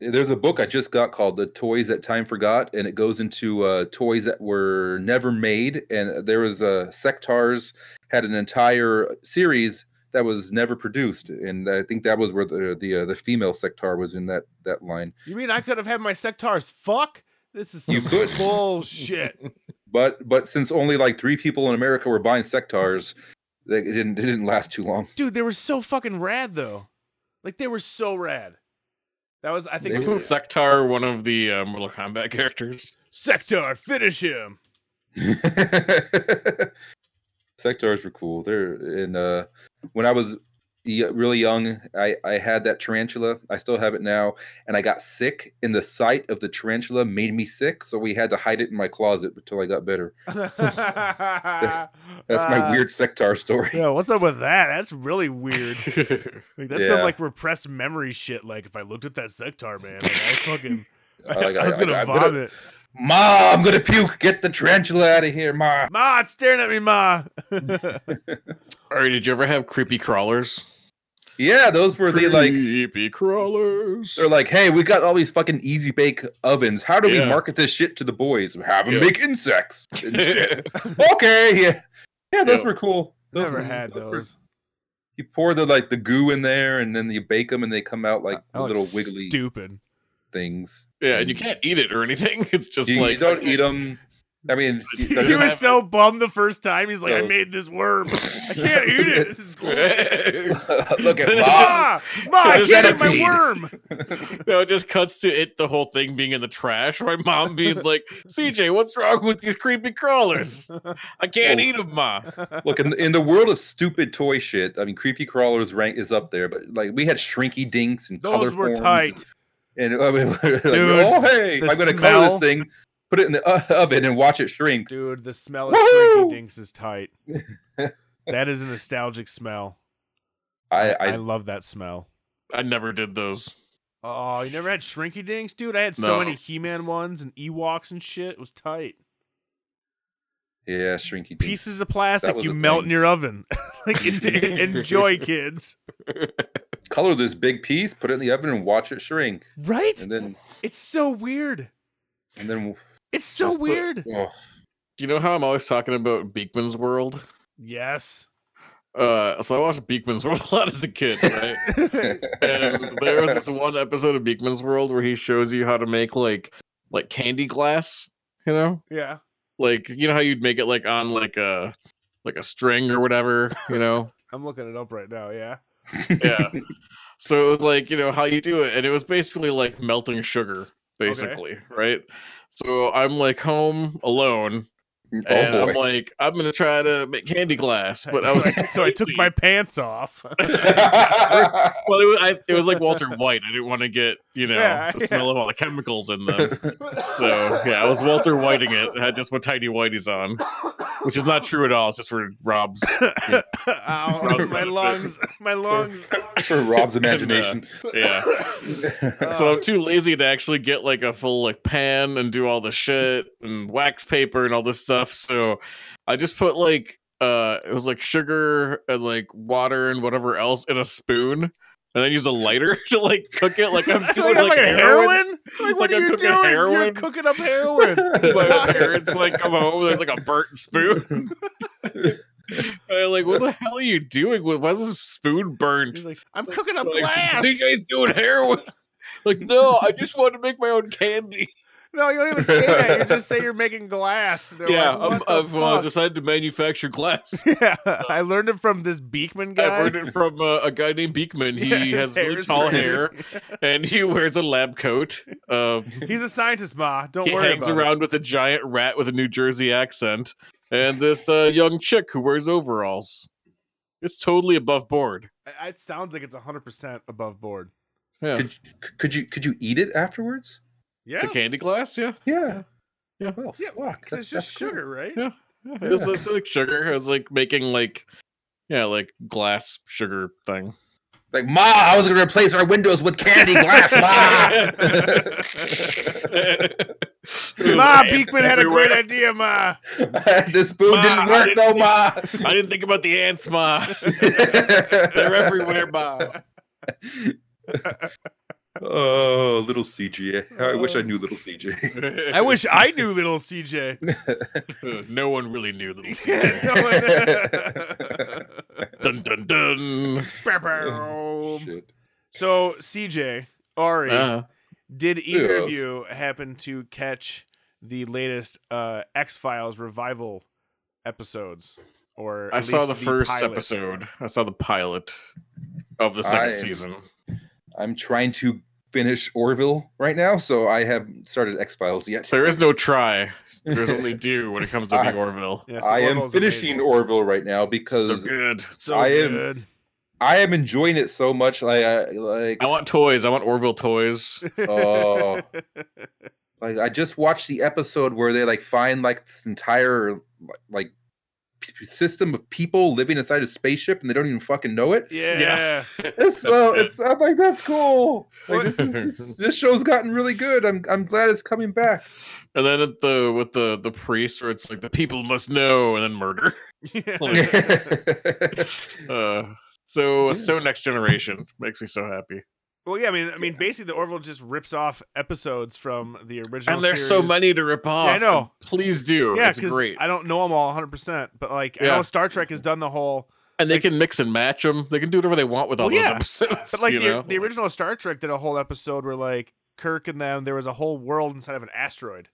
Speaker 3: There's a book I just got called "The Toys That Time Forgot," and it goes into uh, toys that were never made. And there was uh, Sectars had an entire series that was never produced, and I think that was where the the, uh, the female Sectar was in that that line.
Speaker 5: You mean I could have had my sectars? Fuck, this is
Speaker 3: You
Speaker 5: some
Speaker 3: could.
Speaker 5: bullshit.
Speaker 3: But but since only like three people in America were buying Sectars, they, it didn't it didn't last too long.
Speaker 5: dude, they were so fucking rad though. Like they were so rad. That was I think
Speaker 6: Isn't Sectar one of the uh, Mortal Kombat characters?
Speaker 5: sectar finish him.
Speaker 3: Sectars were cool. They're and uh, when I was y- really young, I I had that tarantula. I still have it now, and I got sick, and the sight of the tarantula made me sick. So we had to hide it in my closet until I got better. That's
Speaker 5: That's
Speaker 3: my weird sectar story.
Speaker 5: Yeah, what's up with that? That's really weird. Like, that's some
Speaker 3: Yeah.
Speaker 5: like repressed memory shit. Like if I looked at that sectar man, like, I fucking
Speaker 3: I,
Speaker 5: I,
Speaker 3: Oh, like,
Speaker 5: was gonna
Speaker 3: I'm
Speaker 5: vomit.
Speaker 3: Ma, I'm gonna puke. Get the tarantula out of here, ma.
Speaker 5: Ma, it's staring at me, ma.
Speaker 6: All right, did you ever have creepy crawlers?
Speaker 3: Yeah, those were the like.
Speaker 6: creepy crawlers?
Speaker 3: They're like, hey, we got all these fucking easy bake ovens. How do
Speaker 6: Yeah.
Speaker 3: we market this shit to the boys? Have them
Speaker 6: Yeah.
Speaker 3: make insects and shit. okay, yeah, yeah, those
Speaker 6: Yeah.
Speaker 3: were cool. Those
Speaker 5: Never
Speaker 3: were-
Speaker 5: had
Speaker 3: were-
Speaker 5: those.
Speaker 3: You pour the like the goo in there, and then you bake them, and they come out like
Speaker 5: I look
Speaker 3: little wiggly
Speaker 5: Stupid.
Speaker 3: things.
Speaker 6: yeah, and you can't eat it or anything. It's just
Speaker 3: You, you
Speaker 6: like
Speaker 3: don't eat them. I mean,
Speaker 6: You
Speaker 3: they're
Speaker 6: just
Speaker 5: he
Speaker 3: just-
Speaker 5: was so bummed the first time. He's like, I
Speaker 3: So-
Speaker 5: made this worm. I can't eat it. This is bullshit.
Speaker 3: look at Ma.
Speaker 5: Ma, ma, I
Speaker 6: It's
Speaker 5: can't eat my
Speaker 3: centipede.
Speaker 5: worm.
Speaker 6: no, it just cuts to it the whole thing being in the trash. My mom being like, "CJ, what's wrong with these creepy crawlers? I can't
Speaker 3: Oh.
Speaker 6: eat them, ma."
Speaker 3: Look in, in the world of stupid toy shit. I mean, creepy crawlers rank is up there, but like we had shrinky dinks and color
Speaker 5: Those were
Speaker 3: forms
Speaker 5: tight.
Speaker 3: And, and I mean, like,
Speaker 5: Dude,
Speaker 3: oh hey,
Speaker 5: the
Speaker 3: I'm gonna color
Speaker 5: smell.
Speaker 3: this thing, put it in the uh, oven, and watch it shrink.
Speaker 5: Dude, the smell of
Speaker 3: Woohoo!
Speaker 5: Shrinky Dinks is tight. that is a nostalgic smell.
Speaker 3: I,
Speaker 5: I,
Speaker 3: I
Speaker 5: love that smell.
Speaker 6: I never did those.
Speaker 5: Oh, you never had Shrinky Dinks, dude? I had so
Speaker 6: No.
Speaker 5: many He-Man ones and Ewoks and shit. It was tight.
Speaker 3: yeah, shrinky dinks.
Speaker 5: Pieces of plastic
Speaker 3: was
Speaker 5: you
Speaker 3: a
Speaker 5: melt
Speaker 3: thing.
Speaker 5: in your oven. like en- enjoy, kids.
Speaker 3: color this big piece, put it in the oven, and watch it shrink.
Speaker 5: Right?
Speaker 3: And then,
Speaker 5: It's so weird.
Speaker 3: and then,
Speaker 5: It's so
Speaker 6: Just the-
Speaker 5: weird.
Speaker 3: oh,
Speaker 6: You know how I'm always talking about Beekman's World.
Speaker 5: yes.
Speaker 6: Uh, so I watched Beekman's World a lot as a kid, right?
Speaker 3: oh.
Speaker 6: and there was this one episode of Beekman's World where he shows you how to make like like candy glass, you know,
Speaker 5: Yeah.
Speaker 6: like you know how you'd make it like on like a like a string or whatever, you know.
Speaker 5: I'm looking it up right now, yeah.
Speaker 6: yeah. So it was like, you know, how you do it. And it was basically like melting sugar, basically, right? So I'm like home alone.
Speaker 3: oh
Speaker 6: and
Speaker 3: boy.
Speaker 6: I'm like, I'm going to try to make candy glass. But I was
Speaker 5: so I took my pants off.
Speaker 6: Well, it was, I, it was like Walter White. I didn't want to get, you know,
Speaker 5: Yeah,
Speaker 6: the smell of all the chemicals in them. So yeah, I was Walter Whiting it. I had just what tiny whitey's on, which is not true at all. It's just for Rob's.
Speaker 5: Ow, my lungs, my lungs.
Speaker 3: For Rob's
Speaker 6: uh,
Speaker 3: imagination.
Speaker 6: Yeah. so I'm too lazy to actually get like a full like pan and do all the shit and wax paper and all this stuff. So I just put like uh it was like sugar and like water and whatever else in a spoon and then use a lighter to like cook it like I'm
Speaker 5: I feel like
Speaker 6: doing
Speaker 5: I'm
Speaker 6: like,
Speaker 5: like a
Speaker 6: heroin.
Speaker 5: heroin. Like what
Speaker 6: Like
Speaker 5: are
Speaker 6: I'm
Speaker 5: you
Speaker 6: cooking
Speaker 5: doing? You're
Speaker 6: heroin.
Speaker 5: cooking up heroin.
Speaker 6: My parents like come home. There's like a burnt spoon. I'm like, what the hell are you doing? Why is this spoon burnt?
Speaker 5: He's like, I'm cooking up
Speaker 6: Like,
Speaker 5: glass.
Speaker 6: Do you guys doing heroin? Like, no, I just want to make my own candy.
Speaker 5: No, you don't even say that. You just say you're making glass. They're
Speaker 6: yeah,
Speaker 5: like, what
Speaker 6: I've,
Speaker 5: the
Speaker 6: I've uh,
Speaker 5: fuck?
Speaker 6: decided to manufacture glass.
Speaker 5: yeah. I learned it from this Beekman guy.
Speaker 6: I learned it from uh, a guy named Beekman. He
Speaker 5: Yeah, his
Speaker 6: has
Speaker 5: hair
Speaker 6: really
Speaker 5: is
Speaker 6: tall
Speaker 5: crazy.
Speaker 6: hair and he wears a lab coat. Um,
Speaker 5: He's a scientist, ma. Don't
Speaker 6: he
Speaker 5: worry
Speaker 6: hangs
Speaker 5: about it.
Speaker 6: around with a giant rat with a New Jersey accent and this uh, young chick who wears overalls. It's totally above board.
Speaker 5: I- It sounds like it's 100% above board.
Speaker 6: Yeah.
Speaker 3: Could, could you could you eat it afterwards?
Speaker 5: Yeah.
Speaker 6: The candy glass, yeah.
Speaker 3: Yeah.
Speaker 6: Yeah.
Speaker 3: Well,
Speaker 5: Yeah,
Speaker 3: fuck.
Speaker 5: 'cause
Speaker 3: that-
Speaker 5: it's just
Speaker 3: that's good.
Speaker 5: sugar, right?
Speaker 6: Yeah. Yeah, It was, it's like sugar. I was like making like, yeah, like glass sugar thing.
Speaker 3: Like, Ma, I was gonna replace our windows with candy glass,
Speaker 5: Ah!
Speaker 3: Ma.
Speaker 5: Ma, Beekman had a great idea, ma.
Speaker 3: this spoon
Speaker 6: Ma,
Speaker 3: didn't
Speaker 6: I
Speaker 3: work
Speaker 6: didn't
Speaker 3: though,
Speaker 6: think-
Speaker 3: Ma.
Speaker 6: I didn't think about the ants, Ma. They're everywhere, Ma.
Speaker 3: Oh, little CJ. I wish I knew little CJ.
Speaker 5: I wish I knew little CJ.
Speaker 6: no one really knew little secret.
Speaker 5: Bow,
Speaker 6: dun dun dun. Um,
Speaker 5: bow.
Speaker 3: Shit.
Speaker 5: so, CJ, Ari,
Speaker 6: Uh,
Speaker 5: did either of
Speaker 3: Yes.
Speaker 5: you happen to catch the latest uh, X Files revival episodes? Or
Speaker 6: I
Speaker 5: at
Speaker 6: saw
Speaker 5: least
Speaker 6: the first
Speaker 5: pilot?
Speaker 6: episode. I saw the pilot of the second
Speaker 3: I-
Speaker 6: season.
Speaker 3: I'm trying to finish Orville right now, so I haven't started X Files yet.
Speaker 6: There is no try. There's only do when it comes to
Speaker 3: I-
Speaker 6: the Orville.
Speaker 5: Yes, the
Speaker 3: I am
Speaker 5: Orville's
Speaker 3: finishing
Speaker 5: amazing.
Speaker 3: Orville right now
Speaker 6: So
Speaker 3: because
Speaker 6: good.
Speaker 5: So
Speaker 3: I am-
Speaker 5: good.
Speaker 3: I am enjoying it so much. Like, I, like,
Speaker 6: I want toys. I want Orville toys.
Speaker 3: Oh. like I just watched the episode where they like find like this entire like p- p- system of people living inside a spaceship and they don't even fucking know it.
Speaker 5: yeah.
Speaker 6: Yeah.
Speaker 3: It's so
Speaker 6: good.
Speaker 3: it's I'm like that's cool. Like,
Speaker 5: What-
Speaker 3: this, is, this, this show's gotten really good. I'm I'm glad it's coming back.
Speaker 6: And then at the with the the priest, where it's like the people must know, and then murder. Like- Uh, so
Speaker 3: Yeah.
Speaker 6: so next generation makes me so happy.
Speaker 5: Well, yeah, I mean, I mean, basically, the Orville just rips off episodes from the original.
Speaker 6: and there's so
Speaker 5: series.
Speaker 6: many to rip off.
Speaker 5: I know.
Speaker 6: and Please do.
Speaker 5: Yeah,
Speaker 6: it's great.
Speaker 5: I don't know them all 100, percent but like I
Speaker 6: Yeah.
Speaker 5: know Star Trek has done the whole,
Speaker 6: and they can mix and match them. They can do whatever they want with all
Speaker 5: Well,
Speaker 6: those
Speaker 5: yeah.
Speaker 6: episodes.
Speaker 5: but like
Speaker 6: you
Speaker 5: the,
Speaker 6: know?
Speaker 5: the original Star Trek did a whole episode where like Kirk and them there was a whole world inside of an asteroid,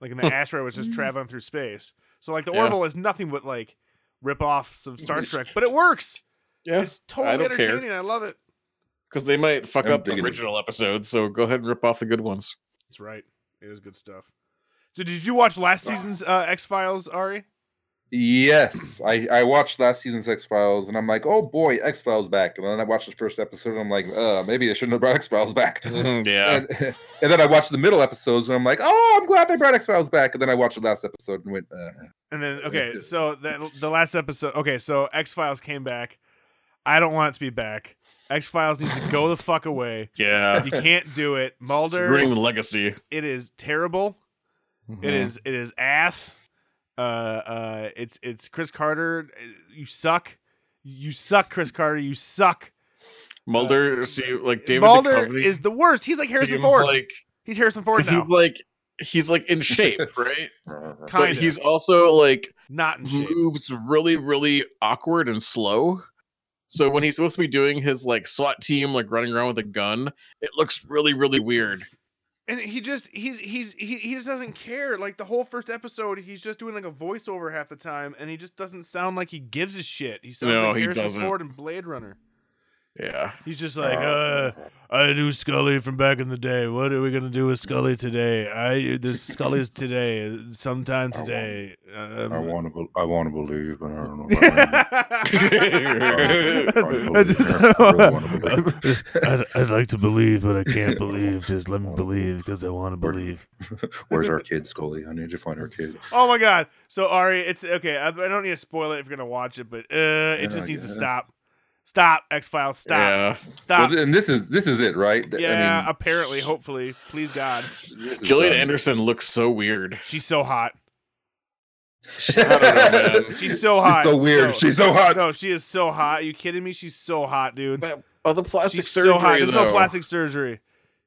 Speaker 5: like and the asteroid was just traveling through space. So like the
Speaker 6: Hmm. Yeah.
Speaker 5: Orville is nothing but like rip offs of Star Trek, but it works.
Speaker 6: yeah,
Speaker 5: It's totally
Speaker 6: don't care.
Speaker 5: entertaining. I love it.
Speaker 6: because they might fuck
Speaker 3: I'm
Speaker 6: up the
Speaker 3: digging it.
Speaker 6: original episodes. So go ahead and rip off the good ones.
Speaker 5: It's right. It is good stuff. So did you watch
Speaker 6: Ah.
Speaker 5: last season's uh, X Files, Ari?
Speaker 3: yes, I I watched last season's X Files and I'm like, oh boy, X Files back. And then I watched the first episode and I'm like, uh, maybe I shouldn't have brought X Files back.
Speaker 6: yeah,
Speaker 3: And, and then I watched the middle episodes, and I'm like, "Oh, I'm glad they brought X Files back." And then I watched the last episode and went, uh,
Speaker 5: And then
Speaker 3: Yeah,
Speaker 5: okay,
Speaker 3: yeah.
Speaker 5: so that the last episode. Okay, so X Files came back. I don't want it to be back. X Files needs to go the fuck away.
Speaker 6: yeah.
Speaker 5: You can't do it,
Speaker 6: Ruining
Speaker 5: Mulder.
Speaker 6: the legacy.
Speaker 5: It is terrible.
Speaker 6: Mhm.
Speaker 5: It is it is ass. Uh, uh, it's it's Chris Carter. uh, You suck. You suck, Chris Carter. You suck.
Speaker 6: Mm-hmm. Mulder. see, like David
Speaker 5: uh, Mulder
Speaker 6: Duchovny
Speaker 5: is the worst. He's like Harrison
Speaker 6: seems
Speaker 5: Ford.
Speaker 6: Like,
Speaker 5: he's Harrison Ford
Speaker 6: 'cause
Speaker 5: now.
Speaker 6: he's like he's like in shape, right?
Speaker 5: kind
Speaker 6: But
Speaker 5: of.
Speaker 6: he's also like
Speaker 5: not in shape.
Speaker 6: moves really, really awkward and slow. So when he's supposed to be doing his like SWAT team, like running around with a gun, it looks really, really weird.
Speaker 5: and he just he's he's he, he just doesn't care like the whole first episode he's just doing like a voiceover half the time and he just doesn't sound like he gives a shit he sounds
Speaker 6: No,
Speaker 5: like
Speaker 6: he
Speaker 5: harrison
Speaker 6: doesn't.
Speaker 5: ford and blade runner
Speaker 6: Yeah.
Speaker 5: he's just like
Speaker 3: Oh.
Speaker 5: uh i knew scully from back in the day what are we gonna do with scully today i there's scully's today sometime today um,
Speaker 3: want to, I want to believe, but I don't know."
Speaker 7: I'd, I'd like to believe, but I can't believe. Just let me believe because I want to believe.
Speaker 3: Where's our kid, Scully? I need to find our kid.
Speaker 5: oh my god so ari it's okay i, I don't need to spoil it if you're gonna watch it but uh it
Speaker 3: Yeah,
Speaker 5: just needs to
Speaker 3: yeah.
Speaker 5: stop stop x-files stop stop
Speaker 3: Well, and this is this is it, right? Th- I
Speaker 5: Ah. Yeah,
Speaker 3: mean,
Speaker 5: apparently, hopefully, please God,
Speaker 3: this
Speaker 6: Yeah.
Speaker 3: is
Speaker 6: Gillian
Speaker 3: done.
Speaker 6: Anderson looks so weird.
Speaker 5: she's so hot.
Speaker 6: I don't know, man.
Speaker 5: She's so hot.
Speaker 3: She's so weird.
Speaker 5: No.
Speaker 3: She's so hot.
Speaker 5: No, she is so hot. Are you kidding me? She's so hot, dude.
Speaker 6: That Oh, the plastic
Speaker 5: She's so
Speaker 6: surgery.
Speaker 5: high. There's no
Speaker 6: though.
Speaker 5: plastic surgery.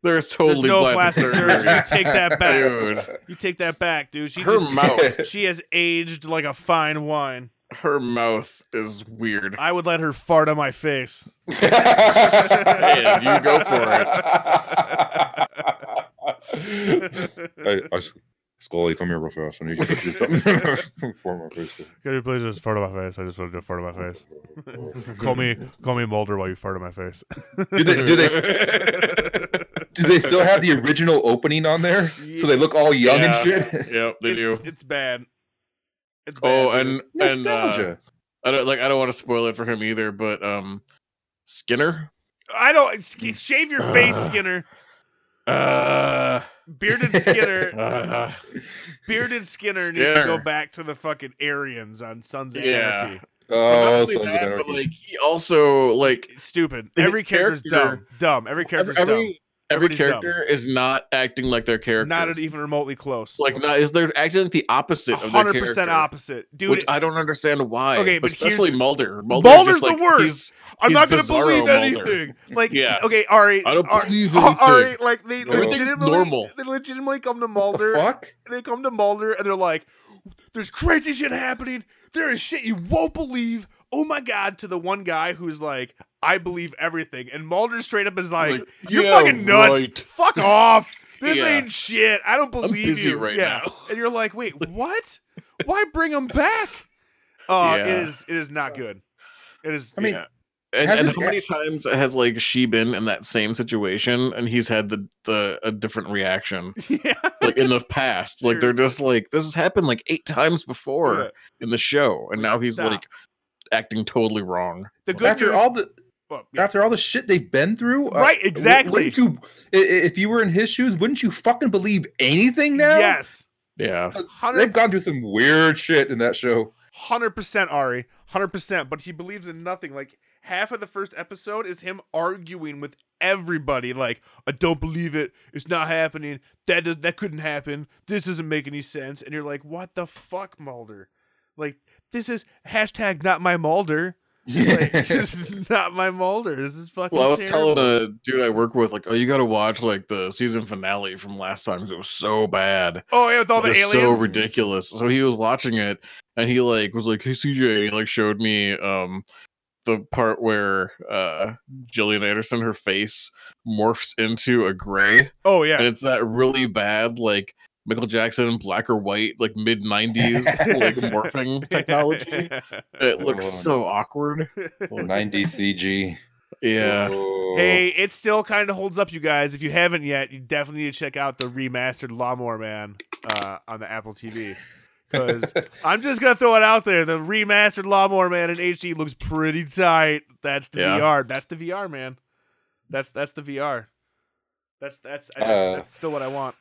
Speaker 6: There's totally
Speaker 5: There's no
Speaker 6: plastic,
Speaker 5: plastic surgery.
Speaker 6: surgery.
Speaker 5: Take that back.
Speaker 6: Dude,
Speaker 5: You take that back, dude. She
Speaker 6: her
Speaker 5: just,
Speaker 6: mouth,
Speaker 5: she has aged like a fine wine.
Speaker 6: her mouth is weird.
Speaker 5: I would let her fart on my face.
Speaker 6: Man, you go for
Speaker 3: I, I, Scully, come here real fast. I need you to do something for my face.
Speaker 7: Can you please just fart on my face? I just want to fart on my face. call me, call me Mulder while you fart on my face.
Speaker 3: Do they, do they do they still have the original opening on there? So they look all young and
Speaker 6: Yeah.
Speaker 3: shit.
Speaker 6: it. yep, they
Speaker 5: it's,
Speaker 6: do.
Speaker 5: It's bad. It's bad.
Speaker 6: Oh,
Speaker 5: dude.
Speaker 6: and and uh,
Speaker 3: Nostalgia.
Speaker 6: I don't like. I don't want to spoil it for him either. But um, Skinner.
Speaker 5: I don't sk- shave your face, Skinner.
Speaker 6: Uh,
Speaker 5: Bearded Skinner,
Speaker 6: uh,
Speaker 5: bearded Skinner, needs to go
Speaker 6: Skinner.
Speaker 5: back to the fucking Aryans on Sons of
Speaker 6: Yeah.
Speaker 5: Anarchy.
Speaker 3: oh,
Speaker 6: so
Speaker 3: Sons of Anarchy.
Speaker 6: like he also like
Speaker 5: Stupid.
Speaker 6: His
Speaker 5: every character's
Speaker 6: character-
Speaker 5: dumb. Dumb. Every
Speaker 6: every
Speaker 5: character's
Speaker 6: every, every
Speaker 5: Everybody's dumb.
Speaker 6: character is not acting like their character.
Speaker 5: dumb. Not e- even remotely close.
Speaker 6: like not is they're acting like the opposite of their
Speaker 5: hundred
Speaker 6: character.
Speaker 5: percent opposite, dude.
Speaker 6: Which I don't understand why.
Speaker 5: Okay, but here's-
Speaker 6: especially Mulder. Mulder's,
Speaker 5: Mulder's
Speaker 6: just, like,
Speaker 5: the worst.
Speaker 6: he's-
Speaker 5: I'm
Speaker 6: he's
Speaker 5: not gonna
Speaker 6: Bizarro
Speaker 5: believe
Speaker 6: Mulder.
Speaker 5: anything. Like,
Speaker 6: Yeah.
Speaker 5: okay, Ari,
Speaker 6: I don't
Speaker 5: Ari,
Speaker 6: believe
Speaker 5: Ari,
Speaker 6: anything.
Speaker 5: like they
Speaker 3: Everything's
Speaker 5: legitimately,
Speaker 6: normal.
Speaker 5: they legitimately come to
Speaker 3: What the
Speaker 5: Mulder.
Speaker 3: fuck?
Speaker 5: They come to Mulder and they're like, "There's crazy shit happening. There is shit you won't believe. Oh my god!" To the one guy who's like, "I believe everything," and Mulder straight up is like,
Speaker 6: Like,
Speaker 5: "You're
Speaker 6: yeah,
Speaker 5: fucking nuts.
Speaker 6: right."
Speaker 5: Fuck off. This
Speaker 6: Yeah.
Speaker 5: ain't shit. I don't believe
Speaker 6: busy
Speaker 5: you."
Speaker 6: right
Speaker 5: yeah,
Speaker 6: now.
Speaker 5: and you're like, "Wait, what? Why bring him back?" Oh,
Speaker 6: Yeah.
Speaker 5: it is. It is not good. It is.
Speaker 3: I mean,
Speaker 6: Yeah. And, and
Speaker 3: Hasn't-
Speaker 6: how many times has like she been in that same situation and he's had the the a different reaction
Speaker 5: yeah.
Speaker 6: like in the past like they're just like this has happened like eight times before
Speaker 5: Yeah.
Speaker 6: in the show and
Speaker 5: Like,
Speaker 6: now he's
Speaker 5: stop.
Speaker 6: like acting totally wrong
Speaker 5: The good
Speaker 3: After
Speaker 5: news,
Speaker 3: all the
Speaker 5: well, yeah.
Speaker 3: after all the shit they've been through, uh,
Speaker 5: right? Exactly.
Speaker 3: wouldn't you, i- i- if you were in his shoes, wouldn't you fucking believe anything now?
Speaker 5: Yes,
Speaker 6: yeah
Speaker 3: They've
Speaker 5: hundred
Speaker 3: gone through some weird shit in that show.
Speaker 5: percent Ari, hundred percent. But he believes in nothing. Like half of the first episode is him arguing with everybody. Like I don't believe it. It's not happening. That does, that couldn't happen. This doesn't make any sense. And you're like, what the fuck, Mulder? Like this is hashtag not my Mulder. Like, this is not my Mulder. This is fucking.
Speaker 6: well i was
Speaker 5: terrible.
Speaker 6: telling a dude i work with like oh you gotta watch like the season finale from last time 'cause it was so bad
Speaker 5: Oh yeah, with all the
Speaker 6: It's
Speaker 5: aliens.
Speaker 6: so ridiculous. So he was watching it, and he like was like, "Hey CJ," and he like showed me um the part where uh Gillian Anderson her face morphs into a gray,
Speaker 5: oh yeah.
Speaker 6: and it's that really bad like Michael Jackson black or white like mid '90s like morphing technology. And it looks
Speaker 3: Oh.
Speaker 6: so awkward.
Speaker 3: 90 CG.
Speaker 6: Yeah.
Speaker 3: Oh.
Speaker 5: Hey, it still kind of holds up, you guys. If you haven't yet, you definitely need to check out the remastered Lawnmower Man uh, on the Apple TV. Because I'm just gonna throw it out there: the remastered Lawnmower Man in HD looks pretty tight. That's the
Speaker 6: Yeah.
Speaker 5: VR. That's the VR, man. That's that's the VR. That's that's I,
Speaker 3: Uh.
Speaker 5: that's still what I want.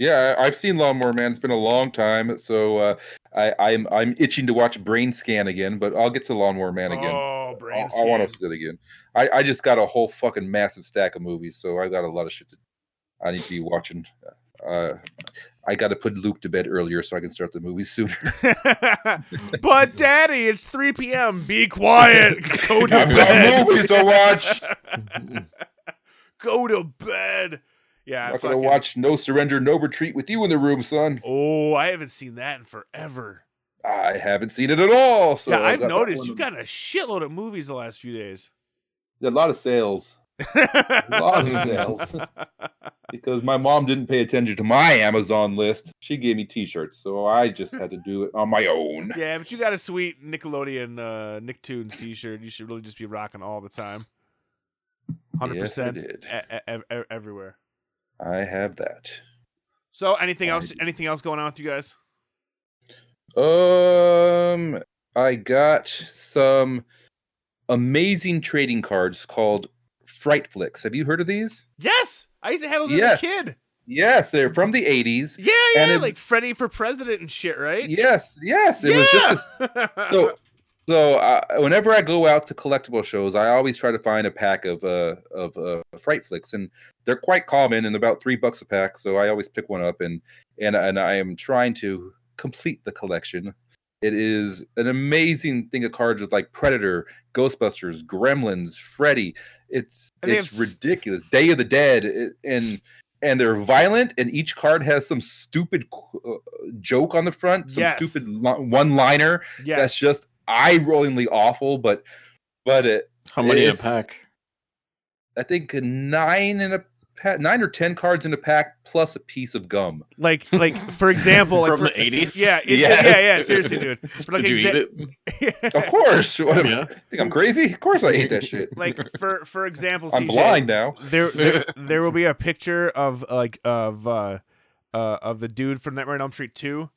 Speaker 3: Yeah, I- I've seen Lawnmower Man. It's been a long time, so uh, I, I'm I'm itching to watch Brain Scan again. But I'll get to Lawnmower Man again.
Speaker 5: Oh, brain
Speaker 3: I, I want to
Speaker 5: scan.
Speaker 3: see it again. I, I just got a whole fucking massive stack of movies, so I got a lot of shit to. I need to be watching. Uh, I got to put Luke to bed earlier so I can start the movie sooner.
Speaker 5: but Daddy, it's 3 p.m. Be quiet. Go to
Speaker 3: I've
Speaker 5: bed. Ah,
Speaker 3: got movies to watch.
Speaker 5: Go to bed. Yeah,
Speaker 3: I'm not gonna
Speaker 5: fucking-
Speaker 3: watch No Surrender, No Retreat with you in the room, son.
Speaker 5: Oh, I haven't seen that in forever.
Speaker 3: I haven't seen it at all. So
Speaker 5: yeah,
Speaker 3: I
Speaker 5: I've
Speaker 3: got that
Speaker 5: noticed
Speaker 3: one
Speaker 5: you've
Speaker 3: to-
Speaker 5: gotten a shitload of movies the last few days.
Speaker 3: a lot of sales. A lot of sales. because my mom didn't pay attention to my Amazon list. She gave me T-shirts, so I just had to do it on my own.
Speaker 5: yeah, but you got a sweet Nickelodeon uh, Nicktoons T-shirt. You should really just be rocking all the time. Hundred
Speaker 3: Yes, I
Speaker 5: percent e-,
Speaker 3: did.
Speaker 5: everywhere.
Speaker 3: I have that.
Speaker 5: So, anything
Speaker 3: I
Speaker 5: else?
Speaker 3: did.
Speaker 5: Anything else going on with you guys?
Speaker 3: Um, I got some amazing trading cards called Fright Flicks. Have you heard of these?
Speaker 5: Yes, I used to have those
Speaker 3: Yes.
Speaker 5: as a kid.
Speaker 3: Yes, they're from the 80s.
Speaker 5: Yeah, yeah,
Speaker 3: And it-
Speaker 5: like Freddy for president and shit, right?
Speaker 3: Yes, yes, it was just a so so uh, whenever I go out to collectible shows, I always try to find a pack of uh of uh, fright flicks, and they're quite common and about three bucks a pack. So I always pick one up, and and and I am trying to complete the collection. It is an amazing thing of cards with like Predator, Ghostbusters, Gremlins, Freddy. It's
Speaker 5: And they
Speaker 3: it's
Speaker 5: have s-
Speaker 3: ridiculous. Day of the Dead, it- and and they're violent, and each card has some stupid qu- uh, joke on the front, some
Speaker 5: Yes.
Speaker 3: stupid one liner
Speaker 5: Yeah.
Speaker 3: that's just eye rollingly awful. But but it,
Speaker 6: How many in a
Speaker 3: It's-
Speaker 6: pack?
Speaker 3: I think nine in a pack, nine or ten cards in a pack, plus a piece of gum.
Speaker 5: like like for example, like
Speaker 6: From
Speaker 5: for-
Speaker 6: the 80s?
Speaker 5: Yeah, it-
Speaker 3: Yes.
Speaker 5: yeah, yeah. Seriously, dude. But like
Speaker 6: Did you
Speaker 5: exa-
Speaker 6: eat it?
Speaker 3: Of course,
Speaker 5: Oh,
Speaker 3: what, am-
Speaker 6: Yeah.
Speaker 3: think I'm crazy? Of course, I ate that shit.
Speaker 5: like for for example,
Speaker 3: I'm
Speaker 5: CJ,
Speaker 3: blind now.
Speaker 5: There, there there will be a picture of like of uh, uh of the dude from Nightmare on Elm Street two,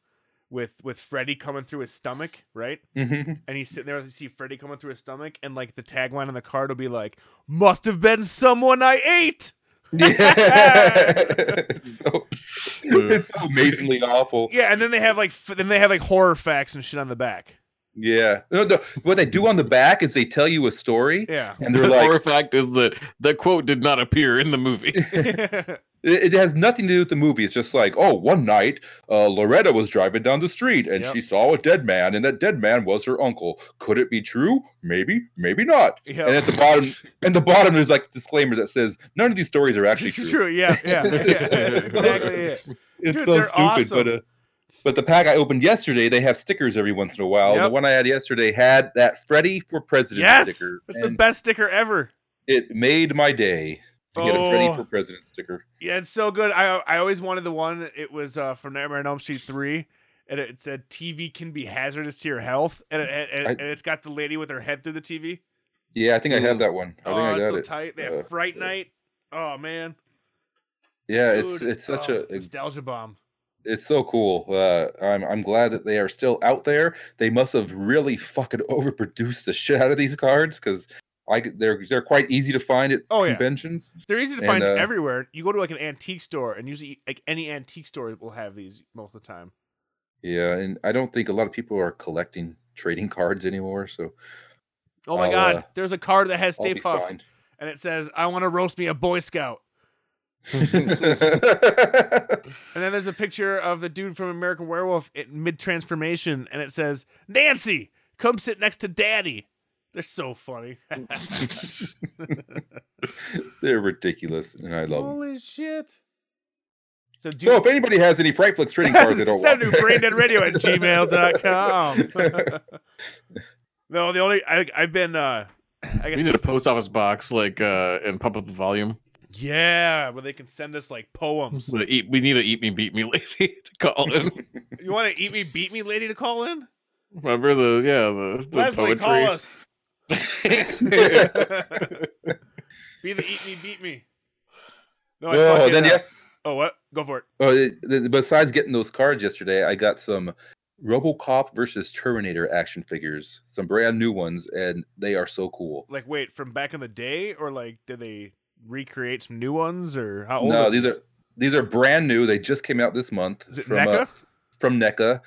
Speaker 5: with with Freddy coming through his stomach, right?
Speaker 3: Mhm.
Speaker 5: and he's sitting there and you see Freddy coming through his stomach, and like the tagline on the card will be like, "Must have been someone I ate."
Speaker 3: Yeah. it's, so, it's so amazingly awful.
Speaker 5: Yeah, and then they have like f- then they have like horror facts and shit on the back.
Speaker 3: Yeah. No, no. What they do on the back is they tell you a story,
Speaker 5: Yeah,
Speaker 3: and they're
Speaker 6: the
Speaker 3: like,
Speaker 6: horror fact is that the quote did not appear in the movie.
Speaker 3: It, it has nothing to do with the movie. It's just like, oh, one night uh, Loretta was driving down the street and
Speaker 5: Yep.
Speaker 3: she saw a dead man, and that dead man was her uncle. Could it be true? Maybe, maybe not.
Speaker 5: Yep.
Speaker 3: And at the bottom, and the bottom, there's like a disclaimer that says none of these stories are actually true.
Speaker 5: true. Yeah, yeah, yeah. That's exactly. It.
Speaker 3: It's
Speaker 5: Dude,
Speaker 3: so
Speaker 5: they're
Speaker 3: stupid, but
Speaker 5: awesome.
Speaker 3: uh, but the pack I opened yesterday, they have stickers every once in a while. The
Speaker 5: Yep.
Speaker 3: one I had yesterday had that Freddy for President
Speaker 5: Yes,
Speaker 3: sticker,
Speaker 5: that's the
Speaker 3: and
Speaker 5: best sticker ever.
Speaker 3: it made my day to get a
Speaker 5: Oh.
Speaker 3: Freddy for President sticker.
Speaker 5: Yeah, it's so good. I I always wanted the one. It was uh, from Nightmare on Elm Street three, and it said TV can be hazardous to your health, and it, and,
Speaker 3: I-
Speaker 5: and it's got the lady with her head through the TV.
Speaker 3: Yeah, I think I
Speaker 6: Mm.
Speaker 3: have that one. I
Speaker 5: oh,
Speaker 3: think I
Speaker 5: it's
Speaker 3: got
Speaker 5: so
Speaker 3: it.
Speaker 5: tight. They have
Speaker 3: Uh,
Speaker 5: Fright
Speaker 3: yeah.
Speaker 5: Night. Oh man,
Speaker 3: Yeah, it's
Speaker 5: Dude,
Speaker 3: it's such
Speaker 5: oh,
Speaker 3: a
Speaker 5: nostalgia bomb.
Speaker 3: it's so cool. Uh, I'm I'm glad that they are still out there. They must have really fucking overproduced the shit out of these cards because I c- they're they're quite easy to find at
Speaker 5: Oh, yeah.
Speaker 3: conventions.
Speaker 5: They're easy to
Speaker 3: And,
Speaker 5: find
Speaker 3: uh,
Speaker 5: everywhere. You go to like an antique store, and usually like any antique store will have these most of the time.
Speaker 3: Yeah. and I don't think a lot of people are collecting trading cards anymore. So
Speaker 5: Oh my
Speaker 3: I'll,
Speaker 5: god,
Speaker 3: uh,
Speaker 5: there's a card that has Stay
Speaker 3: I'll be
Speaker 5: Puffed,
Speaker 3: fine.
Speaker 5: and it says, "I want to roast me a Boy Scout." And then there's a picture of the dude from American Werewolf in mid transformation, and it says, "Nancy, come sit next to Daddy." They're so funny.
Speaker 3: they're ridiculous, and I love them.
Speaker 5: Holy shit! So, do
Speaker 3: So if anybody has any Fright Flicks trading cards, they don't
Speaker 5: Send
Speaker 3: want.
Speaker 5: them to braindeadradio at gmail.com. no, the only I, I've been, uh, I
Speaker 6: We
Speaker 5: guess,
Speaker 6: need a post office box, like, uh, and pump up the volume.
Speaker 5: yeah, where they can send us like poems.
Speaker 6: So the eat, we need a eat me, beat me lady to call in.
Speaker 5: You want to eat me, beat me, lady, to call in?
Speaker 6: Remember the yeah the, the
Speaker 5: Leslie, call
Speaker 6: poetry.
Speaker 5: us. Be the eat me, beat me. No, I
Speaker 3: Oh,
Speaker 5: fucking,
Speaker 3: then
Speaker 5: uh,
Speaker 3: yes.
Speaker 5: Oh, what? Go for it.
Speaker 3: Oh, th- th- besides getting those cards yesterday, I got some RoboCop versus Terminator action figures, some brand new ones, and they are so cool.
Speaker 5: Like, wait, from back in the day, or like, did they recreate some new ones, or how old?
Speaker 3: No,
Speaker 5: are
Speaker 3: these are these are brand new. They just came out this month
Speaker 5: Is it
Speaker 3: from uh,
Speaker 5: NECA?
Speaker 3: from NECA.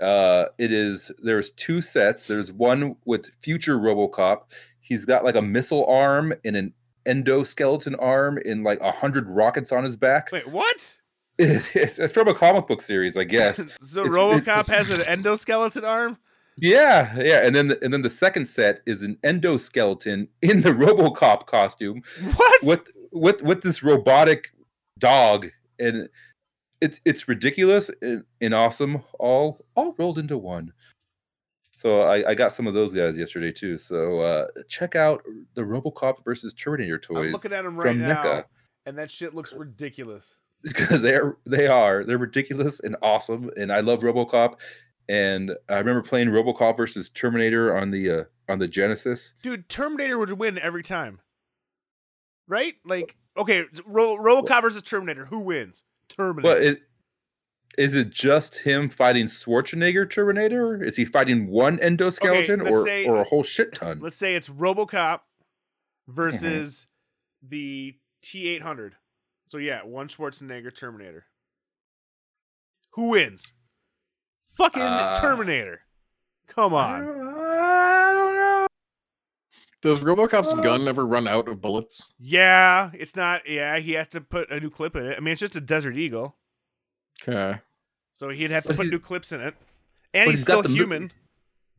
Speaker 3: Uh, it is there's two sets. There's one with future RoboCop. He's got like a missile arm and an endoskeleton arm and like a hundred rockets on his back.
Speaker 5: Wait, what?
Speaker 3: It's, it's from a comic book series, I guess.
Speaker 5: so
Speaker 3: It's-
Speaker 5: RoboCop has an endoskeleton arm.
Speaker 3: Yeah, yeah, and then the, and then the second set is an endoskeleton in the RoboCop costume
Speaker 5: What?
Speaker 3: with with with this robotic dog, and it's it's ridiculous and, and awesome, all all rolled into one. So I, I got some of those guys yesterday too. So uh, check out the RoboCop versus Terminator
Speaker 5: I'm
Speaker 3: toys
Speaker 5: looking at them right
Speaker 3: from E
Speaker 5: now,
Speaker 3: NECA
Speaker 5: and that shit looks ridiculous.
Speaker 3: because they're they are they're ridiculous and awesome and i love robocop and i remember playing robocop versus terminator on the uh on the genesis
Speaker 5: Dude, Terminator would win every time. Right? Like, okay, Ro- RoboCop versus Terminator. Who wins? Terminator.
Speaker 3: but it is it just him fighting schwarzenegger terminator is he fighting one endoskeleton
Speaker 5: let's
Speaker 3: or
Speaker 5: say-
Speaker 3: or a whole shit ton
Speaker 5: Let's say it's RoboCop versus the T800. So yeah, one Schwarzenegger Terminator. Who wins? Fucking
Speaker 3: Uh,
Speaker 5: Terminator. Come
Speaker 3: I
Speaker 5: on.
Speaker 3: don't- I don't know.
Speaker 6: Does RoboCop's gun ever run out of bullets?
Speaker 5: Yeah, it's not. Yeah, he has to put a new clip in it. I mean, it's just a Desert Eagle.
Speaker 6: Okay.
Speaker 5: So he'd have to
Speaker 3: But
Speaker 5: put
Speaker 3: he-
Speaker 5: new clips in it. and
Speaker 3: But
Speaker 5: he's
Speaker 3: he's got
Speaker 5: still
Speaker 3: the mo-
Speaker 5: human.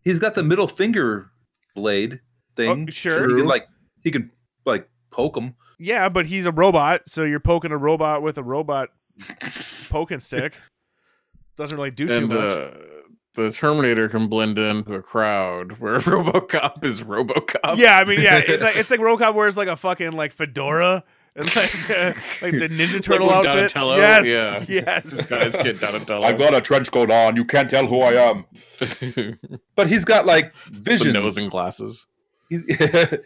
Speaker 3: He's got the middle finger blade thing.
Speaker 5: Oh, sure.
Speaker 3: He can, like he can like poke him.
Speaker 5: Yeah, but he's a robot, so you're poking a robot with a robot poking stick. Doesn't really do too
Speaker 6: and
Speaker 5: much.
Speaker 6: uh, the Terminator can blend into a crowd where RoboCop is RoboCop.
Speaker 5: yeah, I mean, yeah, it, like, it's like RoboCop wears like a fucking like fedora and like uh, like the Ninja Turtle
Speaker 6: when
Speaker 5: outfit.
Speaker 6: Donatello,
Speaker 5: yes,
Speaker 6: yeah. this
Speaker 5: yes.
Speaker 6: guy's kid Donatello.
Speaker 3: a trench coat on. You can't tell who I am.
Speaker 6: the
Speaker 3: But he's got like vision.
Speaker 6: nose and glasses.
Speaker 3: He's,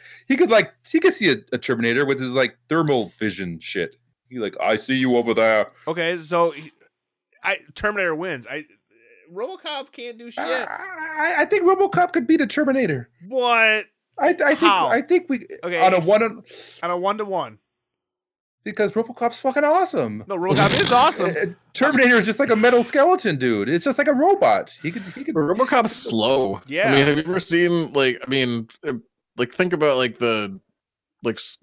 Speaker 3: he could like he could see a, a Terminator with his like thermal vision shit. He like I see you over there.
Speaker 5: Okay, so he- I Terminator wins. I RoboCop can't do Oh, shit.
Speaker 3: Ah, I, I think RoboCop could beat a Terminator.
Speaker 5: What
Speaker 3: I, I think
Speaker 5: How?
Speaker 3: I think we
Speaker 5: Okay,
Speaker 3: on a
Speaker 5: ex-
Speaker 3: one on-
Speaker 5: on a one to one?
Speaker 3: because RoboCop's fucking awesome.
Speaker 5: No, RoboCop is awesome.
Speaker 3: Uh, Terminator is just like a metal skeleton dude. It's just like a robot. He could he could
Speaker 6: RoboCop's slow.
Speaker 5: Yeah.
Speaker 6: I mean, have you ever seen like? I mean, uh, like think about like the like s-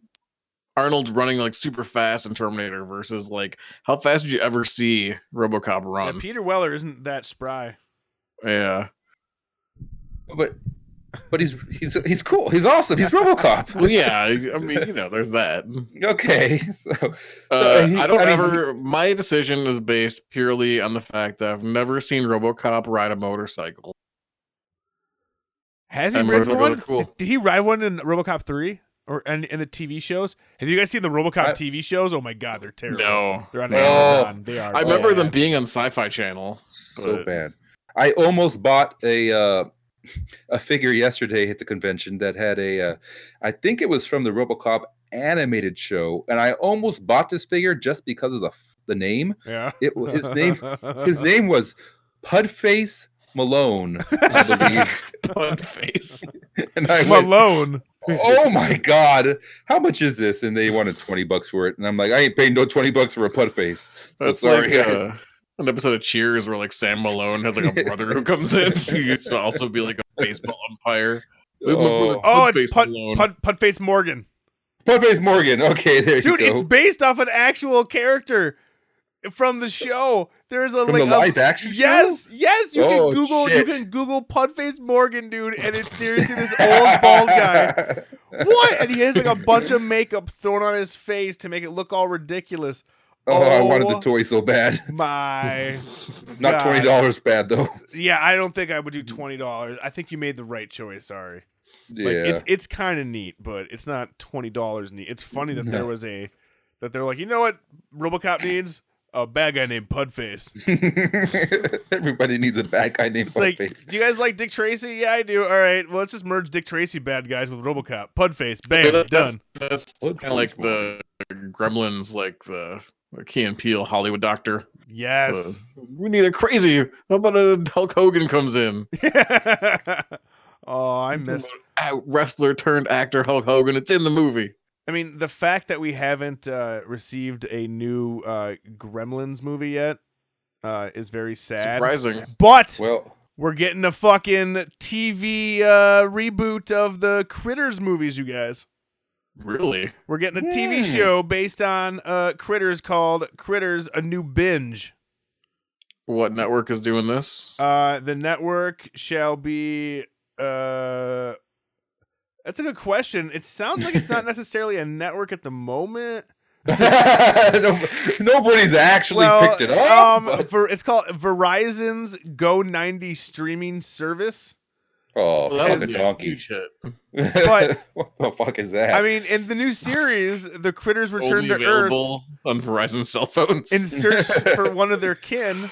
Speaker 6: Arnold running like super fast in Terminator versus like how fast did you ever see RoboCop
Speaker 5: Yeah,
Speaker 6: run?
Speaker 5: Peter Weller isn't that spry.
Speaker 6: yeah.
Speaker 3: but but he's he's he's cool. He's awesome. He's RoboCop.
Speaker 6: Well, yeah. I I mean, you know, there's that.
Speaker 3: Okay. So
Speaker 6: Uh,
Speaker 3: he-
Speaker 6: I don't
Speaker 3: I mean,
Speaker 6: ever. My decision is based purely on the fact that I've never seen RoboCop ride a motorcycle.
Speaker 5: Has he
Speaker 6: And
Speaker 5: ridden
Speaker 6: motorcycles are
Speaker 5: one?
Speaker 6: cool.
Speaker 5: Did he ride one in RoboCop three or and in the TV shows? Have you guys seen the RoboCop
Speaker 3: I-
Speaker 5: TV shows? Oh my god, they're terrible.
Speaker 6: No,
Speaker 5: They're on
Speaker 3: No.
Speaker 5: Amazon. Oh, They are.
Speaker 6: I remember
Speaker 5: bad.
Speaker 6: them being on Sci-Fi Channel.
Speaker 3: so
Speaker 6: But-
Speaker 3: bad. I almost bought a uh, a figure yesterday at the convention that had a uh, I think it was from the RoboCop animated show, and I almost bought this figure just because of the f- the name.
Speaker 5: Yeah.
Speaker 3: It wa- his name his name was Pudface Malone, I believe.
Speaker 6: Bud face.
Speaker 3: and I went,
Speaker 5: Malone.
Speaker 3: "Oh my god, how much is this?" And they wanted twenty bucks for it, and I'm like, "I ain't paying no twenty bucks for a Pudface." So
Speaker 6: That's
Speaker 3: sorry,
Speaker 6: like
Speaker 3: guys.
Speaker 6: uh, an episode of Cheers where like Sam Malone has like a brother who comes in who used to also be like a baseball umpire. We went
Speaker 3: Oh.
Speaker 6: with
Speaker 5: Oh,
Speaker 6: Pudface
Speaker 5: it's Put
Speaker 6: Malone.
Speaker 5: Put Putface Morgan.
Speaker 3: Pudface Morgan. Okay, there
Speaker 5: Dude,
Speaker 3: you go.
Speaker 5: it's based off an actual character from the show. There's a
Speaker 3: From
Speaker 5: like
Speaker 3: the
Speaker 5: a-
Speaker 3: live action show?
Speaker 5: Yes, yes, you
Speaker 3: Oh,
Speaker 5: can Google
Speaker 3: shit.
Speaker 5: you can Google Putface Morgan, dude, and it's seriously this old bald guy.
Speaker 3: Oh,
Speaker 5: What? And he has like a bunch of makeup thrown on his face to make it look all ridiculous.
Speaker 3: Oh, I wanted
Speaker 5: Oh.
Speaker 3: the toy so bad.
Speaker 5: My
Speaker 3: Not
Speaker 5: God.
Speaker 3: twenty dollars bad though.
Speaker 5: Yeah, I don't think I would do twenty dollars. I think you made the right choice, sorry.
Speaker 3: Yeah,
Speaker 5: Like it's it's kind of neat, but it's not twenty dollars neat. It's funny that there
Speaker 3: No.
Speaker 5: was a that they're like, you know what, RoboCop needs a bad guy named Pudface.
Speaker 3: everybody needs a bad guy named
Speaker 5: It's like,
Speaker 3: Pudface.
Speaker 5: do you guys like Dick Tracy? Yeah, I do. All right, well, let's just merge Dick Tracy bad guys with RoboCop. Pudface, bam,
Speaker 6: Yeah, that's-
Speaker 5: done.
Speaker 6: That's
Speaker 3: What
Speaker 6: kind of like
Speaker 3: baseball?
Speaker 6: the Gremlins, like the the Key and Peele Hollywood Doctor.
Speaker 5: Yes.
Speaker 6: Uh, we need a crazy. How about a Hulk Hogan comes in?
Speaker 5: oh, I miss.
Speaker 6: Out- Wrestler turned actor Hulk Hogan. It's in the movie.
Speaker 5: I mean, the fact that we haven't uh, received a new uh, Gremlins movie yet uh, is very sad.
Speaker 6: Surprising.
Speaker 5: But
Speaker 3: Well,
Speaker 5: We're getting a fucking TV uh, reboot of the Critters movies, you guys.
Speaker 6: Really?
Speaker 5: We're getting a TV
Speaker 3: Yeah.
Speaker 5: show based on uh, Critters called Critters: A New Binge.
Speaker 6: What network is doing this?
Speaker 5: Uh, the network shall be. Uh, that's a good question. It sounds like it's not necessarily a network at the moment.
Speaker 3: no- nobody's actually
Speaker 5: Well,
Speaker 3: picked it up.
Speaker 5: Um, ver- it's called Verizon's Go 90 streaming service.
Speaker 3: oh,
Speaker 6: Well,
Speaker 3: fucking
Speaker 6: was
Speaker 3: donkey!
Speaker 6: huge hit.
Speaker 5: But-
Speaker 3: what the fuck is that?
Speaker 5: I mean, in the new series, the Critters return
Speaker 6: Only
Speaker 5: to Earth.
Speaker 6: available on Verizon cell phones.
Speaker 5: in search for one of their kin,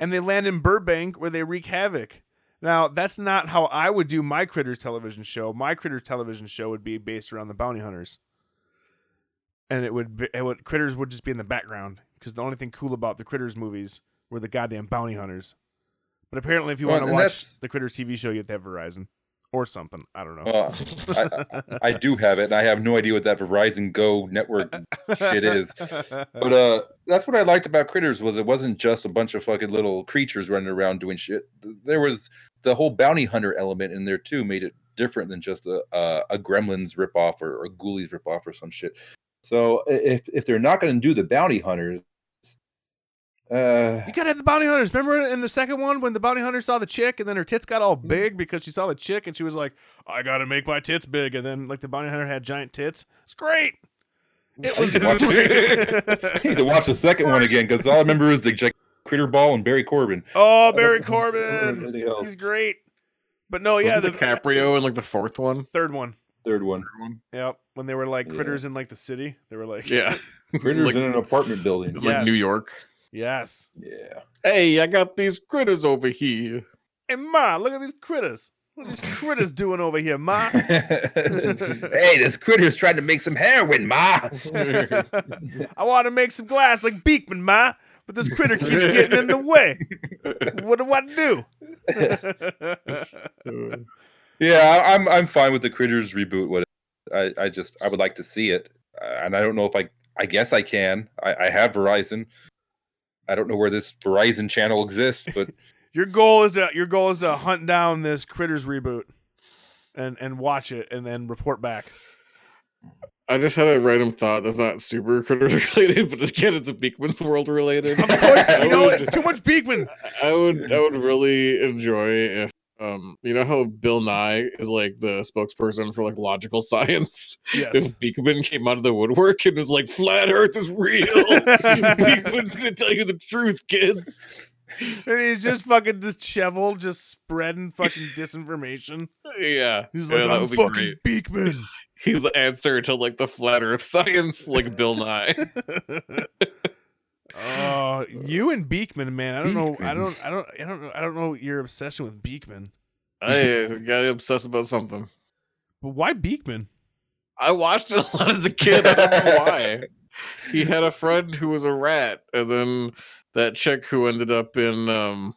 Speaker 5: and they land in Burbank where they wreak havoc. Now, that's not how I would do my Critter television show. My Critter television show would be based around the bounty hunters, and it would be, it would Critters would just be in the background because the only thing cool about the Critters movies were the goddamn bounty hunters. But apparently, if you
Speaker 3: Well,
Speaker 5: want to
Speaker 3: and
Speaker 5: watch
Speaker 3: that's-
Speaker 5: the Critters TV show, you have to have Verizon or something. I don't know.
Speaker 3: Uh, I, I- I do have it, and I have no idea what that Verizon Go network shit is. But uh, that's what I liked about Critters was it wasn't just a bunch of fucking little creatures running around doing shit. Th- There was the whole bounty hunter element in there too, made it different than just a a, a Gremlins ripoff or, or Ghoulies ripoff or some shit. So i- if if they're not going to do the bounty hunters, Uh,
Speaker 5: You gotta have the bounty hunters. Remember in the second one when the bounty hunter saw the chick and then her tits got all
Speaker 6: Mm-hmm.
Speaker 5: big because she saw the chick and she was like, "I gotta make my tits big." And then like the bounty hunter had giant tits. It's great. It was
Speaker 3: Watch
Speaker 5: great.
Speaker 3: I need to watch the second one again because all I remember is the Jack Critter Ball and Barry Corbin.
Speaker 5: oh, Barry
Speaker 3: Or
Speaker 5: Corbin,
Speaker 3: the hell,
Speaker 5: he's great. But no,
Speaker 6: Yeah,
Speaker 5: yeah,
Speaker 6: Wasn't DiCaprio in like the fourth one.
Speaker 5: third one.
Speaker 3: Third one.
Speaker 5: Yep, when they were like
Speaker 3: Yeah.
Speaker 5: critters in like the city, they were like,
Speaker 6: Yeah,
Speaker 3: Critters
Speaker 6: like,
Speaker 3: in an apartment building.
Speaker 6: like
Speaker 5: Yes.
Speaker 6: New York.
Speaker 5: yes,
Speaker 3: Yeah.
Speaker 6: Hey, I got these critters over here.
Speaker 5: and ma, look at these critters. What are these critters doing over here, ma?
Speaker 3: hey, this critter's trying to make some heroin, ma.
Speaker 5: I want to make some glass like Beekman, ma, but this critter keeps getting in the way. What do I do?
Speaker 3: Yeah, I- I'm I'm fine with the critters reboot. What I I just I would like to see it, Uh, and I don't know if I I guess I can. I, I have Verizon. I don't know where this Verizon channel exists, but
Speaker 5: your goal is to your goal is to hunt down this critters reboot. And, and watch it and then report back.
Speaker 6: I just had a random thought that's not super critters related, but again, it's a Beekman's world related.
Speaker 5: Of course,
Speaker 6: I
Speaker 5: you know,
Speaker 6: would-
Speaker 5: it's too much Beekman.
Speaker 6: I would I would really enjoy if um you know how Bill Nye is like the spokesperson for like logical science.
Speaker 5: Yes.
Speaker 6: If Beekman came out of the woodwork and was like, "Flat Earth is real," Beekman's gonna tell you the truth, kids.
Speaker 5: And he's just fucking disheveled, just spreading fucking disinformation.
Speaker 6: Yeah,
Speaker 5: He's
Speaker 6: yeah,
Speaker 5: like,
Speaker 6: that
Speaker 5: I'm
Speaker 6: would be
Speaker 5: fucking
Speaker 6: great.
Speaker 5: Beekman.
Speaker 6: He's the answer to like the flat Earth science, like Bill Nye.
Speaker 5: Oh, you and Beekman, man. I don't know. I
Speaker 3: Beekman.
Speaker 5: don't. I don't. I don't. know- I don't know your obsession with Beekman.
Speaker 6: I gotta obsess about something.
Speaker 5: But why Beekman?
Speaker 6: I watched it a lot as a kid. I don't know why. He had a friend who was a rat, and then that chick who ended up in um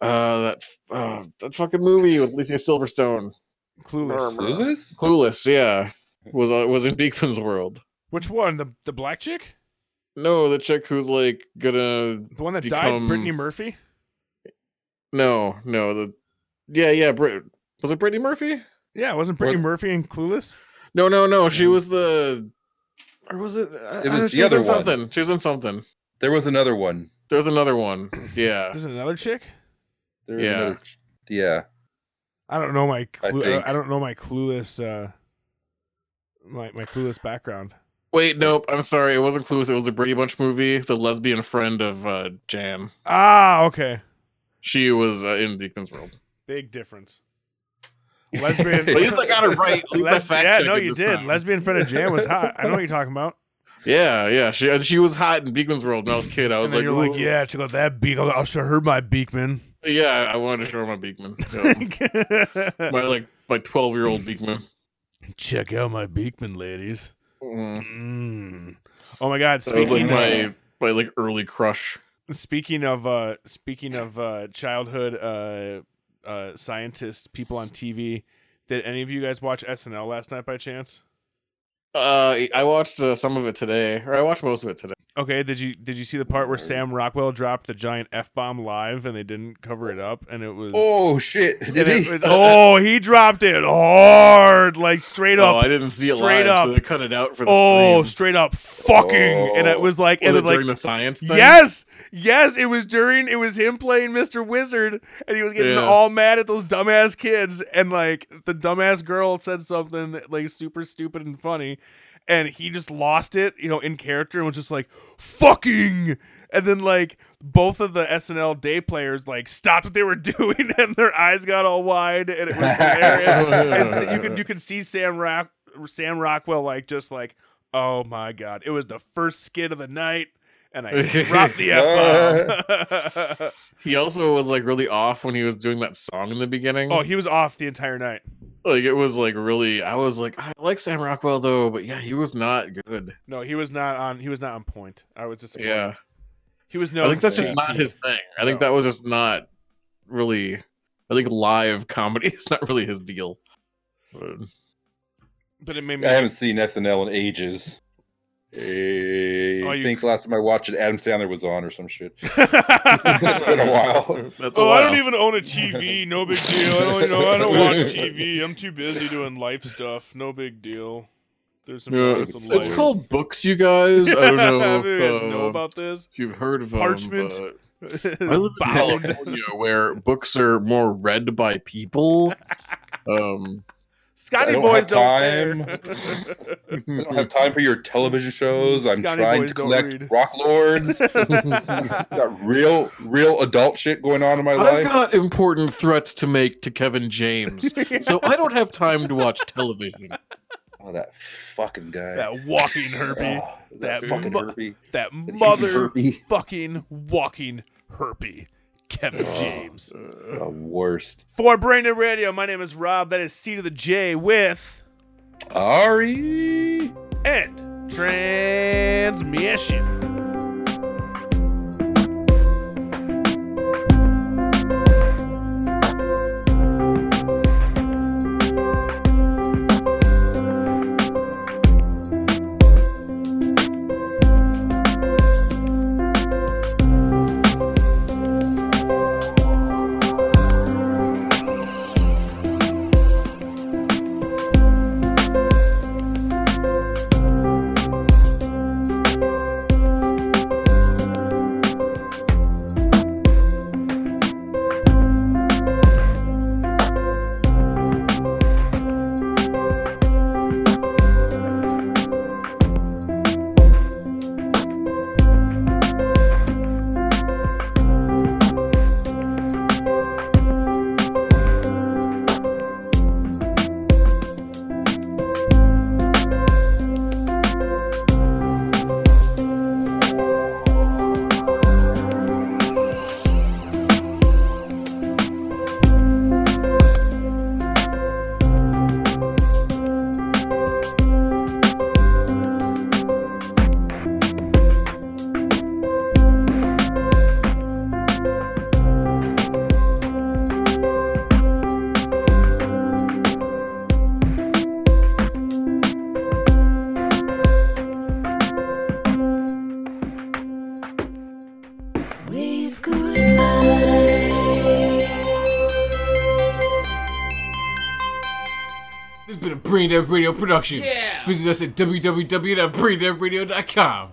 Speaker 6: uh that f- uh, that fucking movie with Alicia Silverstone,
Speaker 5: Clueless.
Speaker 3: Clueless?
Speaker 6: Clueless. Yeah, was uh, was in Beekman's world.
Speaker 5: Which one? The the black chick?
Speaker 6: No, the chick who's like gonna
Speaker 5: The one that died?
Speaker 6: Become-
Speaker 5: Brittany Murphy?
Speaker 6: no no the yeah yeah Brit was it Brittany Murphy?
Speaker 5: Yeah, wasn't Brittany Murphy in Clueless?
Speaker 6: No no no she was the or was it? I-
Speaker 3: Mm. It
Speaker 6: I-
Speaker 3: was
Speaker 6: she
Speaker 3: the other
Speaker 6: in
Speaker 3: one.
Speaker 6: Something she was in something.
Speaker 3: There was another one.
Speaker 6: There's another one. Yeah.
Speaker 5: There's another chick.
Speaker 3: There was
Speaker 6: Yeah.
Speaker 3: another. Yeah.
Speaker 5: I don't know my. Clu- I,
Speaker 3: think.
Speaker 5: I don't know my Clueless. Uh, my my Clueless background.
Speaker 6: Wait, nope. I'm sorry. It wasn't Clueless. It was a Brady Bunch movie. The lesbian friend of uh, Jan.
Speaker 5: Ah, okay.
Speaker 6: She was uh, in Deacon's World.
Speaker 5: Big difference. Lesbian.
Speaker 6: At least I got it right. At least I
Speaker 5: Les-
Speaker 6: fact
Speaker 5: yeah,
Speaker 6: checked
Speaker 5: no,
Speaker 6: it
Speaker 5: you
Speaker 6: this
Speaker 5: did.
Speaker 6: time.
Speaker 5: Lesbian friend of Jam was hot. I know what you're talking about.
Speaker 6: Yeah, yeah. She and she was hot in Beacon's World when I was a kid. I was
Speaker 5: and then
Speaker 6: like,
Speaker 5: you're like,
Speaker 6: "Ooh."
Speaker 5: yeah, check out that beak. I'll, I'll show her my Beekman.
Speaker 6: yeah. I wanted to show her my Beekman. Yeah. my like my 12 year old Beekman.
Speaker 5: check out my Beekman, ladies.
Speaker 6: Mm.
Speaker 5: Mm. Oh my God!
Speaker 6: That was like
Speaker 5: Speaking
Speaker 6: my my like early crush.
Speaker 5: of speaking of uh, speaking of uh, childhood uh, uh, scientists, people on TV. Did any of you guys watch SNL last night by chance?
Speaker 6: Uh, I watched uh, some of it today, or I watched most of it today.
Speaker 5: Okay, did you did you see the part where Sam Rockwell dropped the giant f bomb live and they didn't cover it up and it was
Speaker 3: Oh shit! Did
Speaker 5: And it
Speaker 3: he?
Speaker 5: was- oh, he dropped it hard, like straight
Speaker 6: Oh,
Speaker 5: up.
Speaker 6: I didn't see it
Speaker 5: straight
Speaker 6: live,
Speaker 5: up.
Speaker 6: so they cut it out for the
Speaker 5: Oh,
Speaker 6: stream.
Speaker 5: straight up, fucking, and it
Speaker 3: Oh.
Speaker 5: was like,
Speaker 6: Was
Speaker 5: and
Speaker 6: it
Speaker 5: it like,
Speaker 6: during the science thing?
Speaker 5: yes, yes, it was during, it was him playing Mr. Wizard, and he was getting
Speaker 6: Yeah.
Speaker 5: all mad at those dumbass kids, and like the dumbass girl said something like super stupid and funny, and he just lost it, you know, in character, and was just like, fucking, and then like. Both of the SNL day players like stopped what they were doing and their eyes got all wide and it was hilarious and see- you could you could see Sam Rock Sam Rockwell like just like oh my god it was the first skit of the night and I dropped the f bomb.
Speaker 6: He also was like really off when he was doing that song in the beginning.
Speaker 5: oh, he was off the entire night.
Speaker 6: like it was like really. I was like, I like Sam Rockwell though, but yeah, he was not good.
Speaker 5: No, he was not on. He was not on point. I was disappointed.
Speaker 6: Yeah,
Speaker 5: he was no.
Speaker 6: I think that's just not his thing. I think
Speaker 5: No.
Speaker 6: that was just not really. I think live comedy is not really his deal. But-
Speaker 5: But it made me.
Speaker 3: I haven't seen SNL in ages. Eh,
Speaker 5: Oh,
Speaker 3: I
Speaker 5: you-
Speaker 3: think last time I watched it, Adam Sandler was on or some shit. it's
Speaker 5: oh,
Speaker 3: been a while.
Speaker 6: That's
Speaker 5: I don't
Speaker 6: while.
Speaker 5: even own a TV. No big deal. I don't. You know, I don't watch TV. I'm too busy doing life stuff. No big deal. There's some,
Speaker 6: Yeah,
Speaker 5: there's some
Speaker 3: it's
Speaker 5: layers.
Speaker 6: It's called books, you guys. I don't know if,
Speaker 5: You guys
Speaker 6: uh,
Speaker 5: know about this.
Speaker 6: if you've heard of
Speaker 5: Parchment?
Speaker 6: Them, but I live in
Speaker 5: Bound.
Speaker 6: California, where books are more read by people. Um,
Speaker 5: Scotty
Speaker 3: I don't
Speaker 5: boys
Speaker 3: have
Speaker 5: don't
Speaker 3: time.
Speaker 5: care.
Speaker 3: I don't have time for your television shows. I'm
Speaker 5: Scotty
Speaker 3: trying
Speaker 5: boys
Speaker 3: to
Speaker 5: don't
Speaker 3: collect
Speaker 5: read.
Speaker 3: rock lords. got real, real adult shit going on in my
Speaker 6: I've
Speaker 3: life.
Speaker 6: got important threats to make to Kevin James, so I don't have time to watch television.
Speaker 3: oh, that fucking guy.
Speaker 5: that walking herpy.
Speaker 3: Oh,
Speaker 5: that
Speaker 3: fucking
Speaker 5: mu-
Speaker 3: herpy.
Speaker 5: that
Speaker 3: That huge
Speaker 5: mother
Speaker 3: herpy.
Speaker 5: fucking walking herpy. Kevin James.
Speaker 3: The worst.
Speaker 5: For Brandon Radio, my name is Rob. That is C to the J with
Speaker 3: Ari.
Speaker 5: End Transmission.
Speaker 4: Wave goodbye.
Speaker 8: This has been a Brain Dead Radio production. Yeah. Visit us at www.braindeadradio.com.